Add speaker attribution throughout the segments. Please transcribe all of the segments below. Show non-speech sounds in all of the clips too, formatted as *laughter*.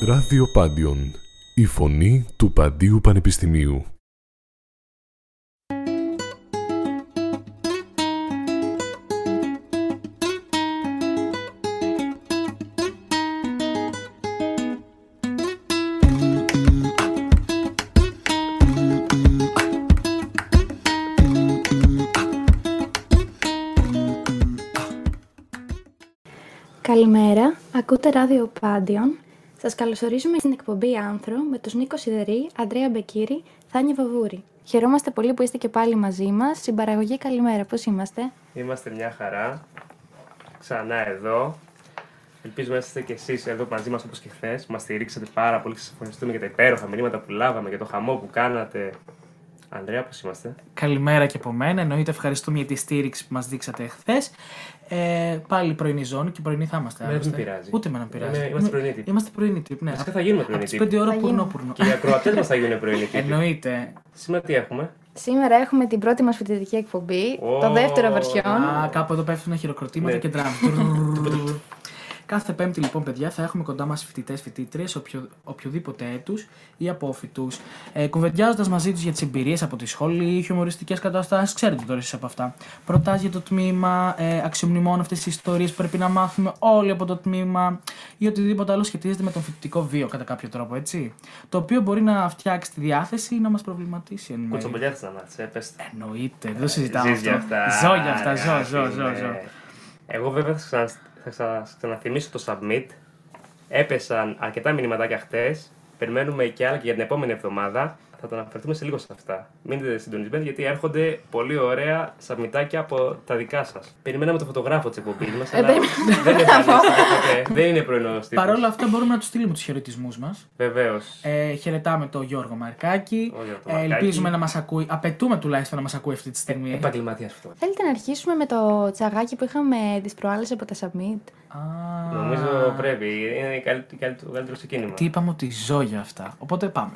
Speaker 1: Ράδιο Πάντιον. Η φωνή του Παντίου Πανεπιστημίου.
Speaker 2: Καλημέρα, ακούτε ράδιο Πάντιον. Σας καλωσορίζουμε στην εκπομπή Άνθρο με τους Νίκος Σιδερή, Αντρέα Μπεκύρη, Θάνη Βαβούρη. Χαιρόμαστε πολύ που είστε και πάλι μαζί μας. Συμπαραγωγή, καλημέρα, πώς είμαστε.
Speaker 3: Είμαστε μια χαρά. Ξανά εδώ. Ελπίζουμε να είστε κι εσείς εδώ μαζί μας όπως και χθες. Μας στηρίξατε πάρα πολύ. Σας ευχαριστούμε για τα υπέροχα μηνύματα που λάβαμε, για το χαμό που κάνατε. Ανδρέα, πώς είμαστε.
Speaker 4: Καλημέρα και από μένα. Εννοείται ευχαριστούμε για τη στήριξη που μας δείξατε χθες. Ε, πάλι πρωινή ζώνη και πρωινή θα είμαστε.
Speaker 3: Εμένα Ναι, δεν
Speaker 4: άλλωστε.
Speaker 3: με πειράζει.
Speaker 4: Ούτε με να πειράζει.
Speaker 3: Είμαι- είμαστε πρωινοί τύποι.
Speaker 4: Είμαστε πρωινοί τύποι, Ναι.
Speaker 3: Βασικά θα γίνουμε πρωινοί
Speaker 4: Από
Speaker 3: τύποι.
Speaker 4: τι 5 ώρα
Speaker 2: Θα
Speaker 4: πουρνό
Speaker 2: γίνουμε.
Speaker 4: πουρνό.
Speaker 3: Και οι ακροατές μας θα γίνουν πρωινοί τύποι.
Speaker 4: Εννοείται.
Speaker 3: Σήμερα τι έχουμε.
Speaker 2: Σήμερα έχουμε την πρώτη μας φοιτητική εκπομπή,
Speaker 3: Ω,
Speaker 2: το δεύτερο βερσιόν.
Speaker 4: Α, κάπου εδώ πέφτουν χειροκροτήματα
Speaker 3: Ναι.
Speaker 4: και τραμ. Κάθε Πέμπτη, λοιπόν, παιδιά, θα έχουμε κοντά μας φοιτητές, φοιτήτριες, οποιο, οποιοδήποτε έτους ή απόφοιτου, ε, κουβεντιάζοντας μαζί τους για τις εμπειρίες από τη σχολή ή χιουμοριστικές καταστάσεις. Ξέρετε τώρα εσείς από αυτά. Προτάσει για το τμήμα, ε, αξιομνημών αυτές τις ιστορίες που πρέπει να μάθουμε όλοι από το τμήμα ή οτιδήποτε άλλο σχετίζεται με τον φοιτητικό βίο κατά κάποιο τρόπο, έτσι. Το οποίο μπορεί να φτιάξει τη διάθεση ή να μας προβληματίσει εν μέρει.
Speaker 3: Κουτσομπολιά θα ανάτσε. Πε ε, τα.
Speaker 4: Εννοείται, δεν το συζητάμε
Speaker 3: Ζεις για
Speaker 4: αυτό.
Speaker 3: αυτά.
Speaker 4: Ζω για αυτά,
Speaker 3: ρε,
Speaker 4: ζω, ζω,
Speaker 3: αγάπη,
Speaker 4: ζω,
Speaker 3: ναι.
Speaker 4: ζω.
Speaker 3: Εγώ βέβαια θα, ξανα, θα ξανα- ξαναθυμίσω το submit. Έπεσαν αρκετά μηνυματάκια χτες. Περιμένουμε και άλλα και για την επόμενη εβδομάδα. Θα τα αναφερθούμε σε λίγο σε αυτά. Μείνετε συντονισμένοι γιατί έρχονται πολύ ωραία σαμπιτάκια από τα δικά σας. Περιμέναμε το φωτογράφο της εκπομπής μας.
Speaker 2: Ε, περιμέναμε.
Speaker 3: δεν εμφανίστηκε ποτέ. Δεν είναι πρωινός τύπος.
Speaker 4: Παρ' όλα αυτά μπορούμε να τους στείλουμε τους χαιρετισμούς μας.
Speaker 3: Βεβαίως.
Speaker 4: Ε, χαιρετάμε τον Γιώργο Μαρκάκη.
Speaker 3: Ο Γιώργο
Speaker 4: Ε,
Speaker 3: Μαρκάκη.
Speaker 4: ελπίζουμε να μας ακούει. Απαιτούμε τουλάχιστον να μας ακούει αυτή τη στιγμή.
Speaker 3: Επαγγελματία αυτό.
Speaker 2: Θέλετε να αρχίσουμε με το τσαγάκι που είχαμε τις προάλλες από τα Submit.
Speaker 4: Α,
Speaker 3: Νομίζω πρέπει. Είναι η καλ- η καλ- το καλύτερο ξεκίνημα.
Speaker 4: Τι είπαμε ότι ζω για αυτά. Οπότε πάμε.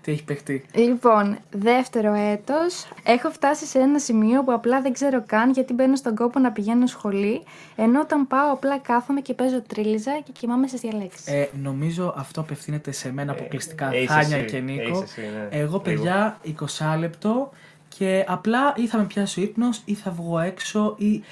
Speaker 4: Τι έχει παιχτεί.
Speaker 2: Λοιπόν, δεύτερο έτος, έχω φτάσει σε ένα σημείο που απλά δεν ξέρω καν γιατί μπαίνω στον κόπο να πηγαίνω σχολή, ενώ όταν πάω απλά κάθομαι και παίζω τρίλιζα και κοιμάμαι στις διαλέξεις.
Speaker 4: Ε, νομίζω αυτό απευθύνεται σε μένα αποκλειστικά.
Speaker 3: ε, είσαι
Speaker 4: Θάνια
Speaker 3: εσύ,
Speaker 4: και Νίκο.
Speaker 3: είσαι εσύ, ναι.
Speaker 4: Εγώ, παιδιά, 20 λεπτό και απλά ή θα με πιάσει ο ύπνος ή θα βγω έξω ή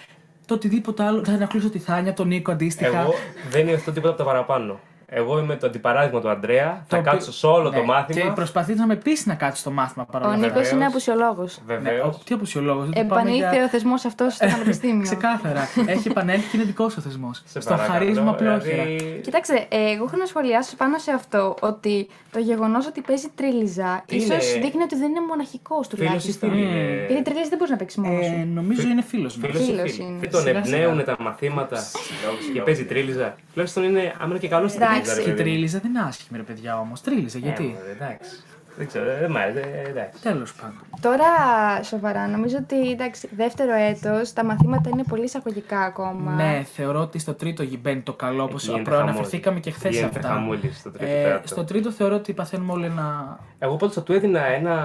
Speaker 4: το οτιδήποτε άλλο. Θα ενοχλήσω τη Θάνια, τον Νίκο αντίστοιχα.
Speaker 3: Εγώ δεν υιοθετώ τίποτα από τα παραπάνω. Εγώ είμαι το αντιπαράδειγμα του Αντρέα. Θα
Speaker 4: Το
Speaker 3: κάτσω
Speaker 4: οποί-
Speaker 3: σε όλο
Speaker 4: Ναι,
Speaker 3: το μάθημα.
Speaker 4: Και προσπαθεί να με πείσει να κάτσει το μάθημα παρόλα
Speaker 2: Ο
Speaker 4: αυτά.
Speaker 2: Νίκος είναι απουσιολόγος. Ε,
Speaker 4: Ναι,
Speaker 3: Βεβαίως.
Speaker 4: ο- τι αποσιολόγο.
Speaker 2: Επανήλθε ο θεσμός αυτός στο πανεπιστήμιο.
Speaker 4: Ξεκάθαρα. Έχει επανέλθει και είναι δικός ο θεσμός. Στο χαρίσμα
Speaker 3: Δηλαδή,
Speaker 4: απλόχερα.
Speaker 2: Κοιτάξτε, ε, εγώ έχω να σχολιάσω πάνω σε αυτό ότι το γεγονός ότι παίζει τρίλιζα
Speaker 3: Τι
Speaker 2: ίσως
Speaker 3: είναι?
Speaker 2: δείχνει ότι δεν είναι μοναχικός
Speaker 3: Φίλος ή
Speaker 2: τουλάχιστον.
Speaker 3: φίλη. είναι.
Speaker 2: Γιατί τρίλιζα δεν μπορεί να παίξει μόνος
Speaker 4: Ε,
Speaker 2: σου.
Speaker 4: νομίζω είναι φίλος μα.
Speaker 3: Φίλος ή
Speaker 2: φίλος
Speaker 3: φίλη.
Speaker 2: είναι.
Speaker 3: Τι τον
Speaker 4: Σιγά, σιγά.
Speaker 3: εμπνέουν τα μαθήματα και παίζει τρίλιζα. Τουλάχιστον είναι άμενα και καλό στην
Speaker 2: Εντάξει.
Speaker 3: τρίλιζα. ρε
Speaker 4: Και
Speaker 3: παιδί μου.
Speaker 4: τρίλιζα δεν είναι άσχημη, ρε παιδιά όμως. Τρίλιζα,
Speaker 3: Ε,
Speaker 4: γιατί.
Speaker 3: μωρέ, Εντάξει. Δεν ξέρω, δεν μ' άρεσε. ε, Εντάξει.
Speaker 4: Τέλος πάντων.
Speaker 2: Τώρα, σοβαρά, νομίζω ότι εντάξει, δεύτερο έτος, τα μαθήματα είναι πολύ εισαγωγικά ακόμα.
Speaker 4: Ναι, θεωρώ ότι στο τρίτο γι- μπαίνει το καλό, όπως
Speaker 3: Εκεί γίνεται
Speaker 4: προαναφερθήκαμε
Speaker 3: χαμούλη.
Speaker 4: και χθες σε
Speaker 3: Γίνεται
Speaker 4: αυτά.
Speaker 3: χαμούλη στο τρίτο,
Speaker 4: Ε,
Speaker 3: τέταρτο.
Speaker 4: στο τρίτο θεωρώ ότι παθαίνουμε όλοι ένα.
Speaker 3: Εγώ πάντως θα του έδινα ένα,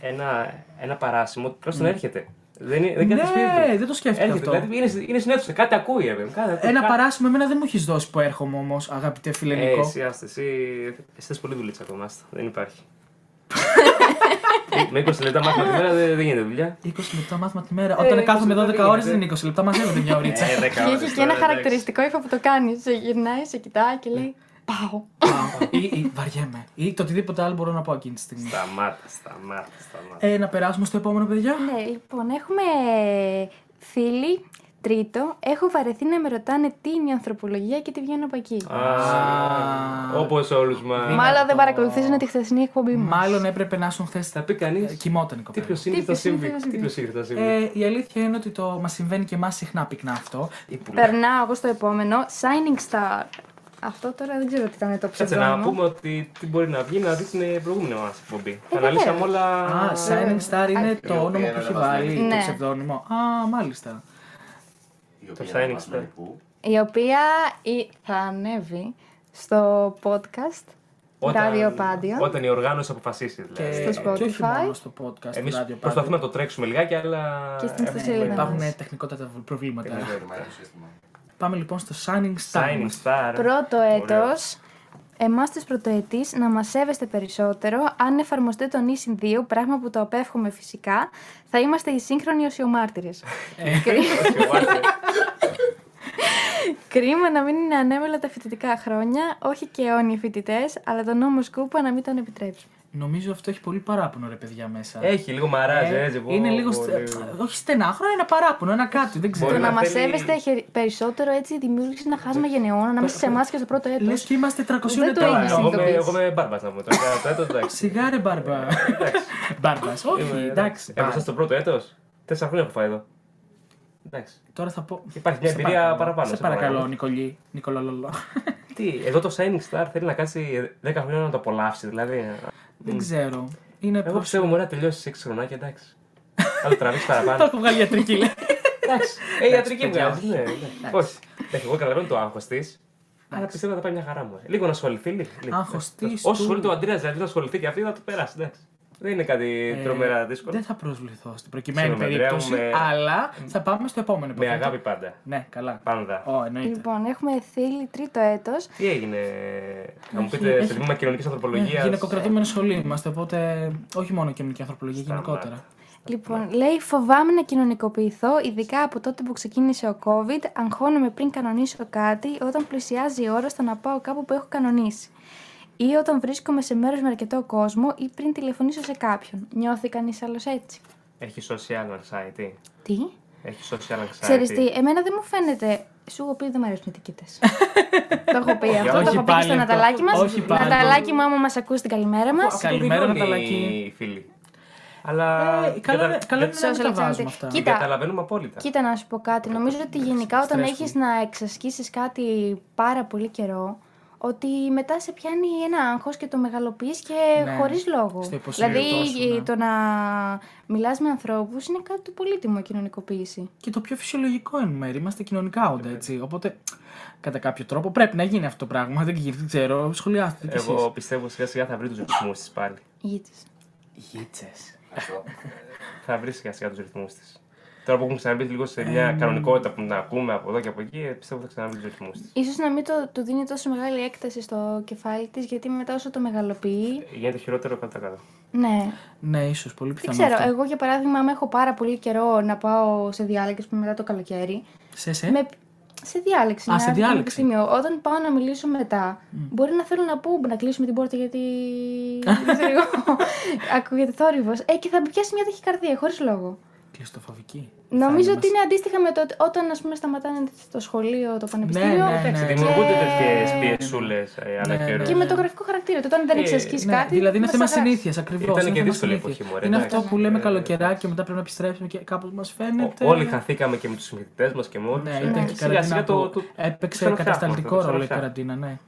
Speaker 3: ένα, ένα παράσημο ότι τουλάχιστον έρχεται. Δεν, είναι- δεν κάθεται
Speaker 4: Mm. Ναι,
Speaker 3: σπίτι του.
Speaker 4: δεν το σκέφτηκα
Speaker 3: Έρχεται,
Speaker 4: αυτό.
Speaker 3: Δηλαδή είναι, είναι στην αίθουσα, κάτι ακούει. ρε παιδί μου, κάτι-
Speaker 4: Ένα
Speaker 3: κάτι-
Speaker 4: παράσημο, εμένα δεν μου έχεις δώσει που έρχομαι όμως, αγαπητέ φίλε
Speaker 3: Ε,
Speaker 4: Νικό.
Speaker 3: εσύ, άστε, εσύ, εσύ θες πολύ δουλίτσα ακόμα, άστα. δεν υπάρχει. Με 20 λεπτά μάθημα τη μέρα δεν, δεν γίνεται δουλειά.
Speaker 4: 20 λεπτά μάθημα τη μέρα. Όταν κάθομαι 12 ώρες δεν είναι 20 λεπτά, μαζεύονται μια ωρίτσα.
Speaker 3: Ε, 10
Speaker 2: Και
Speaker 3: ώρες
Speaker 2: έχει και
Speaker 3: τώρα,
Speaker 2: ένα
Speaker 3: εντάξει.
Speaker 2: χαρακτηριστικό ήχο που το κάνεις. Σε γυρνάει, σε κοιτάει και λέει Πάω.
Speaker 4: Πάω. ή, ή βαριέμαι. Ή το οτιδήποτε άλλο μπορώ να πω εκείνη τη στιγμή.
Speaker 3: Σταμάτα, σταμάτα, σταμάτα.
Speaker 4: Ε, να περάσουμε στο επόμενο, παιδιά.
Speaker 2: Ναι, λοιπόν, έχουμε φίλοι. Τρίτο, έχω βαρεθεί να με ρωτάνε τι είναι η ανθρωπολογία και τι βγαίνω από εκεί.
Speaker 3: Α, Όπως όλους μας.
Speaker 2: Μάλλον δεν παρακολουθήσανε τη χθεσινή εκπομπή μας.
Speaker 4: Μάλλον έπρεπε να ήσουν χθες.
Speaker 3: Θα πει κανείς,
Speaker 4: Κοιμόταν η
Speaker 3: τι
Speaker 4: κοπέλα.
Speaker 3: πιο σύνθετο
Speaker 2: πιο σύνθετο
Speaker 3: συμβεί. Τι
Speaker 2: συμβεί.
Speaker 3: πιο σύνθετο συμβεί.
Speaker 4: Ε, η αλήθεια είναι ότι το μας συμβαίνει και εμάς συχνά πυκνά αυτό.
Speaker 3: Η πουλιά.
Speaker 2: Περνάω εγώ στο επόμενο. Shining Star. Αυτό τώρα δεν ξέρω τι ήταν το
Speaker 3: Κάτσε να
Speaker 2: ψευδόνυμο.
Speaker 3: πούμε ότι τι μπορεί να βγει να δεις την ε, προηγούμενη μας εκπομπή. Θα
Speaker 2: βέβαια.
Speaker 3: αναλύσαμε όλα.
Speaker 4: Α, Shining Star είναι το όνομα που έχει βάλει, το
Speaker 2: Ναι.
Speaker 4: ψευδόνυμο. Α, μάλιστα.
Speaker 3: Το Shining Star.
Speaker 2: Η οποία η- θα ανέβει στο podcast. Ράδιο Πάντιο.
Speaker 3: Όταν η οργάνωση αποφασίσει. Δηλαδή.
Speaker 4: Και,
Speaker 2: Στο Spotify.
Speaker 4: και όχι μόνο στο podcast,
Speaker 3: Εμείς
Speaker 4: στο Radio
Speaker 3: προσπαθούμε
Speaker 4: Public.
Speaker 3: να το τρέξουμε λιγάκι, αλλά. Ε,
Speaker 2: Και στην
Speaker 3: έχουμε-
Speaker 2: ιστοσελίδα.
Speaker 4: Υπάρχουν τεχνικότατα προβλήματα.
Speaker 3: Βέβαια.
Speaker 5: Υπάρχει σύστημα.
Speaker 4: Πάμε λοιπόν στο Shining Star.
Speaker 3: Shining Star.
Speaker 2: Πρώτο
Speaker 3: Ωραίο.
Speaker 2: έτος. Εμάς τους πρωτοετής να μας σέβεστε περισσότερο. Αν εφαρμοστεί τον ίσιν 2, πράγμα που το απέφχομαι φυσικά, θα είμαστε οι σύγχρονοι οσιομάρτυρες.
Speaker 3: Όχι, μάθε.
Speaker 2: *laughs* Κρίμα να μην είναι ανέμελα τα φοιτητικά χρόνια, όχι και αιώνιοι φοιτητές, αλλά τον νόμο σκούπα να μην τον επιτρέψει.
Speaker 4: Νομίζω αυτό έχει πολύ παράπονο ρε παιδιά μέσα.
Speaker 3: *laughs* Έχει λίγο μαράζ,
Speaker 4: Ε,
Speaker 3: έτσι. πω,
Speaker 4: είναι
Speaker 3: πω,
Speaker 4: λίγο. στε-
Speaker 3: λίγο.
Speaker 4: Όχι στενάχρονο, ένα παράπονο, ένα κάτι. Δεν
Speaker 2: Το
Speaker 4: ξέρω.
Speaker 3: να
Speaker 2: να μας
Speaker 3: θέλει- Ναι.
Speaker 2: σέβεστε χε- περισσότερο έτσι δημιούργησε ένα χάσμα γενεών ανάμεσα σε εμάς και στο πρώτο έτος.
Speaker 4: Λες και είμαστε 300
Speaker 2: Δεν το
Speaker 4: ετών.
Speaker 2: είναι.
Speaker 3: Εγώ είμαι-
Speaker 2: συνειδητοποιείς.
Speaker 3: Εγώ είμαι μπάρμπας να πούμε. Το έκανα το έτος, εντάξει.
Speaker 4: Σιγά ρε μπάρμπα. *laughs* Μπάρμπας. *laughs* Όχι,
Speaker 3: Ε, Είμαι-
Speaker 4: εντάξει.
Speaker 3: Έπεσα
Speaker 4: μπάρμπα.
Speaker 3: στο πρώτο έτος. Τέσσερα χρόνια έχω φάει εδώ. Εντάξει.
Speaker 4: Τώρα θα πω.
Speaker 3: Υπάρχει μια
Speaker 4: Σε
Speaker 3: εμπειρία
Speaker 4: παρακαλώ.
Speaker 3: παραπάνω,
Speaker 4: Σε
Speaker 3: σε παρακαλώ.
Speaker 4: παρακαλώ, Νικολή. Νικολολολό.
Speaker 3: Τι, εδώ το Shining Star θέλει να κάτσει 10 χρόνια να το απολαύσει, δηλαδή.
Speaker 4: Δεν ξέρω. Είναι
Speaker 3: Εγώ
Speaker 4: προς...
Speaker 3: πιστεύω μπορεί να τελειώσει 6 χρονιά και εντάξει. Θα το τραβήξει
Speaker 4: *laughs* Το
Speaker 3: παραπάνω.
Speaker 4: έχω βγάλει ιατρική, λέει.
Speaker 3: Εντάξει. Ε, ιατρική μου,
Speaker 4: παιδιά,
Speaker 3: ναι, ναι. Όχι. Εντάξει, εγώ καταλαβαίνω το άγχος της. Αλλά πιστεύω θα τα πάει μια χαρά μου. ε. Λίγο να ασχοληθεί. λίγο, λίγο.
Speaker 4: Άγχος
Speaker 3: Εντάξει.
Speaker 4: της
Speaker 3: Όσο
Speaker 4: του-
Speaker 3: ασχολείται ο Αντρέας, δηλαδή να ασχοληθεί και αυτή θα το περάσει. εντάξει. Δεν είναι κάτι *laughs* τρομερά δύσκολο.
Speaker 4: Ε, Δεν θα προσβληθώ στην προκειμένη
Speaker 3: Συγγνώμη, Ανδρέα μου,
Speaker 4: περίπτωση,
Speaker 3: με-
Speaker 4: αλλά θα πάμε στο επόμενο.
Speaker 3: Με
Speaker 4: υποθέτω.
Speaker 3: αγάπη πάντα.
Speaker 4: Ναι, καλά.
Speaker 3: Πάντα.
Speaker 4: Ω, εννοείται.
Speaker 2: Λοιπόν, έχουμε θύλη τρίτο έτος.
Speaker 3: Τι έγινε, θα μου πείτε,
Speaker 4: έχει-
Speaker 3: στο τμήμα κοινωνική ανθρωπολογία.
Speaker 4: Ναι,
Speaker 3: ε,
Speaker 4: γυναικοκρατούμενο όλοι είμαστε, οπότε όχι μόνο και κοινωνική ανθρωπολογία, γενικότερα.
Speaker 2: Λοιπόν, λέει φοβάμαι να κοινωνικοποιηθώ, ειδικά από τότε που ξεκίνησε ο COVID. Αγχώνομαι πριν κανονίσω κάτι, όταν πλησιάζει η ώρα στο να πάω κάπου που έχω κανονίσει. Ή όταν βρίσκομαι σε μέρος με αρκετό κόσμο ή πριν τηλεφωνήσω σε κάποιον. Νιώθει κανείς άλλος έτσι.
Speaker 3: Έχει social anxiety.
Speaker 2: Τι.
Speaker 3: Έχει social anxiety.
Speaker 2: Ξέρεις τι, εμένα δεν μου φαίνεται. Σου έχω πει δεν μου αρέσουν οι τικίτες.
Speaker 4: *laughs*
Speaker 2: το έχω πει αυτό,
Speaker 3: όχι
Speaker 2: το έχω πει και
Speaker 4: πάλι
Speaker 2: στο
Speaker 4: αυτό.
Speaker 2: Ναταλάκι μας.
Speaker 4: Όχι πάλι.
Speaker 2: Ναταλάκι μου, άμα μας ακούσει την καλημέρα μα.
Speaker 3: Αυτό το
Speaker 4: Καλημέρα,
Speaker 3: δηλώνει
Speaker 4: Ναταλακή.
Speaker 3: Οι φίλοι. Αλλά.
Speaker 4: Ε, καλό είναι- καλό είναι να μην
Speaker 2: Social
Speaker 4: τα
Speaker 2: anxiety.
Speaker 4: βάζουμε αυτά.
Speaker 2: Κοίτα.
Speaker 3: Καταλαβαίνουμε απόλυτα.
Speaker 2: Κοίτα να σου πω κάτι. Νομίζω ότι γενικά όταν
Speaker 4: στρες
Speaker 2: έχεις να εξασκήσεις κάτι πάρα πολύ καιρό, ότι μετά σε πιάνει ένα άγχος και το μεγαλοποιείς και
Speaker 4: Ναι,
Speaker 2: χωρίς λόγο.
Speaker 4: στο υποσυνείδητό
Speaker 2: Δηλαδή
Speaker 4: σου, ναι.
Speaker 2: το να μιλάς με ανθρώπους είναι κάτι το πολύτιμο η κοινωνικοποίηση.
Speaker 4: Και το πιο φυσιολογικό εν μέρει. Είμαστε κοινωνικά όντα, έτσι. Οπότε, κατά κάποιο τρόπο, πρέπει να γίνει αυτό το πράγμα. Δεν δεν ξέρω, σχολιάστε κι
Speaker 3: Εγώ
Speaker 4: εσείς.
Speaker 3: πιστεύω σιγά σιγά θα βρει τους ρυθμούς της πάλι.
Speaker 2: Γίτσες.
Speaker 4: Γίτσε.
Speaker 3: θα βρει σιγά σιγά τους ρυθμούς της. Τώρα που έχουμε ξαναμπεί λίγο σε μια
Speaker 4: Ε,
Speaker 3: κανονικότητα που να ακούμε από εδώ και από εκεί, ε, πιστεύω θα ξαναβρει του ρυθμού τη.
Speaker 2: Ίσως να μην το, του δίνει τόσο μεγάλη έκταση στο κεφάλι της, γιατί μετά όσο το μεγαλοποιεί,
Speaker 3: Γίνεται χειρότερο κατά κάτω.
Speaker 2: ναι,
Speaker 4: Ναι, ίσως, πολύ πιθανό.
Speaker 2: δεν ξέρω.
Speaker 4: αυτό.
Speaker 2: Εγώ για παράδειγμα, άμα έχω πάρα πολύ καιρό να πάω σε διάλογες που μετά το καλοκαίρι,
Speaker 4: Σε, σε.
Speaker 2: Με... Σε διάλεξη.
Speaker 4: Ε? Α,
Speaker 2: ναι,
Speaker 4: σε
Speaker 2: από το
Speaker 4: διάλεξη.
Speaker 2: πανεπιστήμιο. Όταν πάω να μιλήσω μετά, μπορεί να θέλω να πω να κλείσουμε την πόρτα
Speaker 4: *laughs*
Speaker 2: γιατί. δεν ξέρω εγώ. Ακούγεται θόρυβος. Ε, και θα μου πιάσει μια ταχυκαρδία, χωρίς λόγο.
Speaker 4: Κλειστοφοβική.
Speaker 2: Νομίζω
Speaker 4: Θα
Speaker 2: ότι είναι αντίστοιχα με το ότι όταν ας πούμε, σταματάνε στο σχολείο, το πανεπιστήμιο.
Speaker 4: ναι, ναι.
Speaker 3: Εντάξει,
Speaker 4: Ε,
Speaker 3: δημιουργούνται ε,
Speaker 2: ε,
Speaker 3: τέτοιε πιεσούλε ανά
Speaker 4: ναι,
Speaker 3: καιρό.
Speaker 2: Και με το γραφικό χαρακτήρα. Το Όταν δεν
Speaker 3: Ε,
Speaker 2: εξασκείς
Speaker 4: ναι,
Speaker 2: κάτι.
Speaker 4: δηλαδή είναι
Speaker 2: θα
Speaker 4: θέμα
Speaker 2: σε γράψει.
Speaker 4: συνήθειας ακριβώς.
Speaker 3: Ήταν και δύσκολη εποχή, μωρέ,
Speaker 4: Είναι
Speaker 3: εντάξει.
Speaker 4: αυτό που λέμε
Speaker 3: Ε,
Speaker 4: καλοκαιρά και μετά πρέπει να επιστρέψουμε και κάπως μας φαίνεται.
Speaker 3: Ο- Όλοι χαθήκαμε και με τους συμμετητέ μας και με Ε, όλους.
Speaker 4: Ναι, ήταν και η καραντίνα που έπαιξε κατασταλτικό ρόλο η καραντίνα, ναι.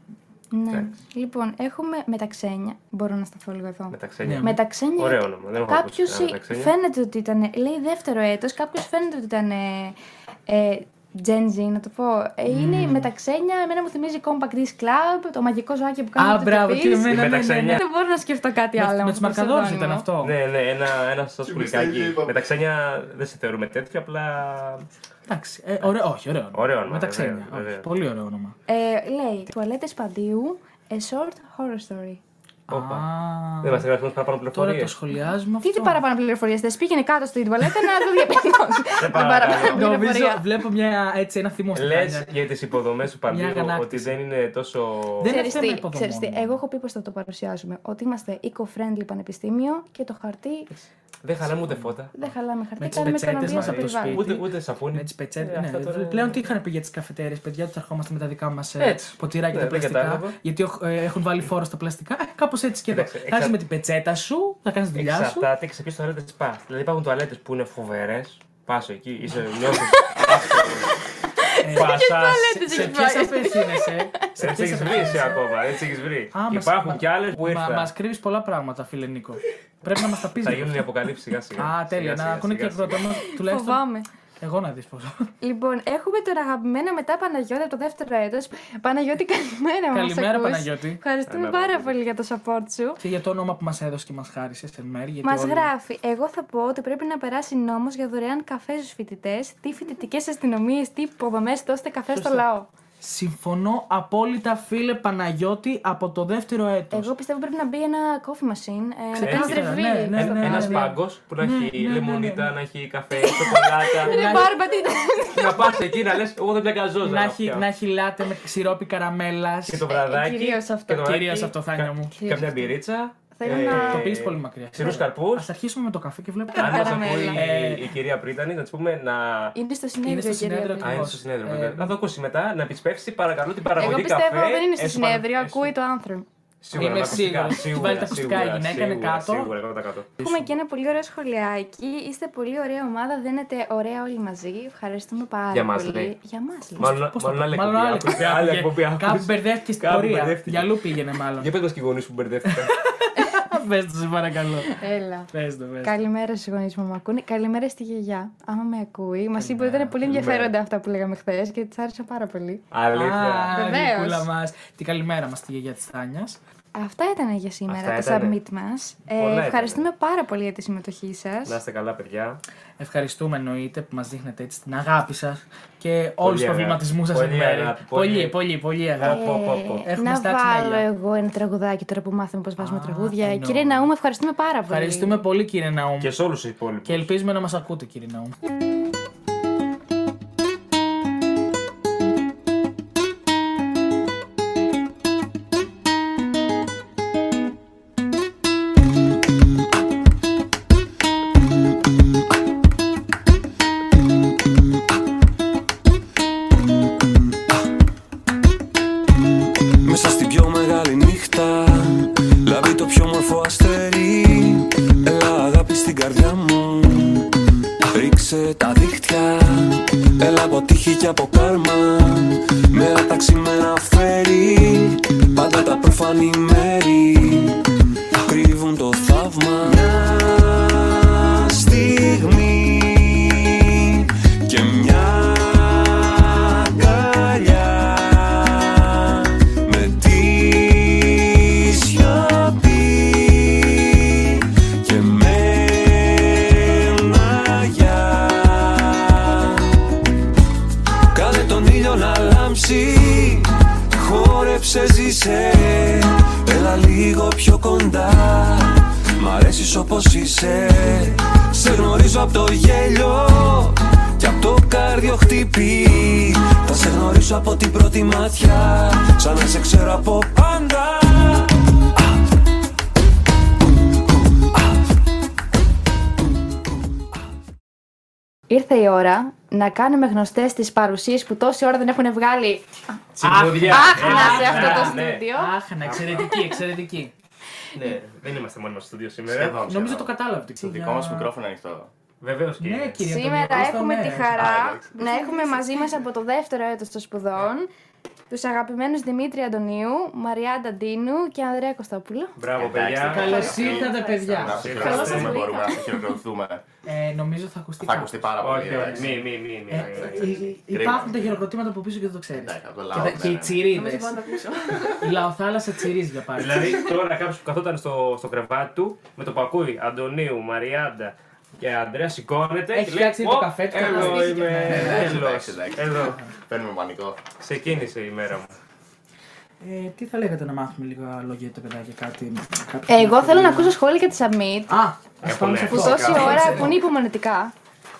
Speaker 2: Ναι.
Speaker 3: Εντάξει.
Speaker 2: Λοιπόν, έχουμε μεταξένια. Μπορώ να σταθώ λίγο εδώ.
Speaker 3: Μεταξένια.
Speaker 4: Ναι.
Speaker 2: Μεταξένια.
Speaker 3: Ωραίο όνομα, δεν έχω
Speaker 2: Κάποιο
Speaker 3: ακούσει κανένα μεταξένια.
Speaker 2: ε, φαίνεται ότι ήταν. Λέει δεύτερο έτος, κάποιος φαίνεται ότι ήταν. Ε, ε, Gen Z, να το πω. Ε, Είναι μεταξένια, εμένα μου θυμίζει Compact Disc Club, το μαγικό ζωάκι που κάνει.
Speaker 4: Α, μπράβο, και εμένα. ναι, ναι,
Speaker 3: μεταξένια.
Speaker 4: ναι.
Speaker 2: Δεν μπορώ να σκεφτώ κάτι
Speaker 4: Με-
Speaker 2: άλλο.
Speaker 4: Με
Speaker 2: από
Speaker 4: του
Speaker 2: το
Speaker 4: μαρκαδόρε
Speaker 2: ψευδόνυμο.
Speaker 4: ήταν αυτό.
Speaker 3: Ναι, ναι, ένα, ένα σας σκουλικάκι.
Speaker 1: είπαμε.
Speaker 3: Μεταξένια δεν σε θεωρούμε τέτοιο, απλά.
Speaker 4: Εντάξει. Ε, ωραίο, όχι, ωραίο όνομα.
Speaker 3: Ωραίο όνομα,
Speaker 4: Μεταξένια.
Speaker 3: βέβαια,
Speaker 4: όχι,
Speaker 3: βέβαια.
Speaker 4: Πολύ ωραίο όνομα.
Speaker 2: Ε, λέει Τουαλέτες Παντίου, A Short Horror Story.
Speaker 3: Όπα.
Speaker 4: Α,
Speaker 3: Δεν μας έγραψε παραπάνω
Speaker 4: Τώρα
Speaker 3: πληροφορίες.
Speaker 4: το σχολιάζουμε
Speaker 2: Τι
Speaker 4: αυτό.
Speaker 2: τι παραπάνω πληροφορίες θες, πήγαινε κάτω στην τουαλέτα να το διαπιστώσει. Την παραπάνω
Speaker 3: παρακαλώ.
Speaker 4: Νομίζω
Speaker 2: πληροφορία.
Speaker 4: βλέπω μια, έτσι, ένα θυμό στην
Speaker 3: Λες
Speaker 4: πλάτη.
Speaker 3: για τις υποδομές του
Speaker 4: Μια
Speaker 3: παντού
Speaker 4: αγανάκτηση.
Speaker 3: ότι δεν είναι τόσο.
Speaker 4: Δεν είναι
Speaker 2: Ξέρεις
Speaker 4: θέμα
Speaker 2: τι,
Speaker 4: υποδομών.
Speaker 2: ξέρεις τι, εγώ έχω πει πώ θα το παρουσιάζουμε. Ότι είμαστε eco-friendly πανεπιστήμιο και το χαρτί
Speaker 3: Δεν χαλάμε ούτε φώτα.
Speaker 2: δεν χαλάμε χαρτί.
Speaker 4: τις
Speaker 2: κάνουμε
Speaker 4: πετσέτες
Speaker 2: οικονομία
Speaker 4: μας
Speaker 2: στο
Speaker 4: από το
Speaker 2: περιβάλλον.
Speaker 4: σπίτι.
Speaker 3: Ούτε, ούτε σαπούνι.
Speaker 4: Με Ε, τις πετσέτες.
Speaker 3: Ε, αυτά
Speaker 4: ναι.
Speaker 3: τώρα είναι-
Speaker 4: Πλέον τι είχαν πει για τις καφετέρες, παιδιά, ότι θα ερχόμαστε με τα δικά μας
Speaker 3: Έτσι.
Speaker 4: ποτηράκια
Speaker 3: Ναι,
Speaker 4: τα
Speaker 3: δεν
Speaker 4: πλαστικά.
Speaker 3: κατάλαβα.
Speaker 4: Γιατί οχ- ε, έχουν βάλει φόρο στα πλαστικά. Κάπως έτσι και εδώ.
Speaker 3: Κοίταξε,
Speaker 4: Θα έρθει
Speaker 3: εξα-
Speaker 4: με την πετσέτα σου, θα κάνεις δουλειά σου.
Speaker 3: Εξαρτάται και σε ποιε τουαλέτε πα. Δηλαδή υπάρχουν τουαλέτε που είναι φοβερέ. Πα εκεί, είσαι νιώθει.
Speaker 4: Ε,
Speaker 3: Πασά.
Speaker 2: τουαλέτες
Speaker 4: Σε
Speaker 2: έχεις
Speaker 4: ποιες
Speaker 2: πάει?
Speaker 4: απευθύνεσαι. Σε
Speaker 3: Έτσι
Speaker 4: ποιες
Speaker 3: έχεις βρει εσύ ακόμα, έτσι έχεις βρει.
Speaker 4: Α, μας-
Speaker 3: Υπάρχουν
Speaker 4: μα-
Speaker 3: κι άλλες που ήρθαν.
Speaker 4: Μας κρύβεις πολλά πράγματα, φίλε Νίκο. Πρέπει να μας τα πεις.
Speaker 3: Θα γίνουν οι αποκαλύψεις σιγά σιγά.
Speaker 4: Α, τέλεια. Να ακούνε και οι ακροατέ μας τουλάχιστον.
Speaker 2: Φοβάμαι.
Speaker 4: Εγώ να δεις πόσο.
Speaker 2: Λοιπόν, έχουμε τον αγαπημένο μετά Παναγιώτη από το δεύτερο έτος. Παναγιώτη, καλημέρα μας.
Speaker 4: Καλημέρα, Παναγιώτη.
Speaker 2: Ευχαριστούμε
Speaker 3: Καλημέρα,
Speaker 2: πάρα
Speaker 3: Παναγιώτη.
Speaker 2: πολύ για το support σου.
Speaker 4: Και για το όνομα που μας έδωσε και μας χάρισες εν μέρη. γιατί
Speaker 2: Μας
Speaker 4: όλοι-
Speaker 2: γράφει, εγώ θα πω ότι πρέπει να περάσει νόμος για δωρεάν καφέ στους φοιτητές, τι φοιτητικές αστυνομίες, τι υποδομές, δώστε καφέ στο
Speaker 4: Σωστά.
Speaker 2: λαό.
Speaker 4: Συμφωνώ απόλυτα, φίλε Παναγιώτη, από το δεύτερο έτος.
Speaker 2: Εγώ πιστεύω πρέπει να μπει ένα coffee machine. ε, Να κάνει
Speaker 3: Ξεκάθαρα,
Speaker 2: ρεβί.
Speaker 4: ναι,
Speaker 2: στο
Speaker 4: ναι, ναι,
Speaker 2: πάνω.
Speaker 4: ναι.
Speaker 3: Ένας πάγκος που να
Speaker 4: Ναι,
Speaker 3: έχει
Speaker 4: ναι, ναι, ναι,
Speaker 3: λεμονίτα,
Speaker 4: ναι.
Speaker 3: να έχει καφέ, σοκολάτα.
Speaker 2: Ρε Μπάρμπα, τι ήταν.
Speaker 3: να πας εκεί να λες: Εγώ δεν πια καζόζα.
Speaker 4: Να έχει, να έχει λάτε με ξηρόπι καραμέλας.
Speaker 3: Και το βραδάκι.
Speaker 2: Ε, κυρίως αυτό.
Speaker 3: και το βραδάκι,
Speaker 4: Κυρίως αυτό, Θάνια
Speaker 3: κα-
Speaker 4: μου.
Speaker 3: Κάποια μπυρίτσα.
Speaker 2: Θέλω να-
Speaker 4: Το πήγε πολύ μακριά.
Speaker 2: Ε,
Speaker 3: Ξηρού καρπούς.
Speaker 4: Ας αρχίσουμε με το καφέ και βλέπουμε.
Speaker 3: Αν μας
Speaker 2: Καραμέλα.
Speaker 3: ακούει
Speaker 4: Ε,
Speaker 3: η- η κυρία Πρίτανη, να της πούμε να.
Speaker 2: Είναι στο
Speaker 4: Είναι στο
Speaker 2: συνέδριο, κύριε.
Speaker 4: συνέδριο,
Speaker 2: Απλή.
Speaker 3: Α, είναι
Speaker 4: ακριβώς.
Speaker 3: στο συνέδριο,
Speaker 4: Ε,
Speaker 3: βέβαια. Να το ακούσει μετά, να επισπεύσει παρακαλώ την παραγωγή
Speaker 2: Εγώ
Speaker 3: καφέ.
Speaker 2: πιστεύω δεν είναι στο
Speaker 3: έστω
Speaker 2: συνέδριο,
Speaker 3: παρα-
Speaker 2: ακούει το άνθρωπο.
Speaker 3: Σίγουρα,
Speaker 4: Είμαι
Speaker 3: με ακουστικά,
Speaker 4: σίγουρος.
Speaker 3: Σίγουρα,
Speaker 4: Βάλει τα ακουστικά η
Speaker 3: σίγουρα,
Speaker 4: γυναίκα, είναι
Speaker 3: σίγουρα,
Speaker 4: κάτω.
Speaker 3: Σίγουρα, εγώ τα κάτω.
Speaker 2: Έχουμε και ένα πολύ ωραίο σχολιάκι. Είστε πολύ ωραία ομάδα, δένετε ωραία όλοι μαζί. Ευχαριστούμε πάρα
Speaker 3: Για μας,
Speaker 2: πολύ.
Speaker 3: λέει.
Speaker 2: Για μας, λέει.
Speaker 3: Μάλλον
Speaker 4: πώς το
Speaker 3: μάλλον
Speaker 4: πω,
Speaker 3: άλλη
Speaker 4: μάλλον
Speaker 3: εκπομπή.
Speaker 4: άλλη
Speaker 3: άκουσε,
Speaker 4: εκπομπή,
Speaker 3: Άλλη
Speaker 4: άκουγε.
Speaker 3: εκπομπή.
Speaker 4: Κάπου
Speaker 3: άκουσε.
Speaker 4: μπερδεύτηκε στην
Speaker 3: Κάπου
Speaker 4: πορεία.
Speaker 3: μπερδεύτηκες.
Speaker 4: Για αλλού πήγαινε μάλλον.
Speaker 3: Για πες μας και οι γονείς που
Speaker 2: *laughs*
Speaker 3: μπερδεύτηκαν.
Speaker 4: Πες το, σε παρακαλώ.
Speaker 2: Έλα.
Speaker 4: Πες το, πες το.
Speaker 2: Καλημέρα στους γονείς που με ακούνε. Καλημέρα στη γιαγιά. Άμα με ακούει, μας είπε ότι ήταν πολύ
Speaker 3: Καλημέρα.
Speaker 2: ενδιαφέροντα αυτά που λέγαμε χθες και της άρεσε πάρα πολύ.
Speaker 3: Αλήθεια.
Speaker 4: Α,
Speaker 2: Βεβαίως.
Speaker 4: γλυκούλα μας. Την καλημέρα μας τη γιαγιά της Τάνιας.
Speaker 2: Αυτά ήταν για σήμερα
Speaker 3: Αυτά
Speaker 2: τα
Speaker 3: ήτανε.
Speaker 2: submit μας.
Speaker 3: Πολλά
Speaker 2: Ε,
Speaker 3: ήτανε.
Speaker 2: ευχαριστούμε πάρα πολύ για τη συμμετοχή σας.
Speaker 3: Να είστε καλά, παιδιά.
Speaker 4: Ευχαριστούμε εννοείται που μας δείχνετε έτσι την αγάπη σας και όλους τους
Speaker 3: αγάπη.
Speaker 4: προβληματισμούς σας εν
Speaker 3: Πολύ
Speaker 4: μέρει.
Speaker 3: αγάπη,
Speaker 4: Πολύ,
Speaker 3: πολύ.
Speaker 4: πολύ, Ε, πολύ αγάπη.
Speaker 3: Πω, πω, πω.
Speaker 4: Έχουμε
Speaker 2: να
Speaker 4: στάξει
Speaker 2: βάλω
Speaker 4: μαλλιά.
Speaker 2: εγώ ένα τραγουδάκι τώρα που μάθαμε πώς βάζουμε
Speaker 4: Α,
Speaker 2: τραγούδια.
Speaker 4: εννοώ.
Speaker 2: Κύριε Ναούμ, ευχαριστούμε πάρα πολύ.
Speaker 4: Ευχαριστούμε πολύ κύριε Ναούμ
Speaker 3: Και σε όλους τους υπόλοιπους.
Speaker 4: και ελπίζουμε να μας ακούτε κύριε Ναούμ.
Speaker 5: Μέσα στην πιο μεγάλη νύχτα Λάβει το πιο μορφό αστέρι Έλα αγάπη στην καρδιά μου Ρίξε τα δίχτυα Έλα από τύχη και από κάρμα Μέρα τα ξημένα φέρει Πάντα τα προφανή μέρη Κρύβουν το θαύμα Μια στιγμή Και μια αγκαλιά με τη σιωπή και με μαγιά Κάλε τον ήλιο να λάμψει Χόρεψε ζήσε Έλα λίγο πιο κοντά Μ' αρέσεις όπως είσαι Σε γνωρίζω από το γέλιο Κι από το κάρδιο χτυπή Θα σε γνωρίσω από την πρώτη μάτια Σαν να σε ξέρω από πάντα
Speaker 2: Ήρθε η ώρα να κάνουμε γνωστές τις παρουσίες που τόση ώρα δεν έχουν βγάλει.
Speaker 3: Τσιμπουδιά.
Speaker 2: Αχ,
Speaker 3: Ναι,
Speaker 2: να σε
Speaker 3: ναι,
Speaker 2: αυτό το
Speaker 3: ναι.
Speaker 2: στούντιο.
Speaker 4: Αχ, να εξαιρετική, εξαιρετική.
Speaker 3: Ναι, δεν είμαστε μόνοι μας στο στούντιο σήμερα.
Speaker 6: Σχεδόν.
Speaker 4: Νομίζω το κατάλαβε.
Speaker 6: Το δικό μας μικρόφωνο ανοιχτό.
Speaker 3: Βεβαίως και.
Speaker 4: Ναι, κύριε
Speaker 2: Σήμερα
Speaker 4: Αντωνίου,
Speaker 2: έχουμε
Speaker 4: ναι.
Speaker 2: τη
Speaker 6: Α,
Speaker 2: χαρά
Speaker 6: εντάξει.
Speaker 2: να έχουμε μαζί μας από το δεύτερο έτος των σπουδών τους αγαπημένους Δημήτρη Αντωνίου, Μαριά Νταντίνου και Ανδρέα Κωστόπουλο.
Speaker 3: Μπράβο,
Speaker 6: Εντάξει,
Speaker 3: παιδιά.
Speaker 6: καλά.
Speaker 4: Καλώς ήρθατε,
Speaker 6: Να
Speaker 4: παιδιά.
Speaker 6: σε
Speaker 3: Ευχαριστούμε.
Speaker 6: ευχαριστούμε,
Speaker 2: Καλώς
Speaker 6: μπορούμε να σε χειροκροτηθούμε.
Speaker 4: Ε, νομίζω θα ακουστεί
Speaker 6: Θα
Speaker 4: κάπως.
Speaker 6: ακουστεί πάρα πολύ.
Speaker 3: Όχι, όχι.
Speaker 6: εντάξει.
Speaker 3: Μη, μη, μη. μη.
Speaker 4: Ε, υ- υ-
Speaker 6: Κρίμα.
Speaker 4: Υπάρχουν τα χειροκροτήματα από πίσω και δεν το ξέρεις.
Speaker 6: Εντάξει, από το
Speaker 4: Και,
Speaker 6: λαό.
Speaker 4: τα-
Speaker 6: ναι,
Speaker 4: και οι
Speaker 6: ναι.
Speaker 4: τσιρίδε. Η λαοθάλασσα τσιρίζει για πάρτι.
Speaker 3: Δηλαδή τώρα κάποιος που καθόταν στο, στο κρεβάτι του με το πακούι Αντωνίου, Μαριάντα και Αντρέα σηκώνεται.
Speaker 4: Έχει
Speaker 3: και
Speaker 4: φτιάξει
Speaker 3: λέει,
Speaker 4: το
Speaker 3: «Ω,
Speaker 4: καφέ του,
Speaker 3: Εδώ
Speaker 4: καθαρίζει
Speaker 3: είμαι.
Speaker 4: και- Ναι,
Speaker 6: εντάξει,
Speaker 3: Εδώ.
Speaker 6: εντάξει, εντάξει.
Speaker 3: Εδώ.
Speaker 6: Παίρνουμε πανικό.
Speaker 3: Ξεκίνησε η μέρα μου.
Speaker 4: Ε, τι θα λέγατε να μάθουμε λίγα λόγια για τα παιδάκια, κάτι. κάποιο
Speaker 2: Εγώ θέλω να
Speaker 4: σχόλιο.
Speaker 2: ακούσω σχόλια για τη Summit
Speaker 4: Α,
Speaker 3: Έχω
Speaker 4: ας πάμε σε
Speaker 3: ναι.
Speaker 2: που
Speaker 4: αυτό.
Speaker 2: τόση ώρα ακούνε υπομονετικά.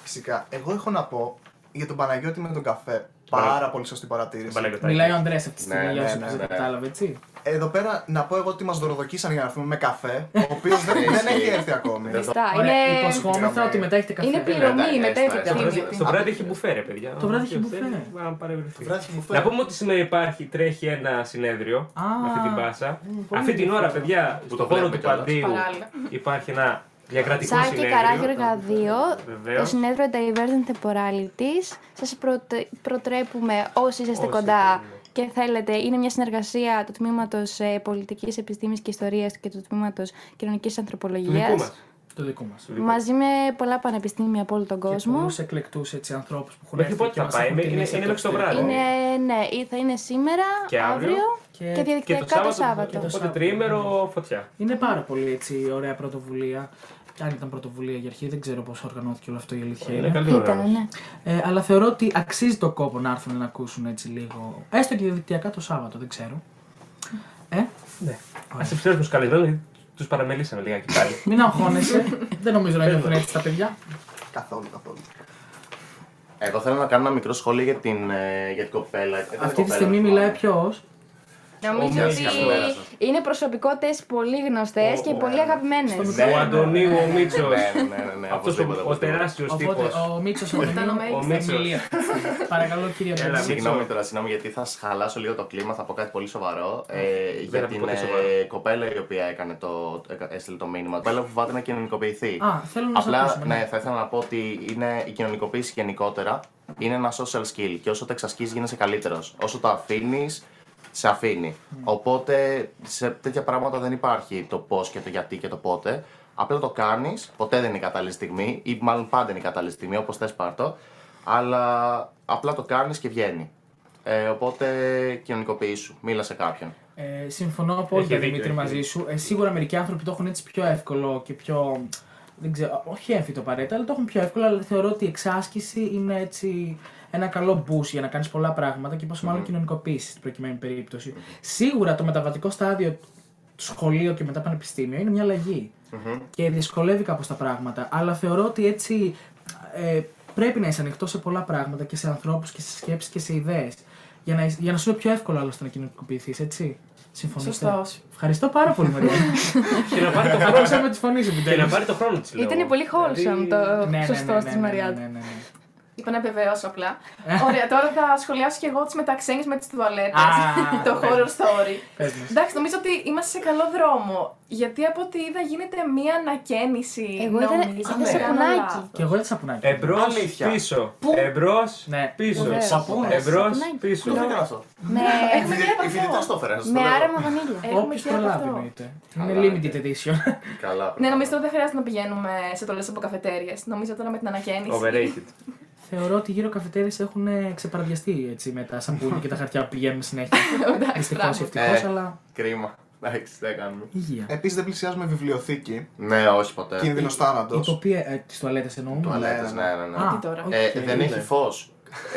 Speaker 7: Φυσικά. Εγώ έχω να πω για τον Παναγιώτη με τον καφέ. Πάρα πολύ σωστή παρατήρηση.
Speaker 3: Παναγιωτάκη.
Speaker 4: Μιλάει ο Ανδρέας αυτή τη στιγμή,
Speaker 6: Ναι,
Speaker 4: για
Speaker 6: ναι,
Speaker 4: όσους
Speaker 6: ναι,
Speaker 4: δεν
Speaker 6: ναι.
Speaker 4: κατάλαβε, έτσι.
Speaker 7: Εδώ πέρα να πω εγώ ότι μας δωροδοκίσαν για να έρθουμε με καφέ,
Speaker 4: *laughs*
Speaker 7: ο οποίος δεν, δεν έχει έρθει ακόμη.
Speaker 6: Δεν το-
Speaker 2: Αυτά.
Speaker 4: Ωραία,
Speaker 2: Είναι...
Speaker 4: Υποσχόμεθα
Speaker 6: Γραμμή.
Speaker 4: ότι μετά έχετε καφέ.
Speaker 2: Είναι
Speaker 6: πλήρω.
Speaker 2: πληρωμή η
Speaker 6: εντάξει,
Speaker 2: μετέπειτα.
Speaker 6: εντάξει.
Speaker 3: Το βράδυ-
Speaker 2: Είναι-
Speaker 3: Στο βράδυ έχει μπουφέ, ρε παιδιά.
Speaker 4: Το βράδυ έχει
Speaker 3: Αν
Speaker 4: μπουφέ.
Speaker 3: θέλει, αν παρευρεθεί.
Speaker 7: Το βράδυ έχει μπουφέ.
Speaker 3: Να πούμε ότι σήμερα υπάρχει, τρέχει ένα συνέδριο
Speaker 4: Α,
Speaker 3: με αυτή την πάσα.
Speaker 4: πολύ
Speaker 3: Αυτή την
Speaker 4: ενδιαφέρον.
Speaker 3: ώρα, παιδιά,
Speaker 6: Που
Speaker 3: στο
Speaker 6: το
Speaker 3: χώρο του
Speaker 6: βλέπετε κιόλας.
Speaker 3: Παντίου υπάρχει ένα διακρατικό
Speaker 2: Σάκη
Speaker 3: συνέδριο.
Speaker 2: Καράγιοργα 2,
Speaker 3: Βεβαίως.
Speaker 2: το συνέδριο Divergent Temporalities. Σας προτε- προτρέπουμε όσοι είστε
Speaker 3: Όσοι
Speaker 2: κοντά
Speaker 3: θέλουν.
Speaker 2: και θέλετε. Είναι μια συνεργασία του Τμήματος ε, Πολιτικής Επιστήμης και Ιστορίας και του Τμήματος Κοινωνικής
Speaker 3: Του δικού
Speaker 2: Ανθρωπολογίας.
Speaker 3: μας.
Speaker 4: Το δικό μας.
Speaker 2: Μαζί με πολλά πανεπιστήμια από όλο τον
Speaker 4: Και
Speaker 2: κόσμο.
Speaker 4: πολλούς εκλεκτούς έτσι ανθρώπους που έχουν
Speaker 3: Μέχρι
Speaker 4: έρθει
Speaker 3: πότε
Speaker 4: και
Speaker 3: θα
Speaker 4: μας
Speaker 3: πάει,
Speaker 4: έχουν
Speaker 3: είναι-
Speaker 4: τιμήσει
Speaker 3: είναι
Speaker 4: από
Speaker 3: μέχρι το
Speaker 4: εξωτερικό.
Speaker 3: βράδυ.
Speaker 2: Είναι, ναι, ή θα είναι σήμερα,
Speaker 3: Και αύριο,
Speaker 4: και-
Speaker 2: και,
Speaker 4: και το
Speaker 2: διαδικτυακά το Σάββατο.
Speaker 4: το
Speaker 3: Οπότε
Speaker 4: Σάββατο. Ναι.
Speaker 3: τριήμερο φωτιά.
Speaker 4: Είναι πάρα πολύ έτσι, ωραία πρωτοβουλία. Και αν ήταν πρωτοβουλία για αρχή, δεν ξέρω πώς οργανώθηκε όλο αυτό η αλήθεια.
Speaker 3: Είναι
Speaker 4: είναι.
Speaker 3: καλή
Speaker 2: Ήταν,
Speaker 3: οργάνωση.
Speaker 2: ναι.
Speaker 4: Ε, αλλά θεωρώ ότι αξίζει το κόπο να έρθουν να ακούσουν έτσι λίγο. Έστω και διαδικτυακά το Σάββατο, δεν ξέρω. Ε,
Speaker 3: Ναι. Α επιστρέψουμε στου καλεσμένου, γιατί τους παραμελήσαμε λιγάκι πάλι.
Speaker 4: μην αγχώνεσαι. *laughs* δεν νομίζω να νιώθουν έτσι τα
Speaker 3: Ε,
Speaker 4: παιδιά.
Speaker 7: Καθόλου, καθόλου.
Speaker 6: Εγώ θέλω να κάνω ένα μικρό σχόλιο για την, ε, για την κοπέλα. Ήταν
Speaker 4: Αυτή τη
Speaker 6: κοπέλα, λοιπόν.
Speaker 4: στιγμή
Speaker 6: θυμάμαι.
Speaker 4: μιλάει ποιο.
Speaker 2: Νομίζω
Speaker 6: Ομοίως
Speaker 2: ότι
Speaker 6: καλημέρα σας.
Speaker 2: είναι προσωπικότητες πολύ γνωστές
Speaker 6: Ο-
Speaker 2: και
Speaker 6: ο-
Speaker 2: πολύ αγαπημένε.
Speaker 6: *laughs* Ναι,
Speaker 3: Ο Αντωνίου, ο Μίτσο.
Speaker 6: Ναι, ναι, ναι, ναι, ναι.
Speaker 3: Αυτό
Speaker 6: οπωσδήποτε,
Speaker 3: ο
Speaker 6: οπωσδήποτε.
Speaker 3: τεράστιο τύπο.
Speaker 4: Οπότε ο *laughs* Μίτσος
Speaker 8: Ήταν ο
Speaker 3: Ο
Speaker 8: μέγιστος.
Speaker 3: Μίτσο.
Speaker 4: *laughs* Παρακαλώ, κύριε
Speaker 3: Έλα,
Speaker 4: Μίτσο.
Speaker 3: Μίτσο.
Speaker 6: Συγγνώμη τώρα, συγγνώμη γιατί θα σχαλάσω λίγο το κλίμα, θα πω κάτι πολύ σοβαρό. Ε,
Speaker 3: θα
Speaker 6: για
Speaker 3: πω
Speaker 6: την
Speaker 3: ποτέ
Speaker 6: ε,
Speaker 3: σοβαρό.
Speaker 6: κοπέλα η οποία έκανε το, έκα- έστειλε το μήνυμα. Η κοπέλα που φοβάται να κοινωνικοποιηθεί.
Speaker 4: Α, θέλω να σας
Speaker 6: Απλά
Speaker 4: ακούσουμε, ναι.
Speaker 6: ναι, θα ήθελα να πω ότι είναι, η κοινωνικοποίηση γενικότερα είναι ένα social skill και όσο το εξασκείς γίνεσαι καλύτερος. Όσο το αφήνεις, σε αφήνει.
Speaker 4: Ναι.
Speaker 6: Οπότε σε τέτοια πράγματα δεν υπάρχει το πώς και το γιατί και το πότε. Απλά το κάνεις, ποτέ δεν είναι η κατάλληλη στιγμή ή μάλλον πάντα είναι η κατάλληλη στιγμή, όπως θες πάρτο. Αλλά απλά το κάνεις και βγαίνει. Ε, οπότε κοινωνικοποιήσου, μίλα σε κάποιον.
Speaker 4: Ε, συμφωνώ απόλυτα
Speaker 3: Έχει δίκιο,
Speaker 4: Δημήτρη
Speaker 3: έχει
Speaker 4: μαζί
Speaker 3: δίκιο.
Speaker 4: σου. Ε, σίγουρα μερικοί άνθρωποι το έχουν έτσι πιο εύκολο και πιο. Δεν ξέρω, όχι έμφυτο απαραίτητα, αλλά το έχουν πιο εύκολο. Αλλά θεωρώ ότι η εξάσκηση είναι έτσι ένα καλό boost για να κάνεις πολλά πράγματα και πόσο
Speaker 3: Ναι.
Speaker 4: μάλλον κοινωνικοποίηση στην προκειμένη περίπτωση. Σίγουρα το μεταβατικό στάδιο του σχολείου και μετά πανεπιστήμιο είναι μια αλλαγή. Και δυσκολεύει κάπως τα πράγματα. Αλλά θεωρώ ότι έτσι ε, πρέπει να είσαι ανοιχτός σε πολλά πράγματα και σε ανθρώπους και σε σκέψεις και σε ιδέες. Για να, για να σου είναι πιο εύκολο άλλωστε να κοινωνικοποιηθείς, έτσι. Συμφωνείτε.
Speaker 8: Σωστός.
Speaker 4: Ευχαριστώ πάρα πολύ, Μαρία.
Speaker 3: Και να πάρει το χρόνο της.
Speaker 4: Ακούσαμε τη φωνή σου
Speaker 3: Και να
Speaker 4: επιτέλου.
Speaker 3: πάρει το χρόνο της.
Speaker 2: Ήταν πολύ
Speaker 3: δηλαδή,
Speaker 2: wholesome
Speaker 4: ναι,
Speaker 2: το σωστό τη Μαριάντα.
Speaker 8: Είπα να επιβεβαιώσω απλά. Ωραία, τώρα θα σχολιάσω και εγώ τις μεταξένειε με τις τουαλέτες.
Speaker 4: Α,
Speaker 8: *laughs* το
Speaker 4: πες.
Speaker 8: horror story.
Speaker 4: Πες μας.
Speaker 8: Εντάξει, νομίζω ότι είμαστε σε καλό δρόμο. Γιατί από ό,τι είδα γίνεται μία ανακαίνιση.
Speaker 2: Εγώ είδα-
Speaker 8: νομίζω,
Speaker 2: είδα
Speaker 8: αν δεν κάνω
Speaker 2: σαπουνάκι.
Speaker 8: λάθος.
Speaker 4: Και εγώ δεν
Speaker 6: Ε,
Speaker 4: σαπουνάκι.
Speaker 3: Εμπρός
Speaker 6: Αλήθεια.
Speaker 3: πίσω. Εμπρός
Speaker 4: Ναι.
Speaker 3: πίσω.
Speaker 2: Βεβαίως.
Speaker 6: Σαπούνες.
Speaker 3: Εμπρός
Speaker 2: Σαπουνάκι.
Speaker 3: πίσω.
Speaker 6: Το έκανα αυτό.
Speaker 2: Με,
Speaker 8: Έχουμε και από
Speaker 6: Οι φοιτητέ
Speaker 8: αυτό.
Speaker 6: το έφεραν. σας το
Speaker 2: με
Speaker 6: λέω.
Speaker 2: άραμα βανίλια.
Speaker 8: Ναι. Έχουμε
Speaker 4: Όποιο
Speaker 8: και από
Speaker 4: προλάβει,
Speaker 8: αυτό.
Speaker 4: εννοείται. Είναι
Speaker 6: Καλά,
Speaker 4: limited
Speaker 6: ναι.
Speaker 4: edition. *laughs*
Speaker 6: Καλά.
Speaker 8: Ναι, νομίζω ότι δεν χρειάζεται να πηγαίνουμε σε τολές από καφετέρειε. Νομίζω τώρα με την ανακαίνιση.
Speaker 3: Overrated.
Speaker 4: Θεωρώ ότι γύρω καφετέρειε έχουν ε, ξεπαραδιαστεί έτσι με τα σαπούνια και τα χαρτιά που πηγαίνουν συνέχεια.
Speaker 8: *laughs* Εντάξει,
Speaker 4: Δυστυχώ
Speaker 8: πράγματι.
Speaker 4: ή
Speaker 6: Ε.
Speaker 4: ευτυχώ, αλλά.
Speaker 6: Κρίμα. Εντάξει, δεν κάνουμε.
Speaker 4: Υγεία.
Speaker 7: Επίσης δεν πλησιάζουμε βιβλιοθήκη.
Speaker 6: Ναι, όχι ποτέ.
Speaker 7: Κίνδυνος θάνατο.
Speaker 4: Η τοπία ε, τη τουαλέτα εννοούμε.
Speaker 6: Τουαλέτες, ναι, ναι, ναι.
Speaker 4: Α,
Speaker 8: Τι τώρα.
Speaker 4: οκ.
Speaker 6: Ε, δεν έχει φω.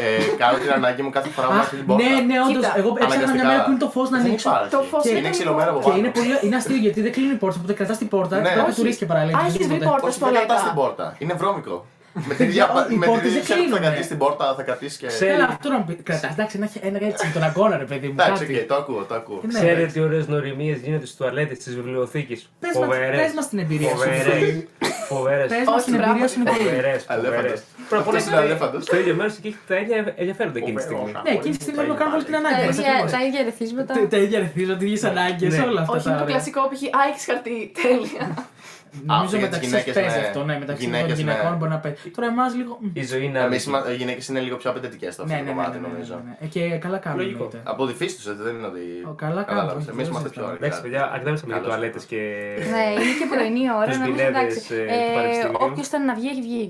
Speaker 6: Ε, κάνω την ανάγκη μου κάθε φορά που ανοίξει την πόρτα.
Speaker 4: Ναι, ναι, όντως.
Speaker 8: Κοίτα,
Speaker 4: Εγώ έψαχνα μια
Speaker 6: αναγκαστικά.
Speaker 4: μέρα που είναι το φως να
Speaker 6: Δεν
Speaker 4: ανοίξω.
Speaker 6: υπάρχει.
Speaker 8: Το φως
Speaker 6: Και
Speaker 8: ήταν
Speaker 6: είναι ξυλωμένο από
Speaker 8: μόνο.
Speaker 4: Και
Speaker 6: πάνω.
Speaker 4: είναι πολύ είναι αστείο γιατί δεν κλείνει η πόρτα, οπότε κρατάς την πόρτα.
Speaker 6: Ναι.
Speaker 4: Τότε
Speaker 6: Όχι.
Speaker 4: τουρίστηκε παραλίγο.
Speaker 8: Α, έχεις βρει πόρτα.
Speaker 6: Όχι, δεν
Speaker 8: τουαλέτα.
Speaker 6: κρατά την πόρτα. Είναι βρώμικο. Με τη ίδια
Speaker 4: Οι
Speaker 6: με τη
Speaker 4: πόρτες δεν
Speaker 6: ίδια ψέλη που θα
Speaker 4: κλείνουνε.
Speaker 6: κρατήσεις την πόρτα, θα κρατήσεις και.
Speaker 4: Έλα, αυτό να μου πει. Κρατάς, εντάξει, ένα, ένα έτσι με τον αγώνα, ρε παιδί μου.
Speaker 6: Εντάξει,
Speaker 4: κάτι.
Speaker 6: οκ, το ακούω, το ακούω.
Speaker 4: Ναι.
Speaker 3: Ξέρετε τι ωραίες νοημίε γίνονται στις τουαλέτες της βιβλιοθήκης.
Speaker 4: Πες μας- πες μας την εμπειρία σου.
Speaker 3: Φοβερές.
Speaker 4: *laughs* Πε
Speaker 3: Φοβερέ.
Speaker 4: μας
Speaker 8: Όχι,
Speaker 4: την εμπειρία
Speaker 8: πράγματι.
Speaker 4: σου είναι πολύ.
Speaker 6: Αλέφαντος.
Speaker 3: Φοβερές.
Speaker 6: Αυτός είναι αλέφαντος.
Speaker 3: Στο ίδιο μέρος και έχει τα ίδια ενδιαφέροντα εκείνη τη στιγμή.
Speaker 4: Ναι, εκείνη τη στιγμή κάνουμε όλη την ανάγκη.
Speaker 2: Τα
Speaker 4: μας,
Speaker 2: ίδια-
Speaker 4: ακριβώς.
Speaker 2: Τα ίδια ερεθίσματα.
Speaker 4: Τα- Τα ίδια ρεθίζω, τις ίδιες ανάγκες,
Speaker 3: Ναι.
Speaker 4: όλα αυτά.
Speaker 8: Όχι,
Speaker 4: τα
Speaker 8: είναι το
Speaker 4: ωραία.
Speaker 8: κλασικό π.χ. Α, έχεις χαρτί. *laughs* Τέλεια.
Speaker 4: Νομίζω
Speaker 6: Α, για τις
Speaker 4: μεταξύ σας
Speaker 6: γυναίκες,
Speaker 4: παίζει
Speaker 6: ναι.
Speaker 4: αυτό, ναι, μεταξύ των
Speaker 6: Γυναίκες, ναι.
Speaker 4: γυναικών μπορεί να παίζει. Τώρα εμάς λίγο. μ.
Speaker 3: Η ζωή είναι
Speaker 6: Εμείς
Speaker 3: άδικη.
Speaker 6: Ναι, οι γυναίκες είναι λίγο πιο απαιτητικές στο
Speaker 4: Ναι,
Speaker 6: αυτό
Speaker 4: ναι, ναι,
Speaker 6: το κομμάτι,
Speaker 4: ναι, ναι, ναι,
Speaker 6: νομίζω.
Speaker 4: ναι. Ε, Και καλά κάνουμε.
Speaker 3: Λογικό.
Speaker 4: εννοείται.
Speaker 6: Από τη φύση τους, δεν είναι ότι.
Speaker 4: Ο, καλά
Speaker 6: Κατάλαβες,
Speaker 4: κάνουμε,
Speaker 6: Εμείς
Speaker 4: δεν
Speaker 6: είμαστε
Speaker 4: ζητάμε.
Speaker 6: πιο
Speaker 3: Εντάξει,
Speaker 6: αργά.
Speaker 3: παιδιά, αρκετά μιλήσαμε για
Speaker 6: Καλώς.
Speaker 3: τουαλέτες και.
Speaker 2: Ναι, είναι και πρωινή ώρα.
Speaker 3: Τους
Speaker 2: νομίζω,
Speaker 3: βινέδες,
Speaker 2: εντάξει.
Speaker 3: ε, του Πανεπιστημίου.
Speaker 2: Όποιος ήταν να βγει, έχει βγει.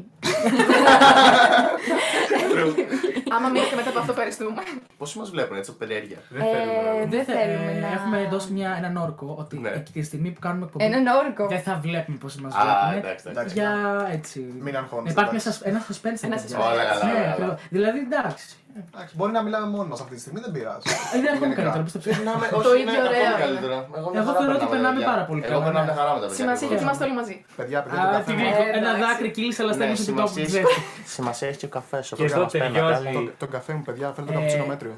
Speaker 8: Άμα μείνει και μετά από αυτό, ευχαριστούμε.
Speaker 6: Πόσοι μας βλέπουν έτσι από περιέργεια.
Speaker 3: Δεν θέλουμε να
Speaker 2: Ε,
Speaker 3: δούμε.
Speaker 2: Δεν
Speaker 4: θε-
Speaker 2: θέλουμε
Speaker 4: ε,
Speaker 2: να.
Speaker 4: Έχουμε δώσει μια, έναν όρκο ότι
Speaker 6: Ναι.
Speaker 4: εκείνη τη στιγμή που κάνουμε εκπομπή
Speaker 2: Έναν όρκο.
Speaker 4: δεν θα βλέπουμε πόσοι μας
Speaker 6: Α,
Speaker 4: βλέπουν.
Speaker 6: εντάξει, εντάξει.
Speaker 4: Για έτσι.
Speaker 7: Μην αγχώνεστε,
Speaker 4: ε, Υπάρχει
Speaker 7: εντάξει.
Speaker 4: ένας- ένα suspense.
Speaker 8: Ένα
Speaker 4: παιδιά.
Speaker 8: suspense.
Speaker 6: Όλα καλά,
Speaker 4: Ναι,
Speaker 6: όλα καλά.
Speaker 4: ακριβώς. Δηλαδή εντάξει.
Speaker 7: Εντάξει, μπορεί να μιλάμε μόνοι μα αυτή τη στιγμή, δεν πειράζει.
Speaker 4: Ε, Δεν έχουμε
Speaker 7: Γενικά.
Speaker 4: καλύτερο. πιστεύω.
Speaker 6: Περνάμε-
Speaker 8: Το
Speaker 6: όχι,
Speaker 8: ίδιο
Speaker 6: είναι ακόμη
Speaker 8: ωραίο
Speaker 6: καλύτερα. μια
Speaker 4: Εγώ
Speaker 6: χαρά
Speaker 4: θεωρώ ότι περνάμε
Speaker 6: παιδιά.
Speaker 4: πάρα πολύ
Speaker 6: Εγώ
Speaker 4: καλά,
Speaker 6: περνάμε
Speaker 4: ναι.
Speaker 6: χαρά με τα παιδιά. λοιπόν.
Speaker 8: Σημασία έχει
Speaker 6: ακριβώς.
Speaker 8: ότι είμαστε όλοι μαζί.
Speaker 7: Παιδιά, παιδιά, το
Speaker 4: Α,
Speaker 7: καφέ
Speaker 4: τι
Speaker 7: μας-
Speaker 4: γλυκό. Ένα
Speaker 8: εντάξει.
Speaker 4: δάκρυ κύλησε, αλλά
Speaker 6: Ναι,
Speaker 4: στέλνει την τόπο.
Speaker 6: σημασία
Speaker 4: της
Speaker 6: έχει-
Speaker 4: ζέστη.
Speaker 6: *laughs* Σημασία έχει και ο καφές.
Speaker 3: Και εδώ ταιριάζει
Speaker 7: το- Τον καφέ μου, παιδιά, θέλω το
Speaker 4: Ε.
Speaker 7: καπουτσίνο μέτριο.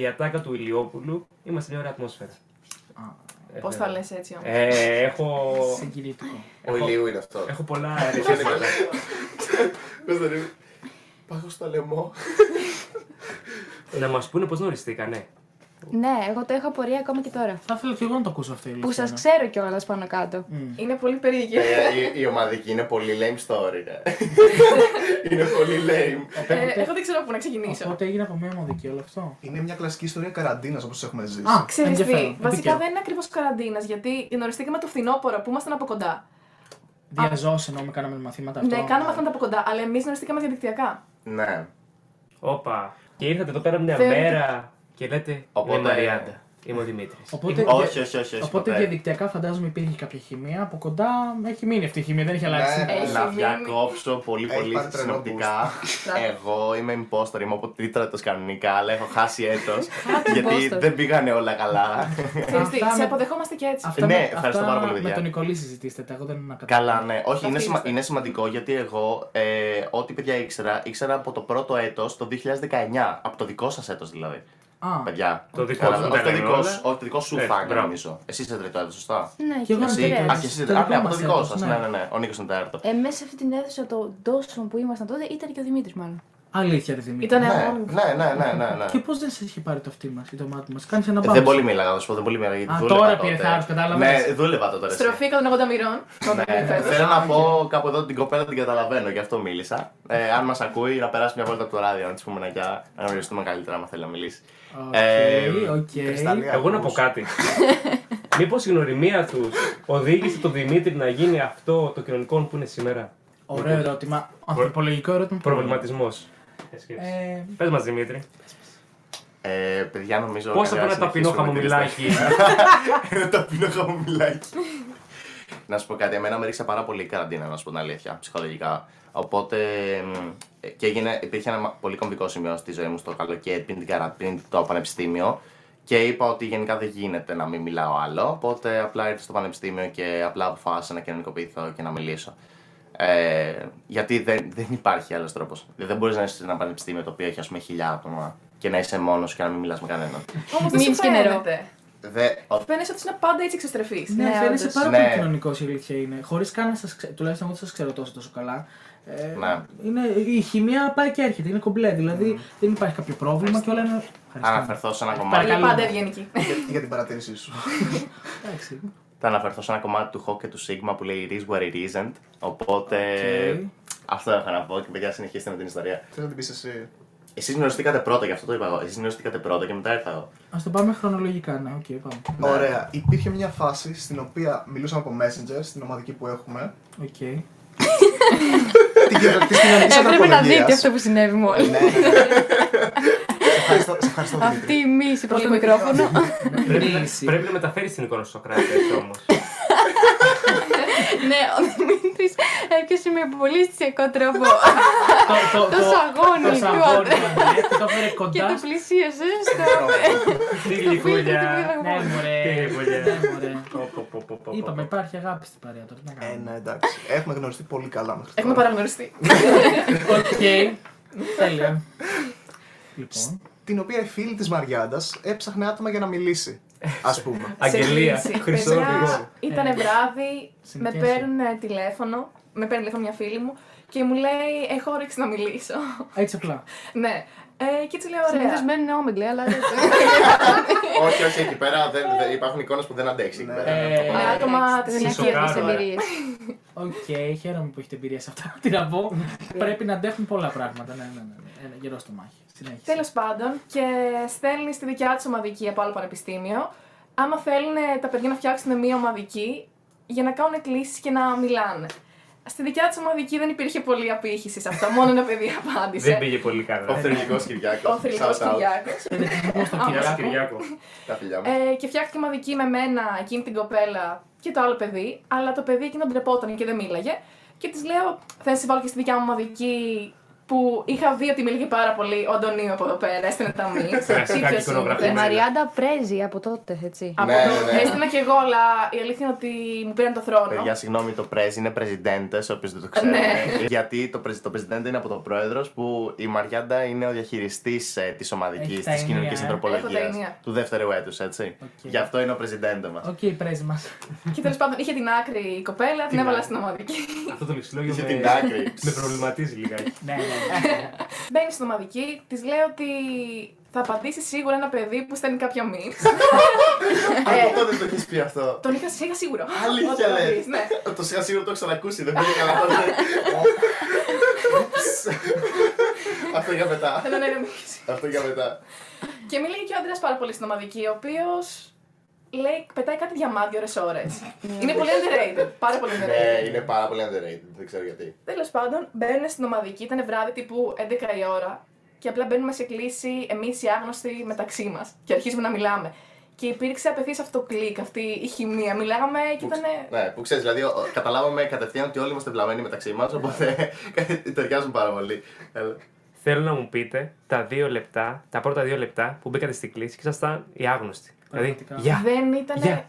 Speaker 3: η ατάκα του Ηλιόπουλου. Είμαστε μια ωραία ατμόσφαιρα.
Speaker 8: Πώ θα λες έτσι όμως.
Speaker 3: Ε, έχω.
Speaker 4: Συγκινητικό.
Speaker 6: Ο ηλίου είναι αυτό.
Speaker 3: Έχω πολλά ρε.
Speaker 6: Ποιος είναι το λέει. Πάγω στο λαιμό.
Speaker 3: Να μας πούνε πώς γνωριστήκανε.
Speaker 2: Ναι, εγώ το έχω απορία ακόμα και τώρα.
Speaker 4: Θα ήθελα και εγώ να το ακούσω αυτό. η
Speaker 2: Που
Speaker 4: αλήθεια
Speaker 2: σα
Speaker 4: είναι.
Speaker 2: ξέρω κιόλας πάνω κάτω.
Speaker 8: Είναι πολύ περίεργη.
Speaker 6: Ε, η- Η ομαδική είναι πολύ lame story. ρε. *laughs* Είναι πολύ lame.
Speaker 8: Ε, Εγώ δεν ξέρω πού να ξεκινήσω.
Speaker 4: Οπότε έγινε από μια μοδική όλο αυτό.
Speaker 7: Είναι μια κλασική ιστορία καραντίνας όπως έχουμε ζήσει.
Speaker 4: Α,
Speaker 8: Ξέρεις τι,
Speaker 4: ενδιαφέρον.
Speaker 8: βασικά
Speaker 4: Επίκαιρο.
Speaker 8: δεν είναι ακριβώς καραντίνας γιατί γνωριστήκαμε το φθινόπωρο που ήμασταν από κοντά.
Speaker 4: Διαζώσει εννοούμε, κάναμε μαθήματα. αυτό.
Speaker 8: Ναι, κάναμε αυτά από κοντά, αλλά εμείς γνωριστήκαμε διαδικτυακά.
Speaker 6: Ναι.
Speaker 3: Όπα. Και ήρθατε εδώ πέρα μια
Speaker 8: Θεωρείτε-
Speaker 3: μέρα και λέτε.
Speaker 6: Οπότε-
Speaker 3: Είμαι η Μαριάντα. Είμαι ο Δημήτρης.
Speaker 8: Ε,
Speaker 4: Οπότε,
Speaker 6: Όχι, όχι, όχι. όχι
Speaker 4: οπότε
Speaker 6: ποτέ.
Speaker 4: διαδικτυακά φαντάζομαι υπήρχε κάποια χημεία. Από κοντά έχει μείνει αυτή η χημεία, δεν έχει
Speaker 7: Ναι.
Speaker 4: αλλάξει.
Speaker 7: Ε,
Speaker 8: Έχει
Speaker 6: Να
Speaker 8: μείνει.
Speaker 6: διακόψω πολύ
Speaker 7: Έχει
Speaker 6: πολύ
Speaker 7: πάρει τρελό
Speaker 6: συνοπτικά.
Speaker 8: boost.
Speaker 6: Εγώ είμαι imposter, είμαι από τρίτρατο κανονικά, αλλά έχω χάσει έτος. γιατί δεν πήγανε όλα καλά.
Speaker 8: Ξέρεις τι,
Speaker 4: Αυτά
Speaker 8: σε
Speaker 4: με-
Speaker 8: αποδεχόμαστε και έτσι.
Speaker 6: Ναι,
Speaker 4: με-
Speaker 6: ευχαριστώ πάρα πολύ,
Speaker 4: Με
Speaker 6: παιδιά.
Speaker 4: τον Νικολή συζητήστε τα. Εγώ δεν ήμουν κατά.
Speaker 6: Καλά, ναι. Όχι, είναι,
Speaker 8: Αυτή
Speaker 6: σημα-
Speaker 8: είστε.
Speaker 6: είναι σημαντικό γιατί εγώ ε, ό,τι παιδιά ήξερα, ήξερα από το πρώτο έτος το 2019. Από το δικό σας έτος δηλαδή.
Speaker 4: Α,
Speaker 6: Παιδιά.
Speaker 3: Το δικό
Speaker 6: Καλά,
Speaker 3: σου
Speaker 6: Όχι το
Speaker 3: ήταν
Speaker 6: δικό
Speaker 3: όλα.
Speaker 6: σου, όχι το δικό σου
Speaker 3: Ε,
Speaker 6: φαν,
Speaker 3: μπράβο.
Speaker 6: νομίζω. Εσύ είσαι τρίτο έτο, σωστά.
Speaker 9: Ναι,
Speaker 4: Και εγώ
Speaker 9: εσύ.
Speaker 6: Εσύ,
Speaker 4: τρίτο
Speaker 6: α,
Speaker 4: έτος.
Speaker 6: και εσύ
Speaker 4: Το
Speaker 6: τρίτο. Α, ναι,
Speaker 4: δικό
Speaker 6: από το
Speaker 4: μας
Speaker 6: δικό
Speaker 4: έτος, ναι.
Speaker 6: σας. Ναι, ναι, ναι. Ο Νίκος ήταν τέταρτο.
Speaker 9: Ε, μέσα σε αυτή την αίθουσα το Dawson που ήμασταν τότε ήταν και ο Δημήτρης μάλλον.
Speaker 4: αλήθεια, ρε Δημήτρη.
Speaker 8: Ήταν
Speaker 6: Ναι,
Speaker 8: αμόνιμο.
Speaker 6: ναι, ναι, ναι, ναι, ναι.
Speaker 4: Και πώς δεν σε είχε πάρει το αυτή μα ή το μάτι μας. Κάνεις ένα
Speaker 6: Ε,
Speaker 4: μπάμ.
Speaker 6: Δεν πολύ μίλαγα, θα σου πω, δεν πολύ μίλαγα. γιατί
Speaker 4: Α,
Speaker 6: δούλευα
Speaker 4: τώρα
Speaker 6: τότε.
Speaker 4: πήρε θάρρος, κατάλαβες.
Speaker 6: Ναι, δούλευα τότε. ρε, εσύ.
Speaker 8: Στροφή 180
Speaker 4: *laughs*
Speaker 8: μοιρών. Τότε
Speaker 6: Ναι,
Speaker 8: φέτος.
Speaker 6: Θέλω να πω κάπου εδώ την κοπέλα την καταλαβαίνω, γι' αυτό μίλησα. Ε, αν μας ακούει, να περάσει μια βόλτα από το ράδιο, να της πούμε να γεια, να γνωριστούμε καλύτερα, άμα θέλει να μιλήσει.
Speaker 4: Οκ,
Speaker 6: Ε,
Speaker 4: οκ.
Speaker 7: Κρυσταλλία.
Speaker 3: Εγώ να πω *laughs* κάτι. Μήπως η γνωριμία τους οδήγησε τον Δημήτρη να γίνει αυτό το κοινωνικό που είναι σήμερα.
Speaker 4: Ωραίο ερώτημα. Ανθρωπολογικό ερώτημα.
Speaker 3: Προβληματισμός.
Speaker 4: Ε,
Speaker 3: Πες μας, Δημήτρη.
Speaker 6: Ε, παιδιά, νομίζω.
Speaker 3: Πώς θα
Speaker 6: πρέπει
Speaker 3: πω
Speaker 6: να
Speaker 3: ένα ταπεινό
Speaker 6: συνεχίσουμε με τη
Speaker 3: χαμομηλάκι.
Speaker 6: Ένα ταπεινό χαμομηλάκι. να σου πω κάτι, εμένα με ρίξα πάρα πολύ η καραντίνα, να σου πω την αλήθεια, ψυχολογικά. Οπότε. μ, ε, Και έγινε, υπήρχε ένα μα- πολύ κομβικό σημείο στη ζωή μου στο καλοκαίρι πριν, την καρα- πριν το πανεπιστήμιο. Και είπα ότι γενικά δεν γίνεται να μην μιλάω άλλο. Οπότε απλά ήρθα στο πανεπιστήμιο και απλά αποφάσισα να κοινωνικοποιηθώ και να μιλήσω. Ε, γιατί δεν, δεν υπάρχει άλλος τρόπος. Δεν μπορείς να είσαι σε ένα πανεπιστήμιο το οποίο έχει ας πούμε χιλιά άτομα και να είσαι μόνος και να μην μιλάς με κανέναν.
Speaker 8: Όμως δεν σου
Speaker 9: Μύψη και νερό.
Speaker 8: φαίνεται.
Speaker 6: Δε, ο-
Speaker 8: Φαίνεσαι ότι είναι πάντα έτσι εξωστρεφή.
Speaker 4: Ναι,
Speaker 9: Ναι,
Speaker 4: φαίνεσαι
Speaker 9: όντως.
Speaker 4: πάρα
Speaker 6: Ναι.
Speaker 4: πολύ κοινωνικός η αλήθεια είναι. Χωρίς καν να σας ξέρω, τουλάχιστον εγώ δεν σας ξέρω τόσο τόσο καλά. Ε,
Speaker 6: Ναι.
Speaker 4: είναι, η χημεία πάει και έρχεται, είναι κομπλέ. Δηλαδή δεν υπάρχει κάποιο πρόβλημα και όλα είναι.
Speaker 6: Θα
Speaker 4: Ευχαριστώ.
Speaker 6: αναφερθώ σε ένα κομμάτι.
Speaker 8: Είναι
Speaker 4: Παρακαλώ.
Speaker 8: πάντα ευγενική.
Speaker 7: Για- Για την παρατήρησή
Speaker 4: *laughs*
Speaker 7: σου.
Speaker 4: Εντάξει.
Speaker 6: Θα αναφερθώ σε ένα κομμάτι του Hawk και του Sigma που λέει It is what it isn't. Οπότε.
Speaker 4: Οκ.
Speaker 6: Αυτό έχω να πω και παιδιά, συνεχίστε με την ιστορία.
Speaker 7: Θέλω να την πεις εσύ.
Speaker 6: Εσείς γνωριστήκατε πρώτα, γι' αυτό το είπα εγώ. Εσείς γνωριστήκατε πρώτα και μετά ήρθα εγώ.
Speaker 4: Ας το πάμε χρονολογικά, ναι, οκ, πάμε.
Speaker 7: Ωραία. Υπήρχε μια φάση στην οποία μιλούσαμε από Messenger, στην ομαδική που έχουμε. *laughs*
Speaker 4: Οκ.
Speaker 7: Την κοινωνική της κοινωνικής
Speaker 9: Έπρεπε Ε, να
Speaker 7: ανθρωπολογία.
Speaker 9: δείτε αυτό που συνέβη μόλις.
Speaker 7: Ε, Ναι. Σε ευχαριστώ- Σε ευχαριστώ,
Speaker 9: Αυτή
Speaker 7: Δημήτρη.
Speaker 9: η μίση προς το μικρόφωνο.
Speaker 3: Πρέπει να-
Speaker 4: Μίση.
Speaker 3: Πρέπει να μεταφέρει την εικόνα στο κράτο
Speaker 4: *laughs*
Speaker 3: όμως.
Speaker 9: *laughs* Ναι, ο Δημήτρης έπιασε με πολύ αισθητικό τρόπο
Speaker 4: Το- το-
Speaker 9: το
Speaker 4: το-
Speaker 9: σαγόνι
Speaker 4: το
Speaker 9: του
Speaker 4: σαγόνι,
Speaker 9: άντρα
Speaker 4: ναι, και το φέρε
Speaker 9: και
Speaker 4: κοντά.
Speaker 9: το πλησίασε στο
Speaker 3: Τι
Speaker 9: στο φίλτρο του
Speaker 3: γλυκούλια.
Speaker 9: πυθαγμού.
Speaker 4: Ναι, μωρέ.
Speaker 3: Τι γλυκούλια.
Speaker 4: Ναι, μωρέ.
Speaker 3: Πω, πω, πω, πω, πω,
Speaker 4: Είπαμε,
Speaker 3: πω.
Speaker 4: υπάρχει αγάπη στην παρέα τώρα. τι να
Speaker 7: Ε,
Speaker 4: κάνουμε.
Speaker 7: ναι, εντάξει. Έχουμε γνωριστεί πολύ καλά μέχρι
Speaker 8: Έχουμε
Speaker 7: τώρα.
Speaker 8: παραγνωριστεί.
Speaker 4: Οκ. Τέλεια. Λοιπόν.
Speaker 7: Την οποία η φίλη της Μαριάντας έψαχνε άτομα για να μιλήσει. Ας
Speaker 6: *laughs*
Speaker 7: πούμε.
Speaker 3: Αγγελία,
Speaker 8: Σε κλίση.
Speaker 3: χρυσό Ε,
Speaker 8: Παιδιά,
Speaker 3: οδηγό.
Speaker 8: Ήταν βράδυ, με
Speaker 4: Συνεχέσαι.
Speaker 8: παίρνουν ε, τηλέφωνο, με παίρνει τηλέφωνο μια φίλη μου και μου λέει: Έχω όρεξη να μιλήσω. *laughs*
Speaker 4: Έτσι απλά.
Speaker 8: ναι. Ε, και έτσι λέω:
Speaker 9: Συνήθω
Speaker 8: Ωραία.
Speaker 9: μένουν όμιλοι, αλλά δεν
Speaker 6: όχι, όχι, εκεί πέρα δεν, δεν- υπάρχουν εικόνες που δεν αντέξει. εκεί
Speaker 7: Ναι.
Speaker 6: πέρα.
Speaker 4: Ε,
Speaker 8: Ναι, άτομα της
Speaker 9: δεν έχει
Speaker 3: Σοκάρω,
Speaker 9: τέτοιε
Speaker 3: ε.
Speaker 9: εμπειρίες.
Speaker 4: Οκ, χαίρομαι που έχετε εμπειρία σε αυτά. *laughs* Τι να πω. Πρέπει να αντέχουν πολλά πράγματα. Ναι, ναι, ναι. Ένα γερό στο μάχη. Συνέχισε.
Speaker 8: Τέλος πάντων, και στέλνεις στη δικιά τη ομαδική από άλλο πανεπιστήμιο. Άμα θέλουν ε, τα παιδιά να φτιάξουν μία ομαδική για να κάνουν κλήσεις και να μιλάνε. Στη δικιά της ομαδική δεν υπήρχε πολλή απήχηση σε αυτό. Μόνο ένα παιδί απάντησε.
Speaker 3: Δεν πήγε πολύ
Speaker 6: Ο
Speaker 3: καλά.
Speaker 6: θρηλυκός Κυριάκος.
Speaker 8: Ο θρηλυκός Κυριάκος.
Speaker 4: Χαιρετισμό στο
Speaker 3: Γεια σου,
Speaker 4: Κυριάκο.
Speaker 3: Κυριάκο.
Speaker 6: Τα φιλιά μου.
Speaker 8: Ε, και φτιάχτηκε μαδική με μένα, εκείνη την κοπέλα και το άλλο παιδί. Αλλά το παιδί εκείνο ντρεπόταν και δεν μίλαγε. Και της λέω: Θες να σε βάλω και στη δικιά μου μαδική που είχα δει ότι μίληκε πάρα πολύ ο Αντωνίου από εδώ πέρα. Έστεινε τα μη.
Speaker 3: Κλασικά και
Speaker 8: Ε, ναι,
Speaker 3: εικονογραφία.
Speaker 9: Η Μαριάντα πρέζει από τότε, έτσι.
Speaker 8: Από
Speaker 6: Ναι,
Speaker 8: το...
Speaker 6: ναι. Ε,
Speaker 8: Έστεινα και εγώ, αλλά η αλήθεια είναι ότι μου πήραν το θρόνο.
Speaker 6: Παιδιά, συγγνώμη, το πρέζι είναι πρεζιντέντες, ο οποίο δεν το ξέρει.
Speaker 8: λοιπόν. Ναι.
Speaker 6: Γιατί το, πρεζι, το πρεζιντέντε είναι από τον πρόεδρος που η Μαριάντα είναι ο διαχειριστής ε, της ομαδικής
Speaker 4: Έχει τα
Speaker 6: της
Speaker 4: ενία,
Speaker 6: κοινωνικής
Speaker 4: ε.
Speaker 8: Έχω τα ενία.
Speaker 6: ανθρωπολογία του δεύτερου έτους, έτσι.
Speaker 4: Οκ.
Speaker 6: Γι' αυτό είναι ο πρεζιντέντε μας.
Speaker 4: Οκ, η πρέζη
Speaker 6: *laughs*
Speaker 4: μας.
Speaker 8: και τέλος πάντων είχε την άκρη η κοπέλα, την έβαλα στην ομαδική.
Speaker 3: Αυτό το λεξιλόγιο
Speaker 6: Για
Speaker 3: με-
Speaker 6: την άκρη.
Speaker 3: με προβληματίζει λιγάκι.
Speaker 4: Ναι, ναι, ναι.
Speaker 8: Μπαίνει στην ομαδική, της λέω ότι θα απαντήσει σίγουρα ένα παιδί που στέλνει κάποια μη.
Speaker 6: *laughs* Από τότε Ε, το έχεις πει αυτό.
Speaker 8: Τον είχα είχα σίγουρο. Ότι
Speaker 6: Αλήθεια
Speaker 8: θα
Speaker 6: λες.
Speaker 8: πεις, ναι.
Speaker 6: Το σιγά σίγουρα το έχω ξανακούσει, δεν πήγε καλά τότε. Αυτό για μετά.
Speaker 8: Θέλω να ηρεμήσει.
Speaker 6: Αυτό για μετά.
Speaker 8: Και μίλαγε και ο Αντρέας πάρα πολύ στην ομαδική, ο οποίος λέει, πετάει κάτι διαμάδι ώρε-ώρε. είναι πολύ underrated. Πάρα πολύ
Speaker 6: Ναι,
Speaker 8: underrated.
Speaker 6: είναι πάρα πολύ underrated, δεν ξέρω γιατί.
Speaker 8: Τέλος πάντων, μπαίνουν στην ομαδική, ήταν βράδυ τύπου 11 η ώρα και απλά μπαίνουμε σε κλίση εμείς οι άγνωστοι μεταξύ μας και αρχίζουμε να μιλάμε. Και υπήρξε απευθείας αυτό το κλικ, αυτή η χημεία. Μιλάγαμε
Speaker 6: Που,
Speaker 8: και ήταν.
Speaker 6: ναι, που ξέρεις, δηλαδή ο- καταλάβαμε κατευθείαν ότι όλοι είμαστε βλαμμένοι μεταξύ μας, οπότε *laughs* ταιριάζουν πάρα πολύ. Ε, Έλα.
Speaker 3: Θέλω να μου πείτε τα δύο λεπτά, τα πρώτα δύο λεπτά που μπήκατε στην κλίση και ήσασταν οι άγνωστοι. Δηλαδή,
Speaker 4: Πραγματικά.
Speaker 6: Ναι.
Speaker 3: γεια,
Speaker 8: Δεν ήταν.
Speaker 3: γεια.